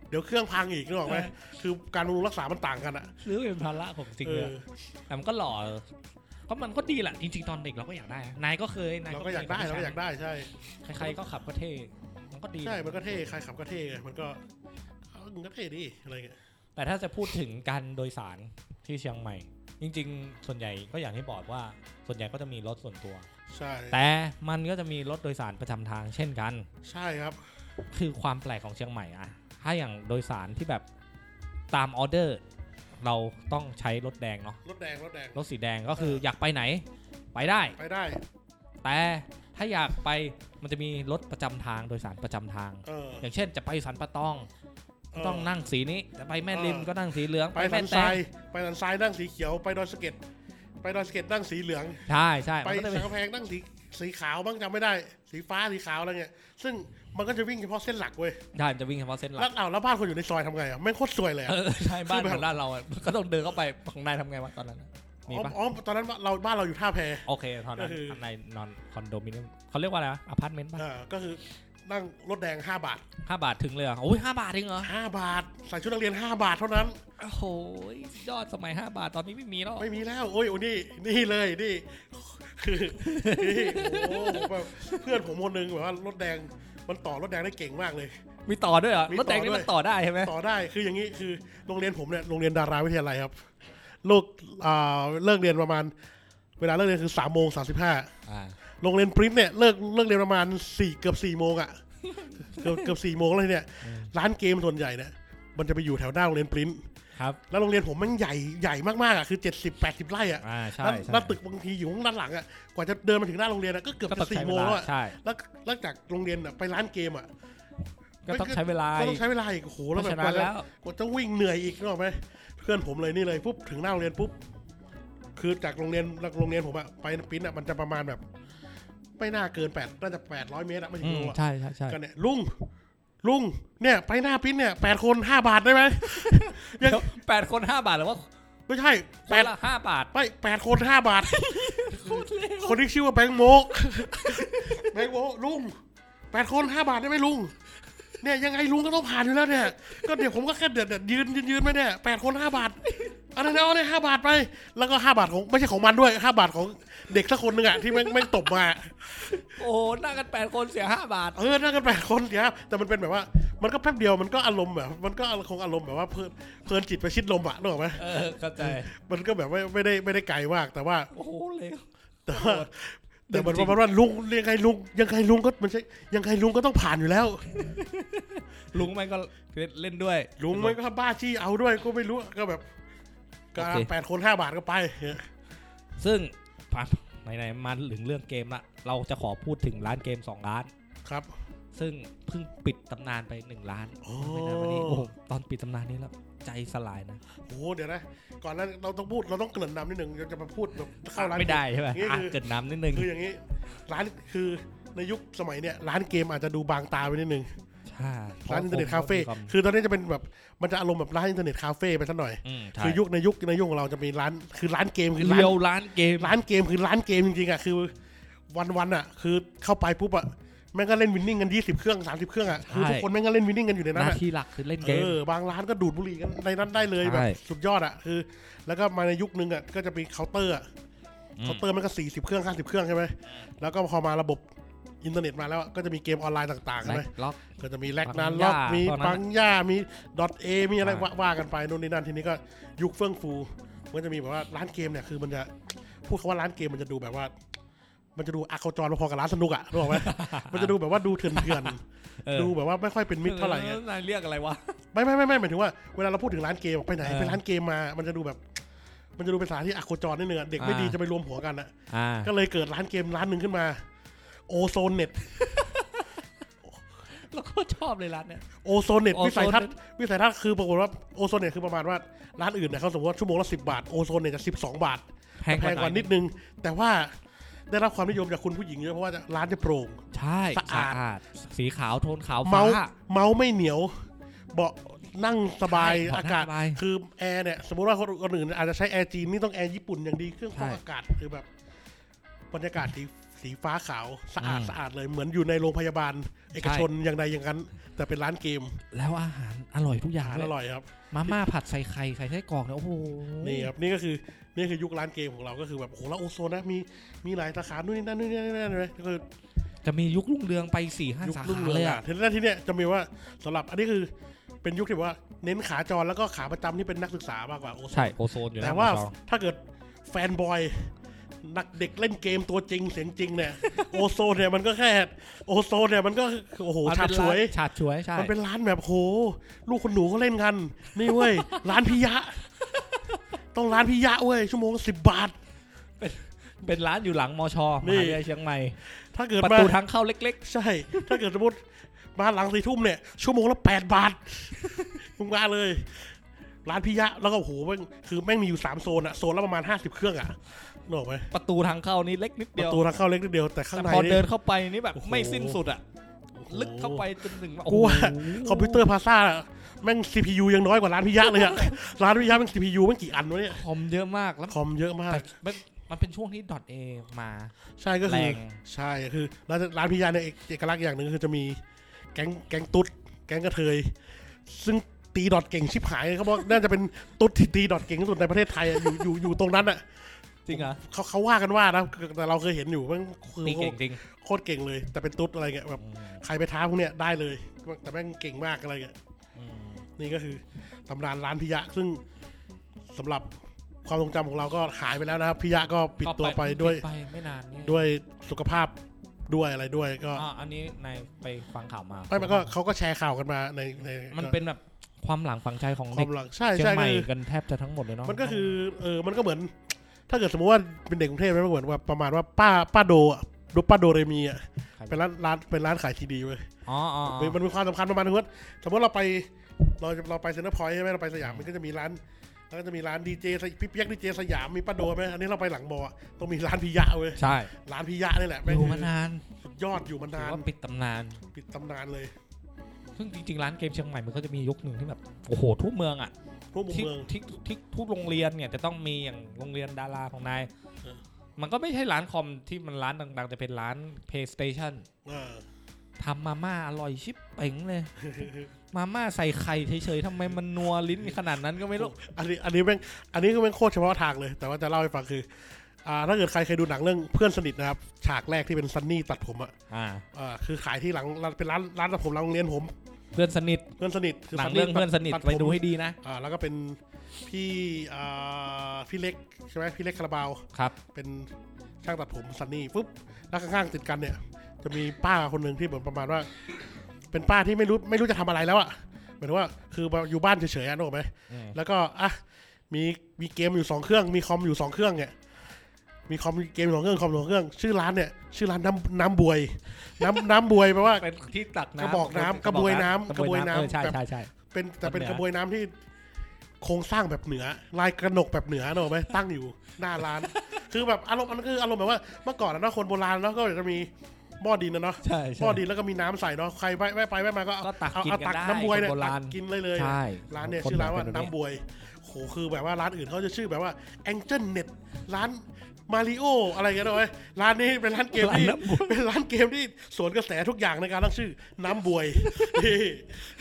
Speaker 2: เดี๋ยวเครื่องพังอีกนึกออกไหม
Speaker 3: ใช่
Speaker 2: คือการบำรุงรักษามันต่างกันอะ
Speaker 3: ซื้อเป็นภาระของจริง
Speaker 2: เอ
Speaker 3: เล
Speaker 2: อย
Speaker 3: แต่มันก็หล่อก็มันก็ดีแหละจริงๆตอนเด็กเราก็อยากได้นะนายก็เคยนาย
Speaker 2: เราก็อยากได้เราก็อยากได้ใช่
Speaker 3: ใครๆก็ขับก็เท่มันก็ดี
Speaker 2: ใช่ มันก็เท่ ใครขับก็เท่ไงมันก็เออมึงก็เท่ดีอะไรเงี้ย
Speaker 3: แต่ถ้าจะพูดถึงการโดยสารที่เชียงใหม่ จริง ๆ ส่วนใหญ่ก็อย่างที่บอกว่า ส่วนใหญ่ก็จะมีรถส่วนตัว
Speaker 2: ใช่
Speaker 3: แต่มันก็จะมีรถโดยสารประจำทางเช่นกัน
Speaker 2: ใช่ครับ
Speaker 3: คือความแปลกของเชียงใหม่อะถ้าอย่างโดยสารที่แบบตามออเดอร์ เราต้องใช้รถแดงเนาะ
Speaker 2: รถแดง รถแดง
Speaker 3: รถสีแดงก็คืออยากไปไหน ไปได้
Speaker 2: ไปได้
Speaker 3: แต่ถ้าอยากไปมันจะมีรถประจำทางโดยสารประจำทาง
Speaker 2: เออ
Speaker 3: อย่างเช่นจะไปสันปะตอง
Speaker 2: เออ
Speaker 3: ต้องนั่งสีนี้จะไปแม่ริม
Speaker 2: เออ
Speaker 3: ก็นั่งสีเหลือง
Speaker 2: ไปสั
Speaker 3: แม่
Speaker 2: น
Speaker 3: แต
Speaker 2: ทราง ยไปสันทรายนั่งสีเขียว ไปดอยสะเก็ด ไปดอยสะเก็ดนั่งสีเหลือง
Speaker 3: ใช่ใช่
Speaker 2: ไป
Speaker 3: มันก็จะ
Speaker 2: สั
Speaker 3: เป็น
Speaker 2: งกำแพงนั่งสีสีขาวบ้างจำไม่ได้ สีฟ้า สีขาวอะไรเงี้ย ซึ่งมันก็จะวิ่งเฉพาะเส้นหลักเว้ย
Speaker 3: ใช่มันจะวิ่งเฉพาะเส้นหลั
Speaker 2: แล้ว
Speaker 3: ก
Speaker 2: เอาแล้วบ้านคนอยู่ในซอยทำไงอ่ะไม่งโคตรสวยเลยอะ
Speaker 3: เออใช่บ้านของด้านเราอะก็ต้องเดินเข้าไปของนายทำไงวะตอนนั้นอะมี
Speaker 2: อ๋อ
Speaker 3: ปะ
Speaker 2: อ๋อตอนนั้นเราบ้านเราอยู่ท่าแพ
Speaker 3: โอเคตอนนั้น
Speaker 2: ก็คือ
Speaker 3: ข้างในนอนคอนโดมิเนียมเขาเรียกว่าอะไรวะอพาร์ตเมนต์ปะ
Speaker 2: อ่าก็คือนั่งรถแดงห้าบาท
Speaker 3: ห้าบาทถึงเลยเหรอโอ้ยห้าบาทเองเหรอ
Speaker 2: ห้าบาท ใส่ชุดนักเรียนห้าบาทเท่านั้น
Speaker 3: โอ้โหสุดยอดสมัยห้าบาทตอนนี้ไม่มีแล้ว
Speaker 2: ไม่มีแล้วโอ้ยโอ้นี่นี่เลยนี่ <laughs> คือนี่โอ้โหแบบเพื่อนผมคนหนึงแบบว่ารถแดงมันต่อรถแดงได้เก่งมากเลย
Speaker 3: มีต่อด้วยเหรอ
Speaker 2: มี
Speaker 3: รถแดงนี่
Speaker 2: ต่อด้วย
Speaker 3: มันต่อได้ใช่ไหม
Speaker 2: ต่อได้คืออย่างนี้คือโรงเรียนผมเนี่ยโรงเรียนดาราวิทยาลัยครับลูกอ่าเลิกเรียนประมาณ เวลาเลิกเรียนคือสามโมงสามสิบห้า
Speaker 3: อ่า
Speaker 2: โรงเรียนปริ้นเนี่ยเลิกเลิกเรียนประมาณสี่เกือบสี่โมงอ่ะ <laughs> เกือบเกือบสี่โมงแล้วเนี่ยร้านเกมส่วนใหญ่เนี่ยมันจะไปอยู่แถวหน้าโรงเรียนปริ้น
Speaker 3: ครับ
Speaker 2: แล้วโรงเรียนผมแมันใหญ่ใหญ่มากๆอ่ะคือเจ็ดสิบแปดสิบไร่อ่ะ
Speaker 3: อ่าใช่
Speaker 2: แล้ว
Speaker 3: ใช่
Speaker 2: แล้วตึกบางทีอยู่ข้างด้านหลังอ่ะ กว่าจะเดินมาถึงหน้าโรงเรียนอะก็เกือบ
Speaker 3: ก็ต้อ
Speaker 2: จะ
Speaker 3: ง
Speaker 2: สี่
Speaker 3: ใช้
Speaker 2: โม
Speaker 3: เว
Speaker 2: ง
Speaker 3: ลา
Speaker 2: แล้วอะ
Speaker 3: ใช่
Speaker 2: แล้วแล้วจากโรงเรียนอะไปร้านเกมอ่ะ
Speaker 3: ก็ต้องใช้เวลา
Speaker 2: ก็ต้องใช้เวลาอีกโอ้โห
Speaker 3: เพ
Speaker 2: แล้ว
Speaker 3: ราะ
Speaker 2: แบบก
Speaker 3: ฉะ
Speaker 2: ว่านจะ
Speaker 3: นั้แล้ว
Speaker 2: กว่าจะวิ่งเหนื่อยอีกนึกออกไหมเพื่อนผมเลยนี่เลยปุ๊บถึงหน้าโรงเรียนปุ๊บคือจากโรงเรียนโรงเรียนผมอะไปปิ้นอะมันจะประมาณแบบ ไม่น่าเกินแปดน่าจะแปดร้อยเมตรอะไม่ถึ
Speaker 3: อื
Speaker 2: ง
Speaker 3: ม
Speaker 2: โลอะ
Speaker 3: ใช่ใช่ใช่
Speaker 2: กันเนี่ยลุงลุงเนี่ย ไปหน้าปิ้นเนี่ยแปดคนห้าบาทได้ไหม ยัง
Speaker 3: เดี๋ยวแปดคนห้าบาทหรือว่า
Speaker 2: ไม่ใช่
Speaker 3: ค
Speaker 2: แป
Speaker 3: น
Speaker 2: ด
Speaker 3: ละห้าบาท
Speaker 2: ไม่แปดคนห้าบาท
Speaker 3: โคตรเลว
Speaker 2: คนที่ชื่อว่าแบงค์โมก <laughs> แบงค์โมกลุงแปดคนห้าบาทได้ไหมลุง เนี่ยยังไงลุงก็ต้องผ่านอยู่แล้วเนี่ย ก็เดี๋ยวผมก็แค่เดือดเดือดยืนยืนยืนไปเนี่ยแปดคนห้าบาทเอันนั้นเอาเนี่ยห้าบาทไป แล้วก็ห้าบาทของไม่ใช่ของมันด้วยห้าบาทของเด็กสักคนหนึ่งอะที่แม่งแม่งตบมา
Speaker 3: โอ้โหนั่งกันแปดคนเสียห้าบาท
Speaker 2: เออนั่งกันแปดคนเดี๋ยวแต่มันเป็นแบบว่า มันก็แป๊บเดียวมันก็อารมณ์แบบมันก็คงอารมณ์แบบว่าเพลินเพลินจิตไปชิดลมอะนึกออกไหม
Speaker 3: เออเข้าใจ
Speaker 2: มันก็แบบไม่ไม่ได้ไม่ได้ไกลมากแต่ว่า
Speaker 3: โอ้โหเลว <laughs>
Speaker 2: แต่ว่าแต่มัน
Speaker 3: จริ
Speaker 2: ว่าง
Speaker 3: ๆ
Speaker 2: มันว่าลุงยังไงลุงยังไงลุงก็มันใช่ยังไงลุงก็ต้องผ่านอยู่แล้ว
Speaker 3: ลุงแม่งก็เล่นด้วย
Speaker 2: ลุงมันก็บ้าจี้เอาด้วยก็ไม่รู้ก็แบบก็
Speaker 3: โอเค
Speaker 2: แปดคนห้าบาทก็ไป
Speaker 3: ซึ่งปั๊บไหนๆมาถึงเรื่องเกมละเราจะขอพูดถึงร้านเกม 2 ร้าน
Speaker 2: ครับ
Speaker 3: ซึ่งเพิ่งปิดตำนานไป 1 ร้าน
Speaker 2: โอ้
Speaker 3: ไม่นานวันนี้โอ้โหตอนปิดตำนานนี้แล้วใจสลายนะ
Speaker 2: โหเดี๋ยวนะก่อนนั้นเราต้องพูดเราต้องเกริ่นนำนิดหนึ่งเราจะมาพูดแบบเข้าร้าน
Speaker 3: ไม่ได้ใช่ไหม
Speaker 2: นี่คืออ่
Speaker 3: อ่ะเกิดน้ำนิดนึง
Speaker 2: คืออย่างนี้ ร้านคือในยุคสมัยเนี่ยร้านเกมอาจจะดูบางตาไปนิดนึง
Speaker 3: ใช่
Speaker 2: ร้านอินเทอร์เน็ตคาเฟ่
Speaker 3: พระผม
Speaker 2: คือตอนนี้จะเป็นแบบมันจะอารมณ์แบบร้านอินเทอร์เน็ตคาเฟ่ไปสักหน่อย
Speaker 3: อืม
Speaker 2: คื
Speaker 3: ใช่
Speaker 2: อยุคในยุคในยุคของเราจะมีร้านคือร้านเกมคือร้าน
Speaker 3: เลียวร้านเกม
Speaker 2: ร้านเกมคือร้านเกมจริงๆอ่ะคือวันวันๆอ่ะ คือเข้าไปปุ๊บอ่ะแม่งก็เล่นวินนิ่งกันยี่สิบเครื่องสามสิบเครื่องอ่ะ
Speaker 3: ใช่
Speaker 2: คือทุกคนแม่งก็เล่นวินนิ่งกันอยู่ในนั้
Speaker 3: ห
Speaker 2: น
Speaker 3: น้า
Speaker 2: อะ
Speaker 3: ที่หลักคือเล่นเก
Speaker 2: เอ
Speaker 3: ม
Speaker 2: อบางร้านก็ดูดบุหรี่กันในนั้นได้เลย
Speaker 3: ใช่
Speaker 2: แบบสุดยอดอ่ะคือ แล้วก็มาในยุคนึงอ่ะก็จะมีเคาน์เตอร์อ่ะเคาน์เตอร์มันก็สี่สิบเครื่องห้าสิบเครื่องใช่ไหมแล้วก็พอมาระบบอินเทอร์เน็ตมาแล้วอะก็จะมีเกมออนไลน์ต่างๆใช่
Speaker 3: แบ็
Speaker 2: ไหม
Speaker 3: คล็อก
Speaker 2: ก็จะมีแลกนา
Speaker 3: Bang
Speaker 2: ล็อก
Speaker 3: Ya
Speaker 2: มี
Speaker 3: ตอนนั้นอะ
Speaker 2: ปังย่ามีดอทเอมีอะไร
Speaker 3: อ่า
Speaker 2: ว่าว่ากันไปนู่นนี่นั่นทีนี้ก็ยุคเฟื่องฟู มันจะมีแบบว่าร้านเกมเนี่ยคือมันจะ พูดคำว่าร้านเกมมันจะดูแบบว่า มันจะดูอาโคจรพอๆกับร้านสนุกอะรู้
Speaker 3: <laughs>
Speaker 2: ไหม มันจะดูแบบว่าดูเถื่อน
Speaker 3: เออ
Speaker 2: ๆดูแบบว่าไม่ค่อยเป็นมิตรเท่าไหร่อะ
Speaker 3: นายเรียกอะไรวะ
Speaker 2: ไม่ไม่ไม่ไม่หมายถึงว่าเวลาเราพูดถึงร้านเกมไปไหน
Speaker 3: เออ
Speaker 2: ไปร้านเกมมา มันจะดูแบบ มันจะดูเป็นสถานที่อาโคจรนิดนึงอะเด็กไม่
Speaker 3: อ่า
Speaker 2: ดีจะไปรวมหัวกันอะ
Speaker 3: อ่า
Speaker 2: ก็เลยเกิดร้านเกมร้านหนึ่งขึ้นมาโอโซนเน็ต
Speaker 3: เราก็ชอบเลยร้านเนี้ย
Speaker 2: โอโซนเน็ต
Speaker 3: Ozone
Speaker 2: วิสัยทัศน์วิสัยทัศน์คือปรากฏว่าโอโซนเน็ตคือประมาณว่าร้านอื่นเนี่ยเขาสมมติว่าชั่วโมงละสิบาทโอโซนเนี่ยจะสิบสองบาท
Speaker 3: แพ
Speaker 2: แพงกว่านิดนึง แต่ว่าได้รับความนิยมจากคุณผู้หญิงเยอะเพราะว่าร้านจะโปร่ง
Speaker 3: ใช่
Speaker 2: สะอาด
Speaker 3: สีขาวโทนขาวฟ้า
Speaker 2: เมาส์เมาส์ไม่เหนียว เบาะ นั่งสบาย
Speaker 3: ใช่เบะนั่ง
Speaker 2: อากาศ
Speaker 3: สบาย
Speaker 2: คือแอร์เนี่ย สมมติว่าคนอื่นอาจจะใช้แอร์จีนนี่ต้องแอร์ญี่ปุ่นอย่างดีเครื่องฟอก
Speaker 3: ใช่
Speaker 2: อากาศคือแบบบรรยากาศสีสีฟ้าขาวสะอาด
Speaker 3: อืม
Speaker 2: สะอาดเลยเหมือนอยู่ในโรงพยาบาล เอก
Speaker 3: ใช่
Speaker 2: ชนอย่างใดอย่างนั้น แต่เป็นร้านเกม
Speaker 3: แล้วอาหารอร่อยทุกอย่า
Speaker 2: อางหาร
Speaker 3: เล
Speaker 2: อย ร่อยครับ
Speaker 3: มาม่าผัดใส่ไข่ใส่ไส้กรอกเนี่ยโอ้โห
Speaker 2: นี่ครับนี่ก็คือนี่คือยุคร้านเกมของเราก็คือแบบโอ้โหแล้วโอโซนนะมีมีหลายสาขานู่นนี่นั่นนู่นนี่นั่นเลยก็คือ
Speaker 3: จะมียุครุ่งเรืองไปสี่ห้า
Speaker 2: ยุค
Speaker 3: สา
Speaker 2: รุ่ง
Speaker 3: ขา
Speaker 2: เรื
Speaker 3: เลย
Speaker 2: อง
Speaker 3: อะ
Speaker 2: อะทีนั้นที่เนี่ยจะมีว่าสำหรับอันนี้คือเป็นยุคที่แบบว่าเน้นขาจรแล้วก็ขาประจำที่เป็นนักศึกษามากกว่าโอโซน
Speaker 3: ใช่โอโซนอยู่นะ
Speaker 2: แต่ว่า
Speaker 3: ของเร
Speaker 2: ถ้าเกิดแฟนบอย นักเด็กเล่นเกมตัวจริงเสียงจริงเนี่ย โอโซนเนี่ยมันก็แค่ โอโซนเนี่ยมันก็โอ้โห
Speaker 3: มัน
Speaker 2: ฉา
Speaker 3: เป็
Speaker 2: บ
Speaker 3: น
Speaker 2: สวย
Speaker 3: ร้านฉาดฉวยใช่
Speaker 2: มันเป็นร้านแบบโห ลูกคนหนูเขาเล่นกัน นี่เว้ย ร้านพิยะ ต้องร้านพิยะเว้ย ชั่วโมงสิบบาท
Speaker 3: เป็นร้านอยู่หลังมชม
Speaker 2: นี่
Speaker 3: หาวิทยาลัยเชียงใหม่
Speaker 2: ถ้าเกิด
Speaker 3: ประ
Speaker 2: มา
Speaker 3: ตูทางเข้าเล็ก
Speaker 2: ใช่ ถ้าเกิดสมมติมาหลังสี่ทุ่มเนี่ย ชั่วโมงละแปดบาท มึงมาเลย ร้านพิยะแล้วก็โอ้โหแม่งคือแม่งมีอยู่สามโซนอะโซนละประมาณห้าสิบเครื่องอะนึกออกไหม
Speaker 3: ๆ ประตูทางเข้านี่เล็กนิด
Speaker 2: ป
Speaker 3: เดียว
Speaker 2: ระตูทางเข้าเล็กนิดเดียวแต่ข้าง
Speaker 3: แต่
Speaker 2: ใน
Speaker 3: พอเดิน
Speaker 2: นี่
Speaker 3: เข้าไปนี่แบบ
Speaker 2: โอ้โห
Speaker 3: ไม่สิ้นสุดอะ
Speaker 2: โอ้โห
Speaker 3: ลึกเข้าไปจนถึงแบบ
Speaker 2: กูว่า
Speaker 3: โโห
Speaker 2: คอมพิวเตอร์พาซ่าแม่ง CPU ยังน้อยกว่าร้านพิยะเลยอะ ร้านพิยะแม่ง CPU แม่งกี่อันวะเนี่ย
Speaker 3: คอมเยอะมากแล้ว
Speaker 2: คอมเยอะมาก
Speaker 3: แต่มันมันเป็นช่วงที่ดอทเอมา
Speaker 2: ใช่ก็
Speaker 3: แร
Speaker 2: คือง ใช่คือร้านร้านพิยะเนี่ยเอกเอกลักษณ์อย่างหนึ่งคือจะมีแก๊งแก๊งตุ๊ดแก๊งกระเทย ซึ่งตีดอทเก่งชิบหายเขาบอกน่าจะเป็นตุ๊ดที่ตีดอทเก่งที่สุดในประเทศไทยอะอยู่อยู่อยู่ตรงนั้นอะ
Speaker 3: จริงเหรอ
Speaker 2: เขาเขาว่ากันว่านะแต่เราเคยเห็นอยู่แม่งคือ
Speaker 3: ตีเก่งจริง
Speaker 2: โคตรเก่งเลย แต่เป็นตุ๊ดอะไรเงี้ยแบบใครไปท้าพวกเนี้ยได้เลย แต่แม่งเก่งมากอะไรเงี้ย
Speaker 3: อืม
Speaker 2: นี่ก็คือตำนานร้านพิยะ ซึ่งสำหรับความทรงจำของเราก็หายไปแล้วนะครับพิยะก็ปิดตัวไปด้วย
Speaker 3: ไปไม่นานนี่
Speaker 2: ด้วยสุขภาพด้วยอะไรด้วยก็
Speaker 3: อ่าอันนี้นายไปฟังข่าวมา
Speaker 2: ไม่มันก็เขาก็แชร์ข่าวกันมาในใน
Speaker 3: มันเป็นแบบความหลังฝังใจของ
Speaker 2: ค
Speaker 3: เด็
Speaker 2: วาก มหลังใช่
Speaker 3: เชียง
Speaker 2: ใช่
Speaker 3: ใหม่
Speaker 2: คือ
Speaker 3: กันแทบจะทั้งหมดเลยเนาะ
Speaker 2: มันก็คือเออมันก็เหมือน ถ้าเกิดสมมติว่าเป็นเด็กกรุงเทพนะมันเหมือนว่าประมาณว่าป้าป้าโดอะดูป้าโดเรมีอ่ะเป็นร้านร้านเป็นร้านขายซีดีเว้ย
Speaker 3: อ๋ออ๋ออ๋อ
Speaker 2: มันมีความสำคัญประมาณนึงว่าสมมติเราไปเราเราไปเซ็นเตอร์พอยต์ใช่ไหมเราไปสยามมันก็จะมีร้าน แล้วก็จะมีร้านดีเจพี่เปียกดีเจสยามมีป้าโดไหมอันนี้เราไปหลังบออะต้องมีร้านพิยะเว้ย
Speaker 3: ใช่
Speaker 2: ร้านพิยะนี่แหละ
Speaker 3: อ
Speaker 2: แม่ง
Speaker 3: ยู่
Speaker 2: คือ
Speaker 3: มานาน
Speaker 2: สุดยอดอยู่
Speaker 3: ถือน
Speaker 2: มาาน
Speaker 3: ว่าปิดตำนาน
Speaker 2: ปิดตำนานเลย
Speaker 3: ซึ่งจริงๆ ร้านเกมเชียงใหม่มันก็จะมียุคหนึ่งที่แบบโอ้โหทุกเมืองอ่ะ
Speaker 2: ทั่วมุม
Speaker 3: ที่
Speaker 2: เมือง
Speaker 3: ที่ที่ทุกโรงเรียนเนี่ยจะต้องมีอย่างโรงเรียนดาราของนาย
Speaker 2: เออ
Speaker 3: มันก็ไม่ใช่ร้านคอมที่มันร้านดังๆ แต่เป็นร้าน PlayStation
Speaker 2: เออ
Speaker 3: ทำมาม่าอร่อยชิบเป๋งเลย <laughs> มาม่าใส่ไข่เฉยๆทำไมมันนัวลิ้นขนาดนั้นก็ไม่รู้
Speaker 2: อันนี้อันนี้แม่งอันนี้ก็แม่งโคตรเฉพาะทางเลย แต่ว่าจะเล่าให้ฟังคืออ่าถ้าเกิดใครเคยดูหนังเรื่องเพื่อนสนิทนะครับฉากแรกที่เป็นซันนี่ตัดผมอะ
Speaker 3: อ่า
Speaker 2: อ่าคือขายที่หลังร้านเป็นร้านร้านตัดผมหลังโรงเรียนผม
Speaker 3: เพื่อนสนิท
Speaker 2: เพื่อนสนิทคื
Speaker 3: หนัง
Speaker 2: ซั
Speaker 3: เรื่อง
Speaker 2: ตั
Speaker 3: เพื่อนสนิท
Speaker 2: ตัผม
Speaker 3: ไปดูให้ดีนะ
Speaker 2: อ่าแล้วก็เป็นพี่อ่าพี่เล็กใช่ไหมพี่เล็กคาราบาว
Speaker 3: ครับ
Speaker 2: เป็นช่างตัดผมซันนี่ปุ๊บแล้วข้างๆติดกันเนี่ย จะมีป้าคนหนึ่งที่เหมือนประมาณว่า เป็นป้าที่ไม่รู้ไม่รู้จะทำอะไรแล้วอะ่ะหมายถึงว่าคือแบบอยู่บ้านเฉยๆอ่ะนึกออกไหม
Speaker 3: อืม
Speaker 2: แล้วก็อ่ะมีมีเกมอยู่สองเครื่อง มีคอมอยู่สองเครื่องเนี่ยมีคอมเกมอยู่สองเครื่องคอมอยู่สองเครื่อง ชื่อร้านเนี่ย ชื่อร้านน้ำน้ำบวย น้ำ <laughs> น้ำบวยแปลว่า
Speaker 3: เป็นที่ตัก
Speaker 2: ก
Speaker 3: น้ำ
Speaker 2: ระบอกน้ำกระบวยน้ำ
Speaker 3: กระบวยน้ำ
Speaker 2: กระบวยน้ำ
Speaker 3: เออใช่
Speaker 2: แบบ
Speaker 3: ใช่ใช่
Speaker 2: เป็นแต่เป็น
Speaker 3: เหนือ
Speaker 2: กระบวยน้ำที่โครงสร้างแบบเหนือ ลายกระหนกแบบเหนือเนกอะไหมตั้งอยู่ หน้าร้าน <laughs> คือแบบอารมณ์มันคืออารมณ์แบบว่าเมื่อก่อนนะเนอะคนโบราณเนาะก็จะมีหม้อดินนะเนาะ
Speaker 3: ใช่
Speaker 2: ห
Speaker 3: ใช่
Speaker 2: ม้อดินแล้วก็มีน้ำใส่เนาะใครไปแวะไปแวะมาก็เอา
Speaker 3: ก็ตัก
Speaker 2: เอา
Speaker 3: กิน
Speaker 2: เอา
Speaker 3: กัน
Speaker 2: ตัก
Speaker 3: ได้
Speaker 2: น้ำบวยเนี่ย
Speaker 3: คนโบราณ
Speaker 2: ตักกินเลยเลย
Speaker 3: ใช่
Speaker 2: ร้านเนี่ย
Speaker 3: ค
Speaker 2: ชื่อร้านว่า
Speaker 3: แบบเป็
Speaker 2: น้ำบวยโหคือแบบว่าร้านอื่นเขาจะชื่อแบบว่าแองเจิลเน็ตร้านมาริโออะไรกันเนอะเว้ยร้านนี้เป็นร้านเกม
Speaker 3: ร้าน
Speaker 2: ที่
Speaker 3: น้ำบวย
Speaker 2: เป็นร้านเกมที่สวนกระแสทุกอย่างในการตั้งชื่อ น้ำบวย <laughs> นี่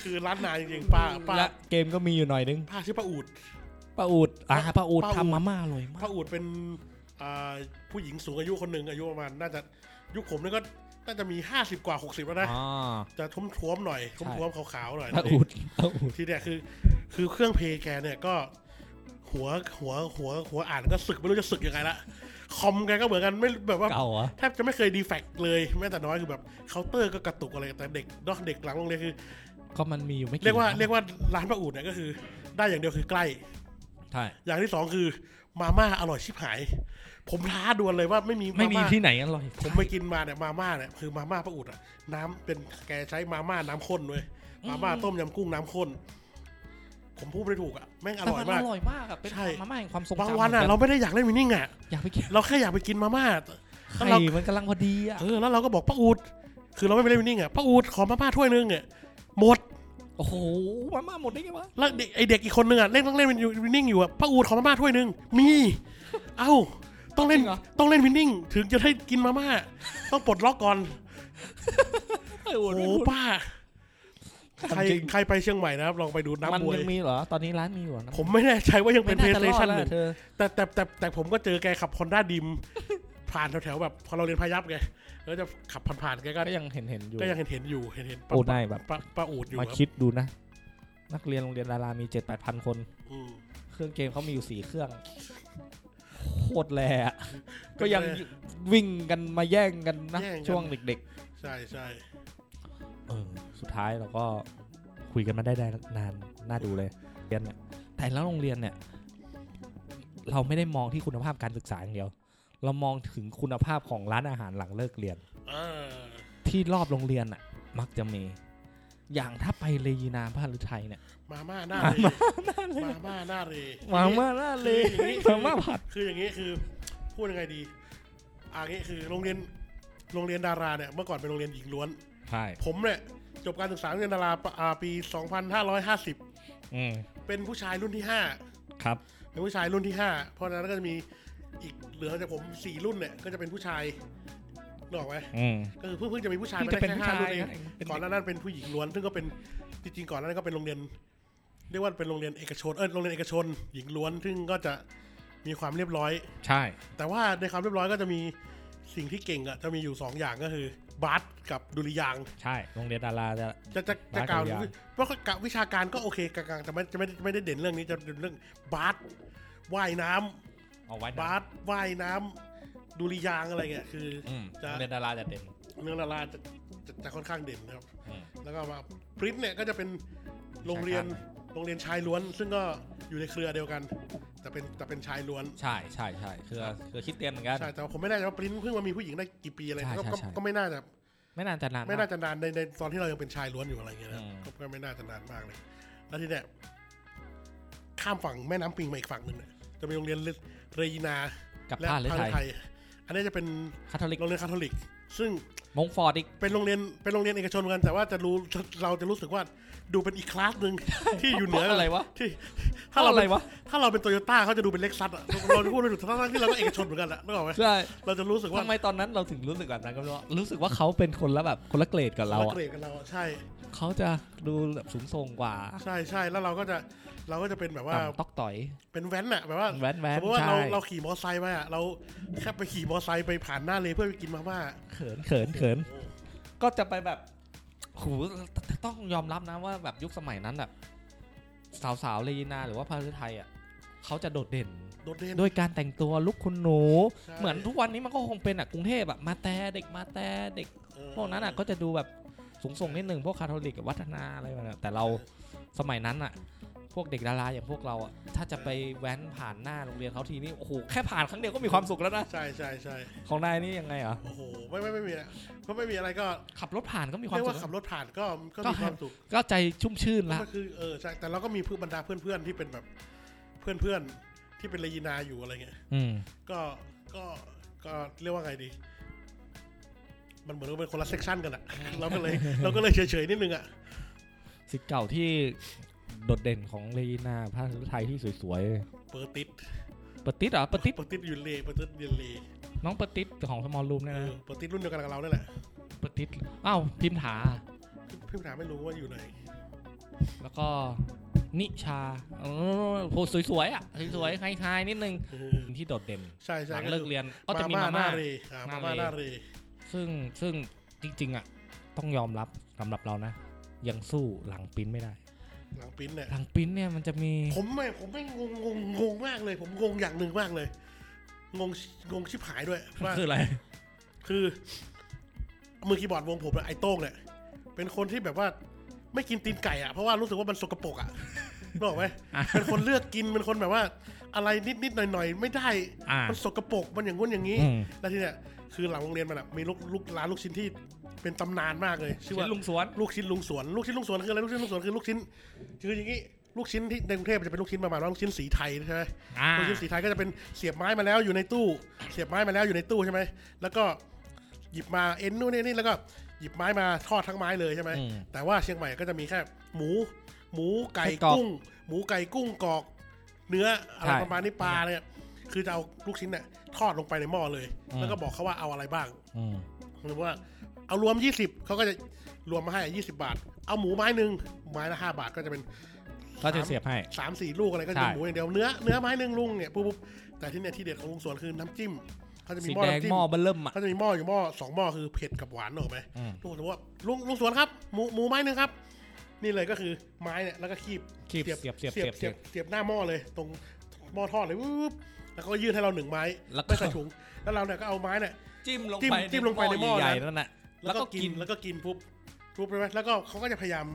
Speaker 2: คือร้านนายจริงๆป้าป้า
Speaker 3: และเกมก็มีอยู่หน่อยนึง
Speaker 2: ป้าชื่อป้าอูด
Speaker 3: ป้าอูดอ่าป้าอูด
Speaker 2: ป้าอูฐ
Speaker 3: ทำมาม่าอร่อยมาก
Speaker 2: ป้าอูดเป็นอ่าผู้หญิงสูงอายุคนหนึ่งอายุประมาณน่าจะยุคผมนี่ก็น่าจะมี 50 กว่า 60 แล้วนะ
Speaker 3: อ๋อ
Speaker 2: จะทุ้มท้วมๆหน่อย
Speaker 3: ใช่
Speaker 2: ทุ้มท้วมๆขาวๆหน่อย
Speaker 3: ป้าอูดป้าอูด
Speaker 2: ทีเนี่ยคือ คือเครื่องเพลย์แกเนี่ยก็ หัวหัวหัวหัวอ่านก็สึกไม่รู้จะสึกยังไงละคอมแกก็เหมือนกันไม่แบบว่า
Speaker 3: เก่าเหรอ่ะ
Speaker 2: แทบจะไม่เคยดีแฟกต์เลยแม้แต่น้อยคือแบบเคาน์เตอร์ก็กระตุกอะไรแต่เด็กเนอกเด็กหลังโรงเรียนคือ
Speaker 3: ก็มันมีอยู่ไม่กี่
Speaker 2: เรียกว่า
Speaker 3: อัน
Speaker 2: เรียกว่าร้านป้าอูดเนี่ยก็คือ ได้อย่างเดียวคือใกล้
Speaker 3: ใช่
Speaker 2: อย่างที่สองคือมาม่าอร่อยชิบหาย ผมท้าดวลเลยว่าไม่มี
Speaker 3: ไม่มี
Speaker 2: าา
Speaker 3: ที่ไหนอร่อย
Speaker 2: ผมไปกินมาเนี่ยมาม่าเนี่ยคือมาม่าป้าอูดอะน้ำเป็นแกใช้มาม่าน้ำข้นเว้ยมาม่าต้มยำกุ้งน้ำข้น ผมพูดไม่ถูกอะแม่งอ
Speaker 3: แต่
Speaker 2: ร่อย
Speaker 3: มัน
Speaker 2: มาก
Speaker 3: อร่อยมากอะเป็น
Speaker 2: ใช่
Speaker 3: มาม่าแห่งความทรงจำ
Speaker 2: บางวันอะ
Speaker 3: เหมื
Speaker 2: เรา
Speaker 3: กั
Speaker 2: ไม่ได้อยากเล่นมินิ่งอะ
Speaker 3: อยากไปกิน
Speaker 2: เราแค่อยากไปกินมาม่า
Speaker 3: ไข่
Speaker 2: เรา
Speaker 3: มันกำลังพอดีอะ
Speaker 2: เออแล้วเราก็บอกป้าอูด คือเราไม่ไปเล่นมินิ่งอะป้าอูดขอมาม่าถ้วยนึงเนี่ยหมด
Speaker 3: อ โอ้โหมาม่าหมดได้ไงวะ
Speaker 2: แล้วเด็กไอเด็กอีกคนนึงอ่ะเล่นต้องเล่นวินนิ่งอยู่อ่ะป้าอูดขอมาม่าถ้วยหนึ่งมี เอ้า ต้องเล่นต้องเล่นวินนิ่ง ถึงจะได้กินมาม่าต้องปลดล็อกก่อน
Speaker 3: ไอ้โห
Speaker 2: โอ้โหป้า ใคร
Speaker 3: จริง
Speaker 2: ใครไปเชียงใหม่นะครับ ลองไปดูน้ำ
Speaker 4: มัน
Speaker 2: บวย
Speaker 4: ยังมีเหรอ ตอนนี้ร้านมีอยู่เหรอน้ำ
Speaker 2: ผมไม่แน่ใจว่ายังเป็น
Speaker 4: ไม่าจะรอด
Speaker 2: PlayStation
Speaker 4: แล้ว
Speaker 2: หนึ่ง
Speaker 4: อะเธอ
Speaker 2: แต่แต่แต่แต่ผมก็เจอแกขับ Honda ดิม ผ่านแถวๆแบบพอเราเรียนพายัพไงแล้วจะขับผ่านๆแกก็
Speaker 4: ก็ยังเห็นเห็นๆอยู่
Speaker 2: ก็ยังเห็นเห็นๆอยู่เห็นเห็นๆป้า
Speaker 3: โอ้ได้แบบ
Speaker 2: ป้าป้าอูดอยู่
Speaker 3: มา
Speaker 2: ครับ
Speaker 3: คิดดูนะ นักเรียนโรงเรียนดารามีเจ็ดแปดพันคน
Speaker 2: อืม
Speaker 3: เครื่องเกมเขามีอยู่สี่เครื่องโคตรแรงอะก็ยังวิ่งกันมาแย่งกันนะ ช่วงเด็ก
Speaker 2: ใช่ใช่
Speaker 3: ๆเออสุดท้ายเราก็คุยกันมาได้ได้นานน่าดูเลยเรียนเนี่ยแต่แล้วโรงเรียนเนี่ย เราไม่ได้มองที่คุณภาพการศึกษาอย่างเดียว เรามองถึงคุณภาพของร้านอาหารหลังเลิกเรียน
Speaker 2: อ่า
Speaker 3: ที่รอบโรงเรียนอ่ะ มักจะมี อย่างถ้าไปเลยีนาพระฤทัย <laughs> เนี่ย
Speaker 2: มาม่าหน้าเรมาม่าหน้าเร
Speaker 3: มาม่าหน้าเลย
Speaker 2: อย่างนี้
Speaker 3: มาม่าผัด
Speaker 2: คืออย่างนี้คือพูดยังไงดีอ่างี้คือโรงเรียนโรงเรียนดาราเนี่ยเมื่อก่อนเป็นโรงเรียนหญิงล้วน
Speaker 3: ใช่
Speaker 2: ผมเนี่ยจบการศึกษาโรงเรียนดาราปะอ่าปี 2550
Speaker 3: อืม
Speaker 2: เป็นผู้ชายรุ่นที่
Speaker 3: ครับ
Speaker 2: 5 เป็นผู้ชายรุ่นที่ 5 เพราะฉะนั้นก็จะมีอีกเหลือจากผม 4 รุ่นเนี่ยก็จะเป็นผู้ชายนึกออกไหม
Speaker 3: อืม
Speaker 2: ก็คือเพิ่งเพิ่งจะมีผู้ชาย
Speaker 3: ที่
Speaker 2: มา
Speaker 3: จะ
Speaker 2: ได้
Speaker 3: เป็น
Speaker 2: แค่
Speaker 3: ผู้
Speaker 2: ห้า
Speaker 3: ชาย
Speaker 2: รุ่นเอง
Speaker 3: นะเป็น
Speaker 2: ก่อนหน้านั้นเป็นผู้หญิงล้วน ซึ่งก็เป็นจริงๆก่อนหน้านั้นก็เป็นโรงเรียนเรียกว่าเป็นโรงเรียนเอกชนเออโรงเรียนเอกชน หญิงล้วนซึ่งก็จะมีความเรียบร้อย
Speaker 3: ใช่
Speaker 2: แต่ว่าในความเรียบร้อยก็จะมีสิ่งที่เก่งอะจะมีอยู่ 2 อย่างก็คือบาสกับดุริยางค์
Speaker 3: ใช่โรงเรียนดาราจะ
Speaker 2: จะจะจะ
Speaker 3: บาส
Speaker 2: กล่าว
Speaker 3: ดุริยางค์
Speaker 2: ว่าก็กะวิชาการก็โอเคกลางๆแต่ไม่จะไม่ได้ไม่ได้เด่นเรื่องนี้จะเป็นเรื่องบาสว่ายน้ำ
Speaker 3: เอาไว้
Speaker 2: บาสว่ายน้ำดุริยางค์อะไรเงี้ยคือ
Speaker 3: อืม
Speaker 2: จะ
Speaker 3: โรงเรียนดาราจะเด่น
Speaker 2: เรื่องดาราจะจะจะค่อนข้างเด่นนะครับ
Speaker 3: อืม
Speaker 2: แล้วก็มาปริ้นเนี่ยก็จะเป็นโรงเรียนโรงเรียนชายล้วน ซึ่งก็อยู่ในเครือเดียวกัน แต่เป็นแต่เป็นชายล้วน
Speaker 3: ใช่ใช่ใช่คือคือคิดเตรียมเหมือนกัน
Speaker 2: ใช่แต่ว่าผมไม่แน่ใจว่าปริ้นเพิ่งมามีผู้หญิงได้กี่ปีอะไร
Speaker 3: ใช่
Speaker 2: ก็
Speaker 3: ใช่
Speaker 2: ก็
Speaker 3: ใช่
Speaker 2: ก็ไม่น่าจะ
Speaker 3: ไม่นานจะนาน
Speaker 2: ไม่น่าจะนานในในตอนที่เรายังเป็นชายล้วนอยู่อะไรเงี้ยนะ
Speaker 3: อืม
Speaker 2: ก็ก็ไม่น่าจะนานมากเลย แล้วทีเนี้ยข้ามฝั่งแม่น้ำปิงมาอีกฝั่งหนึ่งเนี่ยจะเป็นโรงเรียนเรยินา
Speaker 3: กับ
Speaker 2: และ
Speaker 3: ผ้าเล
Speaker 2: พา
Speaker 3: ไท
Speaker 2: ล
Speaker 3: ย
Speaker 2: ไทย อันนี้จะเป็น
Speaker 3: คาทอลิก
Speaker 2: โรงเรียนคาทอลิก ซึ่ง
Speaker 3: มงฟอร์ดอีก
Speaker 2: เป็นโรงเรียนเป็นโรงเรียนเอกชนเหมือนกันแต่ว่าจะรู้เราจะรู้สึกว่าดูเป็นอีกคลาสหนึ่ง <laughs> ที่อยู่เหนือ
Speaker 3: อะไรวะ
Speaker 2: ที่ถ้า
Speaker 3: ถ้า
Speaker 2: เรา
Speaker 3: อะ
Speaker 2: เป็
Speaker 3: ไร
Speaker 2: น
Speaker 3: วะ
Speaker 2: ถ้าเราเป็นโตโยต้าเขาจะดูเป็นเล็กซัสอะเราจะพูดเลยถูกทั้งๆที่เราก็เอกชนเหมือนกันอะนึกออกไหม
Speaker 3: ใช่
Speaker 2: เราจะรู้สึกว่า
Speaker 3: ทำไมตอนนั้นเราถึงรู้สึกแบบนั้นก็ไม่รู้อะรู้สึกว่าเขาเป็นคนละแบบคนละเกรดกับเรา
Speaker 2: เรา
Speaker 3: อะ
Speaker 2: เกรดกันเราอะใช่
Speaker 3: เขาจะดูแบบสูงส่งกว่า
Speaker 2: ใช่ใช่แล้วเราก็จะเราก็จะเป็นแบบว่า
Speaker 3: ต่ำตอกต่อย
Speaker 2: เป็นแว้นอะแบบว่า
Speaker 3: แวนแว
Speaker 2: สม
Speaker 3: น
Speaker 2: มติว่า
Speaker 3: ใช่
Speaker 2: เราเราขี่มอไซค์มาอะเราแค่ไปขี่มอไซค์ไปผ่านหน้าเลยเพื่อไปกินมาม่า
Speaker 3: เขินเขินเขินก็จะไปแบบโหต้องยอมรับนะว่าแบบยุคสมัยนั้นแบบสาวๆเลยนาหรือว่าพาฤทัยอ่ะเขาจะโดดเด่น
Speaker 2: โดดเด่น
Speaker 3: ด้วยการแต่งตัวลุกคุณหนู
Speaker 2: ใช่
Speaker 3: เหมือนทุกวันนี้มันก็คงเป็นอ่ะกรุงเทพอ่ะมาแต่เด็กมาแต่เด็ก
Speaker 2: เออ
Speaker 3: พวกนั้นอ่ะก็จะดูแบบสูงส่งนิดหนึ่งพวกคาทอลิกกับวัฒนาอะไรแบบนั้นแต่เราสมัยนั้นอ่ะ พวกเด็กดาราอย่างพวกเราอ่ะถ้าจะไปแว้นผ่านหน้าโรงเรียนเขาทีนี่โอ้โหแค่ผ่านครั้งเดียวก็มีความสุขแล้วนะ
Speaker 2: ใช่ใช่ใช่
Speaker 3: ของนายนี่ยังไงอ่ะ
Speaker 2: โอ้โหไม่ไม่ไม่มีอะเพราะไม่มีอะไรก็
Speaker 3: ขับรถผ่านก็มีความ
Speaker 2: เรียก
Speaker 3: สุ
Speaker 2: ว่า
Speaker 3: ข
Speaker 2: ขับรถผ่านก็ก็
Speaker 3: ก็
Speaker 2: มี
Speaker 3: แฮป
Speaker 2: ความสุข
Speaker 3: ก็ใจชุ่มชื่นละ
Speaker 2: ก็คือเออใช่แต่เราก็มีเพื่อนบรรดาเพื่อนๆที่เป็นแบบเพื่อนๆที่เป็นเลยินาอยู่อะไรเงี้ย
Speaker 3: อืม
Speaker 2: ก็ก็ก็เรียกว่าไงดี มันเหมือนว่าเป็นคนละเซกชันกัน
Speaker 3: <laughs>
Speaker 2: อะเราก็เลยเราก็เลยเฉยๆนิดนึงอะ
Speaker 3: สิทธิ์เก่าที่โดดเด่นของเลยีนาพระฤทัยที่สวย
Speaker 2: เปอร์ติด
Speaker 3: ๆปะติดเหรอปะติด
Speaker 2: เปอร์ติดยูเลเปอร์ติดยูเล
Speaker 3: น้องปะติดของสมอลรูมเนี่ย
Speaker 2: เออ
Speaker 3: นะ
Speaker 2: เปอร์ติดรุ่นเดียวกันกับเราเนี่ยแหละ
Speaker 3: ปะติดอ้าวพิมถา
Speaker 2: พี่ถามไม่รู้ว่าอยู่ไหน
Speaker 3: แล้วก็นิชาเออโหสวยๆอ่ะสวยๆคล้ายๆนิดนึง
Speaker 2: เออ
Speaker 3: ที่โดดเด่น
Speaker 2: ใช่
Speaker 3: ห
Speaker 2: ใช่
Speaker 3: ลัง
Speaker 2: ก็
Speaker 3: เลิก
Speaker 2: คือ
Speaker 3: เรียนก็จะมีมา
Speaker 2: หน้า
Speaker 3: ม่า
Speaker 2: เรอ่ามาม่า
Speaker 3: ห
Speaker 2: ห
Speaker 3: น้า
Speaker 2: น้าเร
Speaker 3: เร ซึ่งซึ่งจริง ๆ อ่ะ ต้องยอมรับสำหรับเรานะ ยังสู้หลังปริ้นไม่ได้
Speaker 2: หลังปิ้นเนี่ย
Speaker 3: หลังปริ้นเนี่ยมันจะมี
Speaker 2: ผมไม่ผมไม่งงงงงงมากเลย ผมงงอย่างหนึ่งมากเลย งงงงชิบหายด้วยว่า
Speaker 3: คืออะไร
Speaker 2: คือมือคีย์บอร์ดวงผมเนี่ยไอ้โต้งเนี่ยเป็นคนที่แบบว่าไม่กินตีนไก่อะเพราะว่ารู้สึกว่ามันสกปรกอะนึกออกไหม
Speaker 3: อ่ะ
Speaker 2: เป็นคนเลือกกินเป็นคนแบบว่า อะไรนิดนิดๆหน่อยหน่อยๆไม่ได้
Speaker 3: อ่า
Speaker 2: มันสกปรกมันอย่างงู้นอย่างนี้
Speaker 3: อืม
Speaker 2: แล้วที่เนี่ยคือหลังโรงเรียนมันอะมีลูกลูกร้านลูกชิ้นที่เป็นตำนานมากเลย ชื่อว่า
Speaker 3: เช่นลุงสวน
Speaker 2: ลูกชิ้นลุงสวน ลูกชิ้นลุงสวนคืออะไรลูกชิ้นลุงสวนคือลูกชิ้นคืออย่างนี้ลูกชิ้นที่ในกรุงเทพมันจะเป็นลูกชิ้นประมาณว่าลูกชิ้นสีไทยใช่ไหม
Speaker 3: อ่า
Speaker 2: ลูกชิ้นสีไทยก็จะเป็นเสียบไม้มาแล้วอยู่ในตู้ เสียบไม้มาแล้วอยู่ในตู้ใช่ไหมแล้วก็หยิบมาเอ็นนู่นนี่นี่แล้วก็หยิบไม้มาทอดทั้งไม้เลยใช่ไหม
Speaker 3: อืม
Speaker 2: แต่ว่าเชียงใหม่ก็จะมีแค่ หมู หมูไก่
Speaker 3: ไส้กรอก
Speaker 2: กุ้ง หมูไก่กุ้งกรอก เนื้ออะไร
Speaker 3: ใช่
Speaker 2: ประมาณนี้ปลาเนี่ยคือจะเอาลูกชิ้นเนี่ยทอดลงไปในหม้อเลย
Speaker 3: อืม
Speaker 2: แล้วก็บอกเขาว่าเอาอะไรบ้าง
Speaker 3: อืม
Speaker 2: หรือว่า เอารวมยี่สิบเขาก็จะรวมมาให้ยี่สิบาท เอาหมูไม้หนึ่งไม้ละห้าบาทก็จะเป็น
Speaker 3: ก็จะเสียบให้
Speaker 2: สามสี่ลูกอะไรก็
Speaker 3: ใช่
Speaker 2: จะหมูอย่างเดียวเนื้อเนื้อไม้หนึ่งลุงเนี่ยปุ๊บปุ๊บแต่ที่เนี่ยที่เด็ดของลุงสวนคือน้ำจิ้มเขาจะมี
Speaker 3: สี
Speaker 2: หม้อ
Speaker 3: แดง
Speaker 2: น้ำจิ้ม
Speaker 3: หม้อเบลเริ่มอ่ะ
Speaker 2: เขาจะมีหม้ออยู่หม้อสองหม้อคือเผ็ดกับหวานหรอกไหม
Speaker 3: อืม
Speaker 2: ลุงสวนบอกว่าลุงลุงสวนครับหมูหมูไม้หนึ่งครับ นี่เลยก็คือไม้เนี่ยแล้วก็คีบ
Speaker 3: คีบเสียบเสียบ
Speaker 2: เสียบ
Speaker 3: เสี
Speaker 2: เสี
Speaker 3: ย
Speaker 2: ย
Speaker 3: บบ
Speaker 2: เสียบหน้าหม้อเลย ตรงหม้อทอดเลยปุ๊บแล้วก็ยื่นให้เราหนึ่งไม้
Speaker 3: แล้วก็
Speaker 2: ไม่ใส่
Speaker 3: <laughs>
Speaker 2: ถุงแล้วเราเนี่ยก็เอาไม้เนี่ย
Speaker 3: จิ้มลง
Speaker 2: จิ้ม
Speaker 3: ไป
Speaker 2: จิ้มลงไปในหม้อ
Speaker 3: ใหญ่
Speaker 2: นะ
Speaker 3: ๆนั่นน่ะแล้
Speaker 2: แล้ว ว
Speaker 3: ก็
Speaker 2: ก็
Speaker 3: กิ
Speaker 2: กิ
Speaker 3: น
Speaker 2: นแล้วก็กินปุ๊บปุ๊บใช่ไหมแล้วก็เขาก็จะพยายาม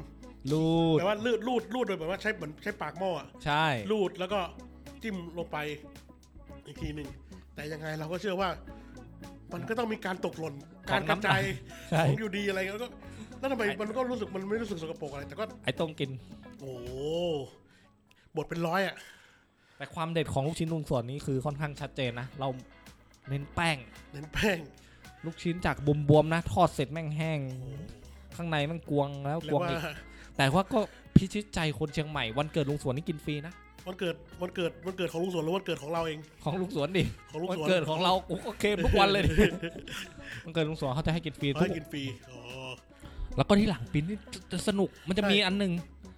Speaker 3: รูด
Speaker 2: แปลว่าลูดลูดลูดโดยแบบว่าใช้เหมือนใช้ปากหม้ออะ
Speaker 3: ใช่
Speaker 2: รูดแล้วก็จิ้มลงไปอีกทีหนึ่ง แต่ยังไงเราก็เชื่อว่า มันก็ต้องมีการตกหล่น
Speaker 3: ข
Speaker 2: กา
Speaker 3: อง
Speaker 2: รกระ
Speaker 3: น้ำหนัก
Speaker 2: จาย
Speaker 3: ใช่
Speaker 2: ของอยู่ดีอะไรเงี้ยแล้วก็แล้วทำไมมันก็รู้สึกมันไม่รู้สึกสกปรกอะไร แต่ก็
Speaker 3: ไอ้ต้มกิน
Speaker 2: โอ้โหบทเป็นร้อยอ่ะ
Speaker 3: แต่ความเด็ดของลูกชิ้นลุงส่วนนี้คือค่อนข้างชัดเจนนะ เราเน้นแป้ง
Speaker 2: เน้นแป้ง
Speaker 3: ลูกชิ้นจากบวมๆนะ ทอดเสร็จแม่งแห้ง ข้างในแมันกวงแล้ว
Speaker 2: เรี
Speaker 3: ก
Speaker 2: ยว
Speaker 3: ง
Speaker 2: กว่า
Speaker 3: อีก แต่ว่าก็พิชิตใจคนเชียงใหม่ วันเกิดลุงสวนนี่กินฟรีนะ
Speaker 2: วันเกิดวันเกิดวันเกิดของลุงสวนหรือวันเกิดของเราเอง
Speaker 3: ของลุงสวนดิ
Speaker 2: ของลุง
Speaker 3: วัน
Speaker 2: สวน
Speaker 3: เกิดของเรากูก็เคมทุกวันเลย
Speaker 2: <laughs>
Speaker 3: ดิ วันเกิดลุงสวนเขาจะให้กินฟรี
Speaker 2: เขา
Speaker 3: ทุก
Speaker 2: ให้กินฟรีอ๋อ
Speaker 3: แล้วก็ที่หลังปิ้นนี่จะจะสนุกมันจะมี
Speaker 2: ใช่
Speaker 3: อันหนึ่ง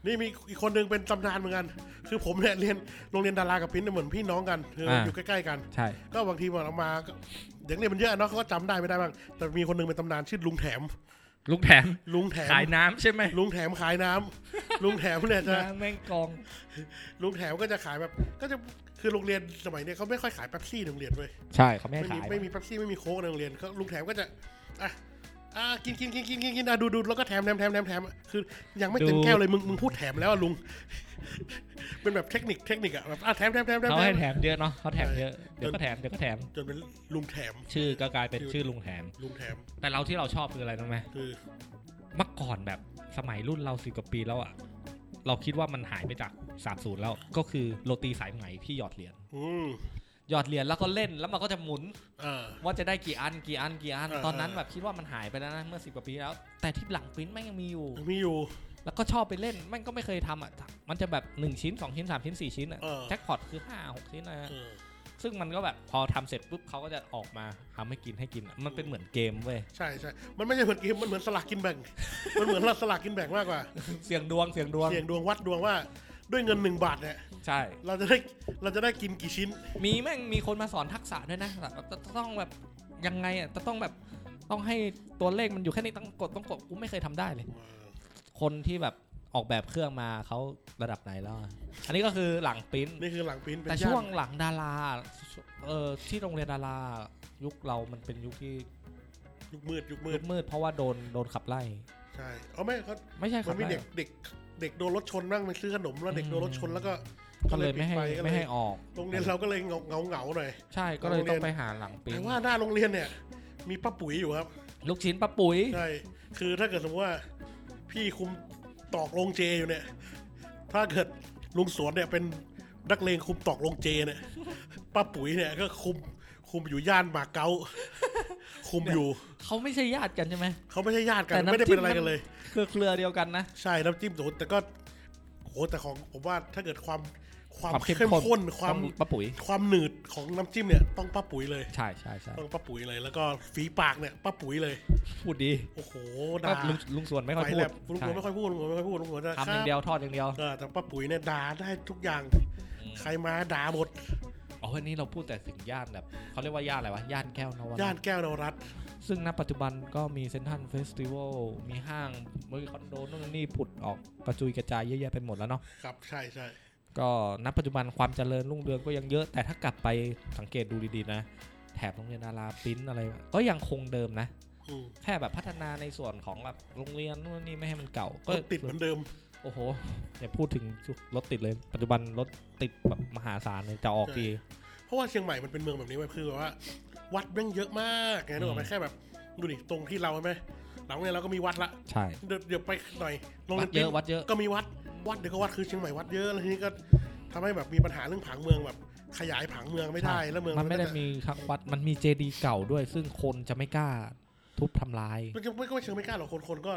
Speaker 2: นี่มีอีกคนนึงเป็นตำนานเหมือนกัน คือผมเนี่ยเรียนโรงเรียนดารากับพินเนี่ยเหมือนพี่น้องกันคืออา อยู่ใกล้ๆกัน
Speaker 3: ใช่
Speaker 2: ก็บางทีมันออกมาก็เด็กเนี่ยมันเยอะเนาะเขาก็จำได้ไม่ได้บ้าง แต่มีคนหนึงเป็นตำนานชื่อลุงแถม
Speaker 3: ลูกแถม
Speaker 2: ลุงแถม
Speaker 3: ขายน้ำใช่ไหม
Speaker 2: ลุงแถมขายน้ำ ลุงแถมเนี่ยจะ
Speaker 3: น้ำแม่งกอง
Speaker 2: ลุงแถมก็จะขายแบบ ก็จะคือโรงเรียนสมัยเนี่ยเขาไม่ค่อยขายแป๊บซี่ในโรงเรียนเว้ย
Speaker 3: ใช่เขาไม่ให้
Speaker 2: ไม่มี
Speaker 3: ขาย
Speaker 2: ไม่มีแป๊บซี่ไม่มีโค้กในโรงเรียนก็ลุงแถมก็จะอ่ะอ่ะกินกินกินกินกินกินอ่ะดูดูแล้วก็แถมแถมแถมแถมแถมคือยังไม่เต็ม
Speaker 3: ดู
Speaker 2: แก้วเลยมึงมึงพูดแถมแล้วอะลุง <laughs> เป็นแบบเทคนิคเทคนิคอะแบบอ่ะแถมแถมแถมแถม
Speaker 3: เขา
Speaker 2: แถ
Speaker 3: ให้
Speaker 2: ม
Speaker 3: แถมเยอะเนาะเขาแถมเยอะเดี๋ยวก็แถมเดี๋ยวก็แถม
Speaker 2: จนเป็นลุงแถม
Speaker 3: ชื่อก็กลายเป็นชื่อลุงแถม
Speaker 2: ลุงแถม
Speaker 3: แต่เราที่เราชอบคืออะไรรู้ไหม
Speaker 2: คือ
Speaker 3: เมื่อก่อนแบบสมัยรุ่นเราสิบกว่าปีแล้วอะเราคิดว่ามันหายไปจากสามศูนย์แล้วก็คือโรตีสายไหมที่หยอดเหรียญ
Speaker 2: อืม
Speaker 3: หยอดเหรียญแล้วก็เล่นแล้วมันก็จะหมุน
Speaker 2: อ่า
Speaker 3: ว่าจะได้กี่อันกี่อันกี่อัน
Speaker 2: เออ
Speaker 3: ตอนนั้นแบบคิดว่ามันหายไปแล้วนะเมื่อสิบกว่าปีแล้ว แต่ที่หลังปริ้นแม่งยังมีอยู่
Speaker 2: ยังมีอยู่
Speaker 3: แล้วก็ชอบไปเล่นแม่งก็ไม่เคยทำอ่ะมันจะแบบหนึ่งชิ้นสองชิ้นสามชิ้นสี่ชิ้นอ่ะ
Speaker 2: เออ
Speaker 3: แจ็คพอตคือห้าหกชิ้นนะ
Speaker 2: เออ
Speaker 3: ซึ่งมันก็แบบพอทำเสร็จปุ๊บเขาก็จะออกมาทำให้กินให้กินอะมันเป็นเหมือนเกมเว้ย
Speaker 2: ใช่ใช่มันไม่ใช่เหมือนเกมมันเหมือนสลากกินแบ่ง <laughs> มันเหมือนเราสลากกินแบ่งมากกว่า
Speaker 3: เสียงดวงเสียงดวง
Speaker 2: เสี่ยงดวงวัดดวงว่า ด้วยเงินหนึ่งบาทเนี่ย
Speaker 3: ใช่
Speaker 2: เราจะได้เราจะได้กินกี่ชิ้น
Speaker 3: มีแม่งมีคนมาสอนทักษะด้วยนะแบบแบบต้องแบบยังไงอ่ะจะต้องแบบต้องให้ตัวเลขมันอยู่แค่นี้ต้องกดต้องกดกูไม่เคยทำได้เลย คนที่แบบออกแบบเครื่องมาเขาระดับไหนแล้วอะอันนี้ก็คือหลังปริ้น
Speaker 2: นี่คือหลังปริ้นเป็น
Speaker 3: แต่
Speaker 2: ย่าน
Speaker 3: ช่วงหลังดาราเออที่โรงเรียนดารายุคเรามันเป็นยุคที่
Speaker 2: ยุคมืดยุคมื
Speaker 3: มื
Speaker 2: ด
Speaker 3: ดมืดเพราะว่าโดนโดนขับไล่
Speaker 2: ใช่เอาไม่เขา
Speaker 3: ไม่ใช่
Speaker 2: มั
Speaker 3: ขับ
Speaker 2: นมี
Speaker 3: ไล่
Speaker 2: เด็กเด็กเด็กโดนรถชนบ้างไปซื้อขนมแล้วเด็กโดนรถชนแล้วก็
Speaker 3: ก็เลยไม่ให้
Speaker 2: ปิดฟก็เลย
Speaker 3: ไม่ให้ออก
Speaker 2: โรงเรียนเราก็เลยเงาเงาเงาหน่อย
Speaker 3: ใช่ก็เลย
Speaker 2: โรงเรี
Speaker 3: ต้อย
Speaker 2: น
Speaker 3: งไปหาหลังปริ้
Speaker 2: แต่
Speaker 3: น
Speaker 2: ว่าหน้าโรงเรียนเนี่ย มีป้าปุ๋ยอยู่ครับ
Speaker 3: ลูกชิ้นป้าปุ๋ย
Speaker 2: ใช่คือถ้าเกิดสมมติว่าพี่คุมตอกโรงเจอยู่เนี่ย ถ้าเกิดลุงสวนเนี่ยเป็นนักเลงคุมตอกโรงเจเนี่ยป้าปุ๋ยเนี่ยก็คุมคุมอยู่ย่านมาเก๊าคุมอยู่
Speaker 3: เขาไม่ใช่ญาติกันใช่ไหม
Speaker 2: เขาไม่ใช่ญาติกั
Speaker 3: แต่
Speaker 2: น
Speaker 3: น้ำ
Speaker 2: ไม่ได้เป็นอะไร
Speaker 3: จิ้มมัน
Speaker 2: กันเลย
Speaker 3: เครือเครือเดียวกันนะ
Speaker 2: ใช่น้ำจิ้มโดนแต่ก็โหแต่ของผมว่าถ้าเกิดความความ
Speaker 3: ความเข้
Speaker 2: เข้
Speaker 3: ม
Speaker 2: ม
Speaker 3: ข้น
Speaker 2: ข้นความ
Speaker 3: ต้องป้าปุ๋ย
Speaker 2: ความหนืดของน้ำจิ้มเนี่ยต้องป้าปุ๋ยเลย
Speaker 3: ใช่ใช่ใช่
Speaker 2: ต้องป้าปุ๋ยเลย แล้วก็ฝีปากเนี่ยป้าปุ๋ยเลย
Speaker 3: พูดดี
Speaker 2: โอ้โห
Speaker 3: ก็
Speaker 2: ด่า
Speaker 3: ลุงลุงส่วนไม่ค่อย
Speaker 2: ไป
Speaker 3: พูด
Speaker 2: แล้วลุงหัว
Speaker 3: ใช่
Speaker 2: ไม่ค่อยพูดลุงหัวไม่ค่อยพูดลุงหัวจะ
Speaker 3: ทำอย่างเดียวทอดอย่างเดียว
Speaker 2: เออแต่ป้าปุ๋ยเนี่ยด่าได้ทุกอย่าง ใครมาด่าหมด
Speaker 3: อ๋อวันนี้เราพูดแต่ถึงย่านแบบเขาเรียกว่าย่านอะไรวะ ย่านแก้วนวรัตน์
Speaker 2: ย่านแก้วนวรัตน์
Speaker 3: ซึ่งณปัจจุบันก็มีเซนทรันเฟสติวัลมีห้างมีคอนโดนู่นนี่ผุดออกกระจุยกระจายเยอะแยะไปหมดแล้วเนาะ
Speaker 2: ครับใช่ใช่
Speaker 3: ก็ณปัจจุบันความเจริญรุ่งเรืองก็ยังเยอะ แต่ถ้ากลับไปสังเกตดูดีๆนะ แถบโรงเรียนดาราปริ้นอะไร ก็ยังคงเดิมนะ
Speaker 2: อืม
Speaker 3: แค่แบบพัฒนาในส่วนของแบบโรงเรียนนู่นนี่ไม่ให้มันเก่า
Speaker 2: ร
Speaker 3: ก็
Speaker 2: ถติดเหมือนเดิม
Speaker 3: โอ้โหอย่าพูดถึงรถติดเลย ปัจจุบันรถติดแบบมหาศาลเลยจะออกดี
Speaker 2: เพราะว่าเชียงใหม่มันเป็นเมืองแบบนี้ไว้ยคือแบบว่า วัดแม่งเยอะมากไงนึกออกไหมแค่แบบดูดิตรงที่เราใช่ไหมหลังเนี่ยเราก็มีวัดละ
Speaker 3: ใช่
Speaker 2: เดี๋ยวเดี๋ยวไปหน่อยโรง
Speaker 3: วั
Speaker 2: เรีย
Speaker 3: ด
Speaker 2: น
Speaker 3: เยอะวัดเยอะ
Speaker 2: ก็มีวัดวัดเดี๋ยวก็วัดคือเชียงใหม่วัดเยอะแล้วทีนี้ก็ทำให้แบบมีปัญหาเรื่องผังเมืองแบบ ขยายผังเมืองไม่ได้แล้วเมือง
Speaker 3: มันไม่ได้มีครังวัด มันมีเจดีย์เก่าด้วย ซึ่งคนจะไม่กล้าทุบทำลาย
Speaker 2: มันจะไม่ก็ไม่เชิงไม่กล้าหรอกคนคนก็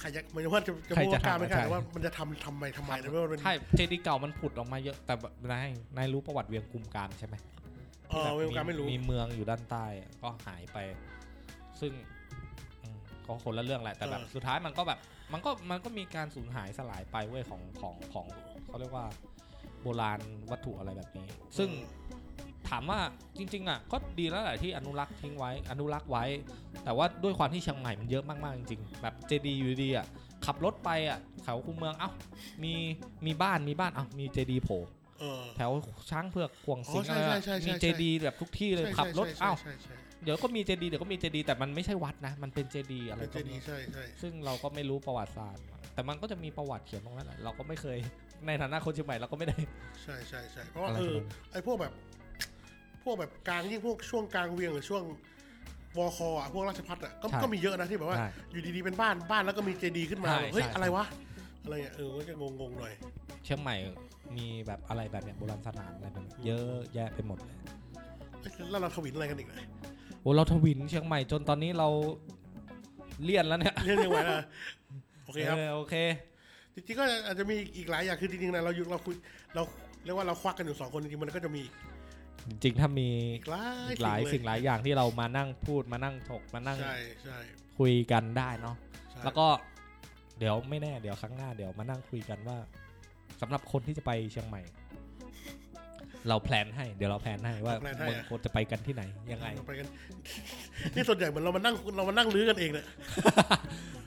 Speaker 2: ใครจะหมายถึงว่าจะจะ
Speaker 1: ใคร
Speaker 2: พูด
Speaker 1: จะ
Speaker 2: ว่ากล้า
Speaker 1: ทำ
Speaker 2: ไม่กล้า
Speaker 1: ใช่
Speaker 2: แต่ว่ามันจะทำทำไมทำไมแต่ว่ามันเป็น
Speaker 3: ใช่เจดีย์เก่ามันผุดออกมาเยอะแต่แบบนายนายรู้ประวัติเวียงกุมกามใช่ไหม
Speaker 2: เออเวลกรรมไม่รู้
Speaker 3: มีเมืองอยู่ด้านใต้อะก็หายไป ซึ่งอืมก็คนละเรื่องแหละแต่แบบ
Speaker 2: เออ
Speaker 3: สุดท้ายมันก็แบบ มันก็มันก็มีการสูญหายสลายไปเว้ยของของของเขาเรียกว่า โบราณวัตถุอะไรแบบนี้ ซึ่ง ถามว่าจริงๆอ่ะก็ดีแล้วแหละที่อนุรักษ์ทิ้งไว้อนุรักษ์ไว้ แต่ว่าด้วยความที่เชียงใหม่มันเยอะมากๆจริงๆแบบเจดีย์อยู่ดีอ่ะขับรถไปอ่ะแถวคูเมืองเอ้ามีมีบ้านมีบ้านเอ้ามีเจดีย์โผล่
Speaker 2: เออ
Speaker 3: แถวช้างเผือกขวงสิงห์
Speaker 2: อ๋อ
Speaker 3: อะไร
Speaker 2: ใช่
Speaker 3: อะ
Speaker 2: ใช่ใช่ใช่
Speaker 3: มีเจดีย์แบบทุกที่เลย
Speaker 2: ใช่
Speaker 3: ขับรถ
Speaker 2: ใช่ใช่
Speaker 3: เอ้า
Speaker 2: ใช่ใช่
Speaker 3: เดี๋ยวก็มีเจดีย์เดี๋ยวก็มีเจดีย์แต่มันไม่ใช่วัดนะ มันเป็นเจดีย์อะไร
Speaker 2: เป็น
Speaker 3: ก็
Speaker 2: เจดี
Speaker 3: ไม่
Speaker 2: ย์ใช่ใช่
Speaker 3: ซึ่งเราก็ไม่รู้ประวัติศาสตร์แต่มันก็จะมีประวัติเขียนตรงนั้นแหละเราก็ไม่เคยในฐานะคนเชียงใหม่เราก็ไม่ได้
Speaker 2: ใช่ใช่ใช่เพราะว่า
Speaker 3: อะไร
Speaker 2: เออ
Speaker 3: แบบนั้น
Speaker 2: ไอพวกแบบ พวกแบบกลางยิ่งพวกช่วงกลางเวียงหรือช่วงวอคออ่ะพวกราชพัฒน์อ่ะก็
Speaker 1: ใช่
Speaker 2: ก็มีเยอะนะที่แบบว่า
Speaker 1: ใช่
Speaker 2: อยู่ดีๆเป็นบ้านบ้านแล้วก็มีเจดีย์ขึ้นมา
Speaker 1: ใช่
Speaker 2: แบบเฮ้ย
Speaker 1: ใช่
Speaker 2: อะไรวะอะไรเงี้ยเออก็จะงงๆหน่อย
Speaker 3: เชียงใหม่มีแบบอะไรแบบเนี้ยโบราณสถานอะไรแบบเนี้ยเยอะแยะไปหมดเลย
Speaker 2: แล้วเราทวินอะไรกันอีกนะ
Speaker 3: โอ้เราทวินเชียงใหม่จนตอนนี้เราเลี่ยนแล้วเนี่ย
Speaker 2: เรื่องยังไงนะโอเคครับ
Speaker 3: เออโอเค
Speaker 2: จริงๆก็อาจจะมีอีกหลายอย่างคือจริงๆนะเราอยู่เราคุยเราเรียกว่าเราควักกันอยู่สองคนจริงๆมันก็จะมี
Speaker 3: จริงๆ ถ้ามี
Speaker 2: อีกหลาย
Speaker 3: อีกหลายสิ่ง
Speaker 2: เ
Speaker 3: หลายอย่างที่เรามานั่งพูดมานั่งถกมา
Speaker 2: ล
Speaker 3: นั่
Speaker 2: ย
Speaker 3: ง
Speaker 2: ใช่ใช่
Speaker 3: คุยกันได้เนาะ
Speaker 2: ใช่
Speaker 3: แล้วก็ เดี๋ยวไม่แน่เดี๋ยวครั้งหน้าเดี๋ยวมานั่งคุยกันว่าสำหรับคนที่จะไปเชียงใหม่ เราแพลนให้เดี๋ยวเราแพลนให้ว่าเมืองควรจะไปกันที่ไหนยังไง
Speaker 2: เราไปกัน <laughs> นี่ส่วนใหญ่เหมือนเรามานั่งเรามานั่งลื้อกันเองเนี่ย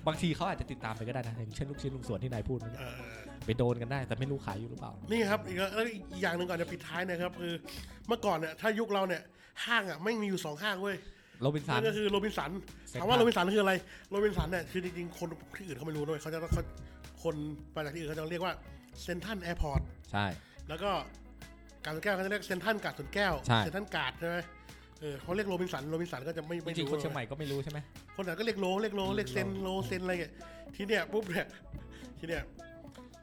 Speaker 3: บางทีเขาอาจจะติดตามไปก็ได้นะอย่างเช่นลูกชิ้นลูกสวนที่นายพูดเมื่อกี้
Speaker 2: เออ
Speaker 3: ไปโดนกันได้ แต่ไม่รู้ขายอยู่หรือเปล่า
Speaker 2: นี่ครับอีกแล้วอีกอย่างหนึ่งก่อนจะปิดท้ายนะครับคือเมื่อก่อนเนี่ยถ้ายุคเราเนี่ยห้างอ่ะไม่งมีอยู่สองห้างเว้ย
Speaker 3: โรบินสั
Speaker 2: นั่
Speaker 3: น
Speaker 2: นก็คือโรบินสัน
Speaker 3: เซ็นทรัล
Speaker 2: ถามว่าโรบินสันคืออะไรโรบินสันเนี่ยคือจริงๆคนที่อื่นเขาไม่รู้ด้วยเขาจะเขาคนมาจากที่อื่นเขาจะเรียกว่าเซนทันแอร์พอร์ต
Speaker 3: ใช่
Speaker 2: แล้วก็กาดสวนแก้วเขาจะเรียกเซนทรันกาดสวนแก้ว
Speaker 3: ใช่
Speaker 2: เซนทรันกาดใช่ไหมเออเขาเรียกโรบินสันโรบินสันก็จะไม่
Speaker 3: จ
Speaker 2: ไม่
Speaker 3: ริง
Speaker 2: รู้
Speaker 3: ๆคนเชียงใหม่ก็ไม่รู้ใช่ไหม
Speaker 2: คนไหนก็เรียกโลเรียกโลเรียกเซนโลเซนอะไรเงี้ยทีเนี้ยปุ๊บเนี่ยทีเนี้ย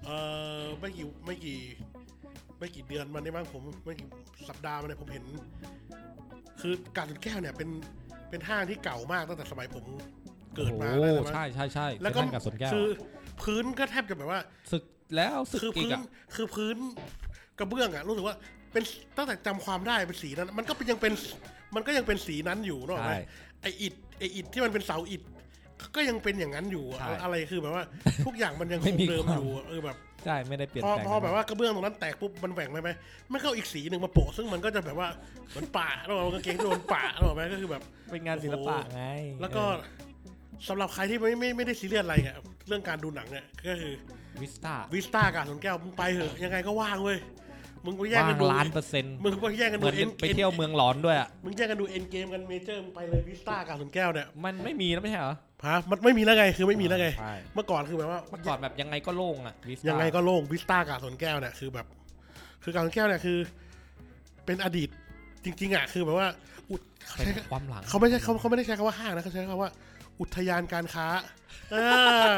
Speaker 2: เออไม่กี่ไม่กี่ ไม่กี่เดือนมาในบ้างผมไม่กี่สัปดาห์มาเนี่ยผมเห็น คือกาดสวนแก้วเนี่ยเป็นเป็นห้างที่เก่ามากตั้งแต่สมัยผมเกิดมา
Speaker 3: โอ้
Speaker 2: แล้ว
Speaker 3: โห
Speaker 2: นะ
Speaker 3: ใช่ใช่ใช่
Speaker 2: แล้วก็
Speaker 3: เซ็นทรักับสวนแก้ว
Speaker 2: คือพื้นก็แทบจะแบบว่า
Speaker 3: ศึกแล้วศึก
Speaker 2: คือ
Speaker 3: อีก
Speaker 2: พื้น
Speaker 3: อะ
Speaker 2: คือพื้นกระเบื้องอะรู้สึกว่าเป็นตั้งแต่จำความได้เป็นสีนั้น มันก็ยังเป็นมันก็ยังเป็นสีนั้นอยู่เนกอะ
Speaker 3: ใช่
Speaker 2: ไออิดไออิดที่มันเป็นเสาอิดก็ยังเป็นอย่างนั้นอยู่อะ
Speaker 3: ใช่
Speaker 2: อะไรคือ
Speaker 3: <laughs>
Speaker 2: แบบว่า ทุกอย่างมันยังค
Speaker 3: ไม่
Speaker 2: ง
Speaker 3: มี
Speaker 2: เดิม
Speaker 3: ความ
Speaker 2: อยู่อะเออแบบ
Speaker 3: ใช่ไม่ได้เปลี่ยน
Speaker 2: พอ
Speaker 3: แปลง
Speaker 2: พอแบบว่ากระเบื้องตรงนั้นแตกปุ๊บมันแหว่งไปไหมมันก็เอาอีกสีหนึ่งมาโปะซึ่งมันก็จะแบบว่าเหมือนป่าแล้วกางเกงโดนป่าแล้วไหมก็คือแบบ
Speaker 3: เป็นงานศิลปะ
Speaker 2: โอ้โห
Speaker 3: ไง
Speaker 2: แล้วก็
Speaker 3: เอ
Speaker 2: สำหรับใครที่ไม่ไม่ไม่ได้ซีเรียสอะไรเนี่ยเรื่องการดูหนังเนี่ยก็คือ
Speaker 3: อวิสตา
Speaker 2: วิสต้ากับสวนแก้วมึงไปเหอะยังไงก็ว่างเว้ยมึงไปแย่ง
Speaker 3: ว่าง
Speaker 2: กันดู
Speaker 3: ล้านเปอร์เซ็นต์
Speaker 2: มึงไปแย่งกัน
Speaker 3: เห
Speaker 2: ดู
Speaker 3: มือน
Speaker 2: เอ็น
Speaker 3: ไปเที่ยวเมืองหลอนด้วยอะ
Speaker 2: มึงแย่งกันดูเอ็นเกมกันเมเจอร์มึงไปเลยวิสต้ากับสวนแก้วเนี่ย
Speaker 3: มันไม่มีแล้วไม่ใช่เหรอ
Speaker 2: ฮะมันไม่มีแล้วไงคือไม่มีแล้วไง
Speaker 3: ใช่
Speaker 2: เมื่อก่อนคือแบบว่า
Speaker 3: เมื่อก่อนแบบยังไงก็โล่งอะวิสตา
Speaker 2: ยังไงก็โล่งวิสต้ากับสวนแก้วเนี่ยคือแบบ คือกับสวนแก้วเนี่ยคือ เป็นอดีตจริง ๆอ่ะคือแบบว่าอุดเขา
Speaker 3: เป็น
Speaker 2: ใช้
Speaker 3: ความหลัง
Speaker 2: เขาไม่ใช่เขาเขาไม่ได้ใช้คำว่าห้างนะเขาใช้คำว่า อุทยานการค้าเอ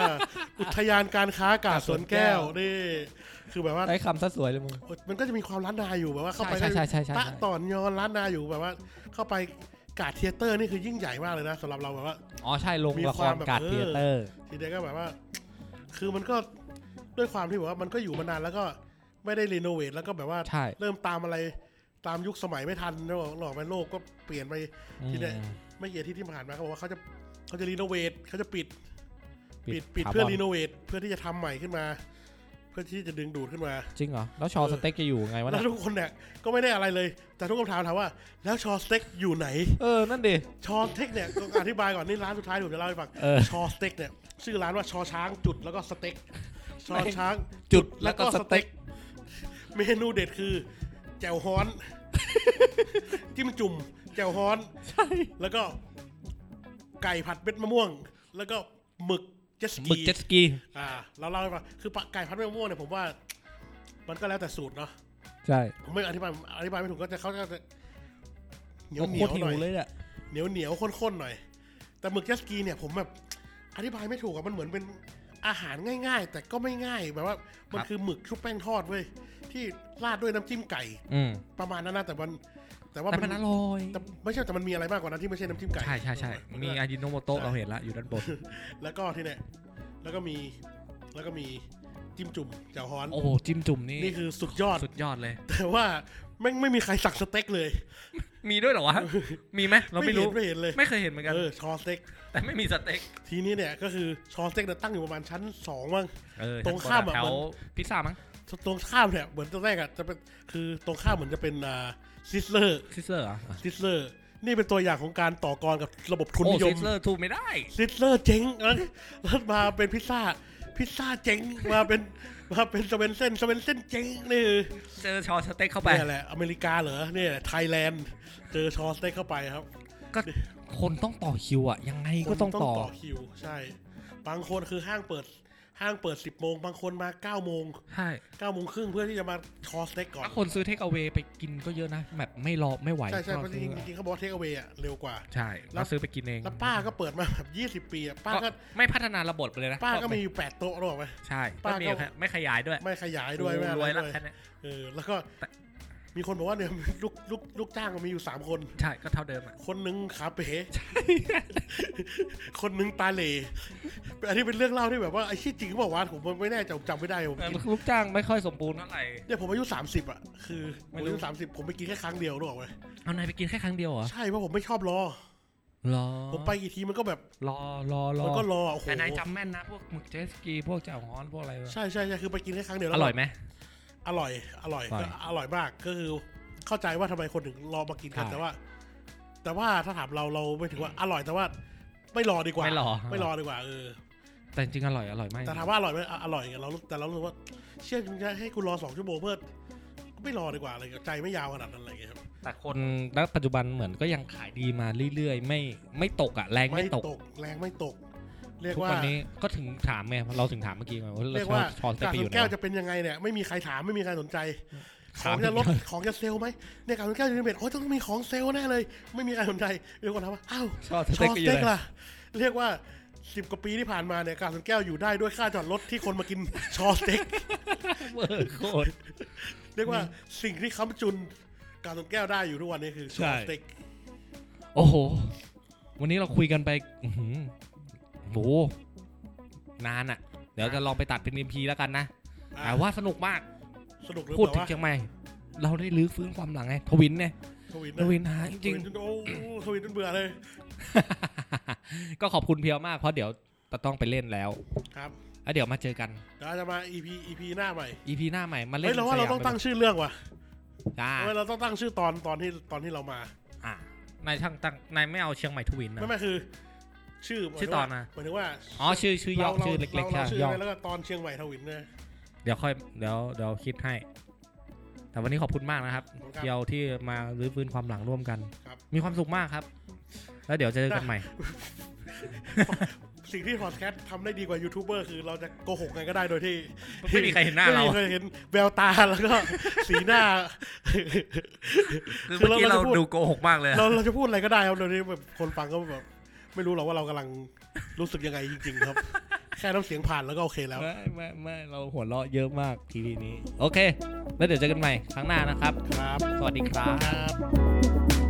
Speaker 2: อ <laughs> อุทยานการค้ากาดสวนแก้วนี่คือแบบว่า
Speaker 3: ได้คำซะสวยเลยมึง
Speaker 2: มันก็จะมีความล้านนาอยู่แบบว่าเข้าไป
Speaker 3: ใช่ใช่ใช่ใช่ใช่
Speaker 2: ตะต่อนยอนล้านนาอยู่แบบว่า เข้าไปกาดเทยเตอร์นี่คือยิ่งใหญ่มากเลยนะสำหรับเราแบบว่า
Speaker 3: อ๋อใช่ลง
Speaker 2: มี
Speaker 3: ละค
Speaker 2: ความ
Speaker 3: ร
Speaker 2: แบบ
Speaker 3: การ์ด
Speaker 2: เออ
Speaker 3: เทเตอร์
Speaker 2: ทีเดียวก็แบบว่า คือมันก็ด้วยความที่แบบว่ามันก็อยู่มานานแล้วก็ไม่ได้รีโนเวทแล้วก็แบบว่า
Speaker 3: ใช่
Speaker 2: เริ่มตามอะไรตามยุคสมัยไม่ทันแล้วหลอกไปโลกก็เปลี่ยนไป ทีเนี้ย
Speaker 3: อืม
Speaker 2: ไม่เกี่ยที่ที่ผ่านมาเขาบอกว่าเขาจะเขาจะรีโนเวทเขาจะปิด ปิดปิด
Speaker 3: คา
Speaker 2: เพื่อ
Speaker 3: ร์บน
Speaker 2: รีโนเวทเพื่อที่จะทำใหม่ขึ้นมา เพื่อที่จะดึงดูดขึ้นมา
Speaker 3: จริงเหรอแล้วชอสเต็กจะอยู่ไงวะ
Speaker 2: แล้วย
Speaker 3: เนี่
Speaker 2: ทุกคนเนี่ยก็ไม่ได้อะไรเลย แต่ทุกคำถามถามว่า แล้วชอสเต็กอยู่ไหน
Speaker 3: เออนั่นดิ
Speaker 2: ชอสเต็กเนี่ยก็อธิบายก่อนนี่ร้านสุดท้ายที่ผมจะเล่าให้ฟัง
Speaker 3: เออ
Speaker 2: ชอสเต็กเนี่ยชื่อร้านว่าชอช้างจุดแล้วก็สเต็กชอช้าง
Speaker 3: จุดแล้วก็สเต็ก
Speaker 2: เมนูเด็ดคือ แจ่วฮ้อน <laughs> จิ้มจุ่ม แจ่วฮ้อน แล้วก็ไก่ผัดเม็ดมะม่วง แล้วก็หมึกเจสกี
Speaker 3: หมึกเจ็ตสกี
Speaker 2: อ่า เราเล่าให้ฟังคือปะไก่ผัดเม็ดมะม่วงเนี่ยผมว่า มันก็แล้วแต่สูตรเนาะ
Speaker 3: ใช่
Speaker 2: ผมไม่อธิบายอธิบายไม่ถูกก็จะเขาก็จะเหนียว
Speaker 3: โอ้
Speaker 2: เหนียว
Speaker 3: โหหิ
Speaker 2: หน่
Speaker 3: ว
Speaker 2: อย
Speaker 3: เลยอะ
Speaker 2: เหนียวเหนียวข้นๆหน่อย แต่หมึกเจตสกีเนี่ยผมแบบอธิบายไม่ถูกอะมันเหมือนเป็นอาหารง่าย ๆ แต่ก็ไม่ง่ายแบบว่า มันคือหมึกชุบแป้งทอดเว้ยที่ราดด้วยน้ำจิ้มไก่
Speaker 3: อืม
Speaker 2: ประมาณนั้นนะแต่มันแต่ว่า
Speaker 3: แต่
Speaker 2: มั
Speaker 3: มันอร่อย
Speaker 2: แต่ไม่ใช่แต่มันมีอะไรมากกว่านั้นที่ไม่ใช่น้ำจิ้มไก่ <laughs>
Speaker 3: ใช่ใช่ใช่ มีอายิโนโมโตะเราเห็นละอยู่ด้านบน
Speaker 2: แล้วก็ที่เนี่ย แล้วก็มีแล้วก็มีจิ้มจุ่มแจ่วฮ้อน
Speaker 3: โอ้โหจิ้มจุ่มนี่
Speaker 2: นี่คือสุดยอด
Speaker 3: สุดยอดเลย
Speaker 2: แต่ว่าแม่งไม่มีใครสั่งสเต็กเลย
Speaker 3: มีด้วยเหรอวะ มีไหมเราไม่รู้
Speaker 2: ไม่เห็นเลย
Speaker 3: ไม่เคยเห็นเหมือนกัน
Speaker 2: เออชอสเต็ก
Speaker 3: แต่ไม่มีสเต็ก
Speaker 2: ทีนี้เนี่ยก็คือชอสเต็กเนี่ยตั้งอยู่ประมาณชั้นสองมั้ง
Speaker 3: เออ
Speaker 2: ตรงข้ามอะ
Speaker 3: แถว
Speaker 2: มัน
Speaker 3: พิซซ่ามั้ง
Speaker 2: ตรงข้ามเนี่ยเหมือนตอนแรกอะจะเป็นคือตรงข้ามเหมือนจะเป็นอ่าซิสเลอร์
Speaker 3: ซิสเลอร์เหรอ
Speaker 2: ซิสเลอร์นี่เป็นตัวอย่างของการต่อกรกับระบบทุน
Speaker 3: โอ้
Speaker 2: นิย
Speaker 3: ซิ
Speaker 2: ม
Speaker 3: สเลอร์ทูไม่ได้
Speaker 2: ซิสเลอร์เจ๊งแล้วแล้วมาเป็นพิซซ่า พิซซ่าเจ๊งมาเป็นมาเป็นสเวนเซนสเวนเซนเจ๊งนี่
Speaker 3: เจอชอสเต็กเข้าไป
Speaker 2: เนี่ยแหละอเมริกาเหรอเนี่ยไทยแลนด์เจอชอสเต็กเข้าไปครับ
Speaker 3: คนต้องต่อคิวอ่ะ ยังไงก็ต้อง
Speaker 2: คน
Speaker 3: ต่อ
Speaker 2: คิว ใช่ บางคนคือห้างเปิด ห้างเปิดสิบโมงบางคนมาเก้าโมง
Speaker 3: ใช่
Speaker 2: เก้าโมงครึ่งเพื่อที่จะมาชอสเต็กก่อน
Speaker 3: ถ้าคนซื้อเทคเอา a วไปกินก็เยอะนะ แบบไม่รอไม่ไหว
Speaker 2: ใช่ใช่เพ
Speaker 3: ก็
Speaker 2: ราะจ
Speaker 3: ซื้
Speaker 2: ริ
Speaker 3: อง
Speaker 2: ๆจริงๆเขาบอกเทคเอาไว้อะเร็วกว่า
Speaker 3: ใช่เราซื้อไปกินเอง
Speaker 2: แล้วป้าก็เปิดมาแบบยี่สิบ20 ปีอะป้าก็
Speaker 3: ไม่พัฒนาระบบไปเลยนะ
Speaker 2: ป้าก็มีอยู่แปดโต๊ะหรอกไหม
Speaker 3: ใช่
Speaker 2: ป้า
Speaker 3: ป้า
Speaker 2: ก็
Speaker 3: มีไม่ขยายด้วย
Speaker 2: ไม่ขยายด้วยไม่อะไร
Speaker 3: รวยละ
Speaker 2: ด้วย
Speaker 3: แค่เนี้ย
Speaker 2: เออแล้วก็
Speaker 3: แต่
Speaker 2: มีคนบอกว่าเนี่ยลูกลูกลูกจ้างมีอยู่สามคน
Speaker 3: ใช่ก็เท่าเดิมอ่ะ
Speaker 2: คนหนึ่งขาเป๋คนหนึ่งตาเหล่อันนี้เป็นเรื่องเล่าที่แบบว่าไอ้ที่จริงบอกว่าวะผมไม่แน่ใจผมจำไม่ได้ผมกิน
Speaker 3: ลูกจ้างไม่ค่อยสมบูรณ์เท่าไหร่
Speaker 2: เนี่ยผมอายุ 30 อ่ะ คือผ
Speaker 3: ไม่
Speaker 2: ม
Speaker 3: รู้
Speaker 2: อายุสามสิบผมไปกินแค่ครั้งเดียวหรอกไหม
Speaker 3: เอานายไปกินแค่ครั้งเดียวเหรอ
Speaker 2: ใช่เพราะผมไม่ชอบรอ
Speaker 3: รอ
Speaker 2: ผมไปกี่ทีมันก็แบบ
Speaker 3: รอรอรอ
Speaker 2: มันก็รอโอ้โห
Speaker 3: แต่นายจำแม่นนะพวกหมึกเจสกีพวกเจ้าฮ้อนพวกอะไรวะ
Speaker 2: ใช่ใช่ใช่คือไปกินแค่ครั้งเดียว
Speaker 3: อ
Speaker 2: แล้ว
Speaker 3: ร่อยไหม
Speaker 2: อร่อย อร่อย
Speaker 3: อร่อย
Speaker 2: ก็อร่อยมาก ก็คือเข้าใจว่าทำไมคนถึงรอมากินกัน
Speaker 3: ใช่
Speaker 2: แต่ว่า แต่ว่าถ้าถามเราเราไม่ถือว่าอร่อยแต่ว่า ไม่รอดีกว่า
Speaker 3: ไม่รอ
Speaker 2: ไม่รอดีกว่าเออ
Speaker 3: แต่จริงๆอร่อยอร่อยมาก
Speaker 2: แต่ถามว่าอร่อยไหมอ่ะอร่อยเราแต่เรารู้สึกว่า เชื่อมึงจะให้กูรอสองชั่วโมงเพื่อไม่รอดีกว่าอะไรเงี้ยใจไม่ยาวขนาดนั้นอะไรเงี้ยครับ
Speaker 3: แต่คนณปัจจุบันเหมือนก็ยังขายดีมาเรื่อยๆ ไม่ไม่ตกอ่ะแรงไม่ตก
Speaker 2: แรงไม่ตก เรียก
Speaker 3: ทุก
Speaker 2: ว่า
Speaker 3: วันนี้ก็ถึงถามไงเราถึงถามเมื่อกี้ไงว่า
Speaker 2: เรียก
Speaker 3: เรา
Speaker 2: ว่า
Speaker 3: ชอนจะ
Speaker 2: จาก
Speaker 3: ไป
Speaker 2: ส
Speaker 3: อ
Speaker 2: ว
Speaker 3: ยู่
Speaker 2: น
Speaker 3: ไหน
Speaker 2: แก้ว
Speaker 3: วะ
Speaker 2: จะเป็นยังไงเนี่ยไม่มีใครถามไม่มีใครสนใจ ขอ
Speaker 3: ถาม
Speaker 2: งจะลดของจะเซลลไหมเนี่ยการสวนแก้วจะเป็นแบบโอ้ยต้องมีของเซลล์แน่เลย ไม่มีใครสนใจเรียกว่าถามว่าอ้าว
Speaker 3: ชอนส
Speaker 2: ช
Speaker 3: เต็
Speaker 2: อก ส
Speaker 3: ก็อยู่
Speaker 2: เต็ก
Speaker 3: ไหน
Speaker 2: ล่ะเรียกว่าสิบกว่าปีที่ผ่านมาเนี่ยการสวนแก้วอยู่ได้ด้วยค่าจอดรถที่คนมา <laughs> กิน ชอสเต็ก
Speaker 3: เวอร์โคตร
Speaker 2: เรียกว่าสิ่งที่ค้ำจุนการสวนแก้วได้อยู่ทุกวันนี้คือช
Speaker 3: ใช่
Speaker 2: อสเต็ก
Speaker 3: <laughs> โอ้โห วันนี้เราคุยกันไปอื้อหือโหนานอ่ะ เดี๋ยวจะลองไปตัดเป็น MP แล้วกันนะ
Speaker 2: อ่ะ
Speaker 3: แต่ว่าสนุกมาก
Speaker 2: สนุกหรือ
Speaker 3: พูด
Speaker 2: เปล่า
Speaker 3: ถึง
Speaker 2: วะ
Speaker 3: เชียงใหม่ เราได้ลื้อฟื้นความหลังไงทวินเนี่ย
Speaker 2: ทวิน
Speaker 3: ท
Speaker 2: นะ
Speaker 3: วินหายจริง
Speaker 2: ทวินโอ้ทวินจนเบื่อเลย
Speaker 3: ก็ขอบคุณเพียวมากเพราะเดี๋ยวจะต้องไปเล่นแล้ว
Speaker 2: ครับ
Speaker 3: แล้วเดี๋ยวมาเจอกัน
Speaker 2: เดี๋ยวจะมา EP EP หน้าใหม่
Speaker 3: EP หน้าใหม่มาเล่น
Speaker 2: เฮ้ยเราว่าเราต้องตั้งชื่อเรื่องว่ะ
Speaker 3: จ้า
Speaker 2: เฮ้ยเราต้องตั้งชื่อตอนตอนที่ตอนที่เรามา
Speaker 3: อ่ะนายช่างตั้งนายไม่เอาเชียงใหม่ทวินนะ
Speaker 2: ไม่ไม่คือ ชื่อหมายถึ
Speaker 3: ชื่อง ตอ
Speaker 2: ว่าน
Speaker 3: นะ
Speaker 2: หมายถึงว่า
Speaker 3: อ๋อชื่อชื่อย่อชื่อเล็กๆใช่
Speaker 2: เราชื่อ
Speaker 3: ย่อ
Speaker 2: อะไรแล้วก็ตอนเชียงใหม่ทวินนะ
Speaker 3: เดี๋ยวค่อยเดี๋ยวเดี๋ยวคิดให้ แต่วันนี้ขอบคุณมากนะครับ
Speaker 2: ขอบคุณครับ
Speaker 3: เที่ยวที่มารื้อฟื้นความหลังร่วมกัน
Speaker 2: ครับ
Speaker 3: มีความสุขมากครับ แล้วเดี๋ยวเจะเจอกันใหม่
Speaker 2: สิ่งที่พอดแคสต์ทำได้ดีกว่ายูทูบเบอร์คือเราจะโกหกกันก็ได้โดยที่
Speaker 3: ไม่มีใครเห็นหน้าเรา
Speaker 2: ไม่มีใคเห็นแววตาแล้วก็ สีหน้า <laughs>
Speaker 3: คือเมื่อ
Speaker 2: คื
Speaker 3: กี้
Speaker 2: อเรา
Speaker 3: เรา
Speaker 2: จะพูด
Speaker 3: ดูโกหกมากเลย
Speaker 2: เราเราจะพูดอะไรก็ได้ครับโดยที่แบบคนฟังก็แบบไม่รู้หรอกว่าเรากำลังรู้สึกยังไงจริง ๆ ครับ <laughs> แค่น้ำเสียงผ่านแล้วก็โอเคแล้ว
Speaker 3: ไม่ไม่ไม่เราหัวเราะเยอะมากทีนี้ โอเค แล้วเดี๋ยวเจอกันใหม่ครั้งหน้านะครับ
Speaker 2: ครับ
Speaker 3: สวัสดีครับ
Speaker 2: ครับ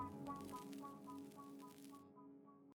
Speaker 5: Bye.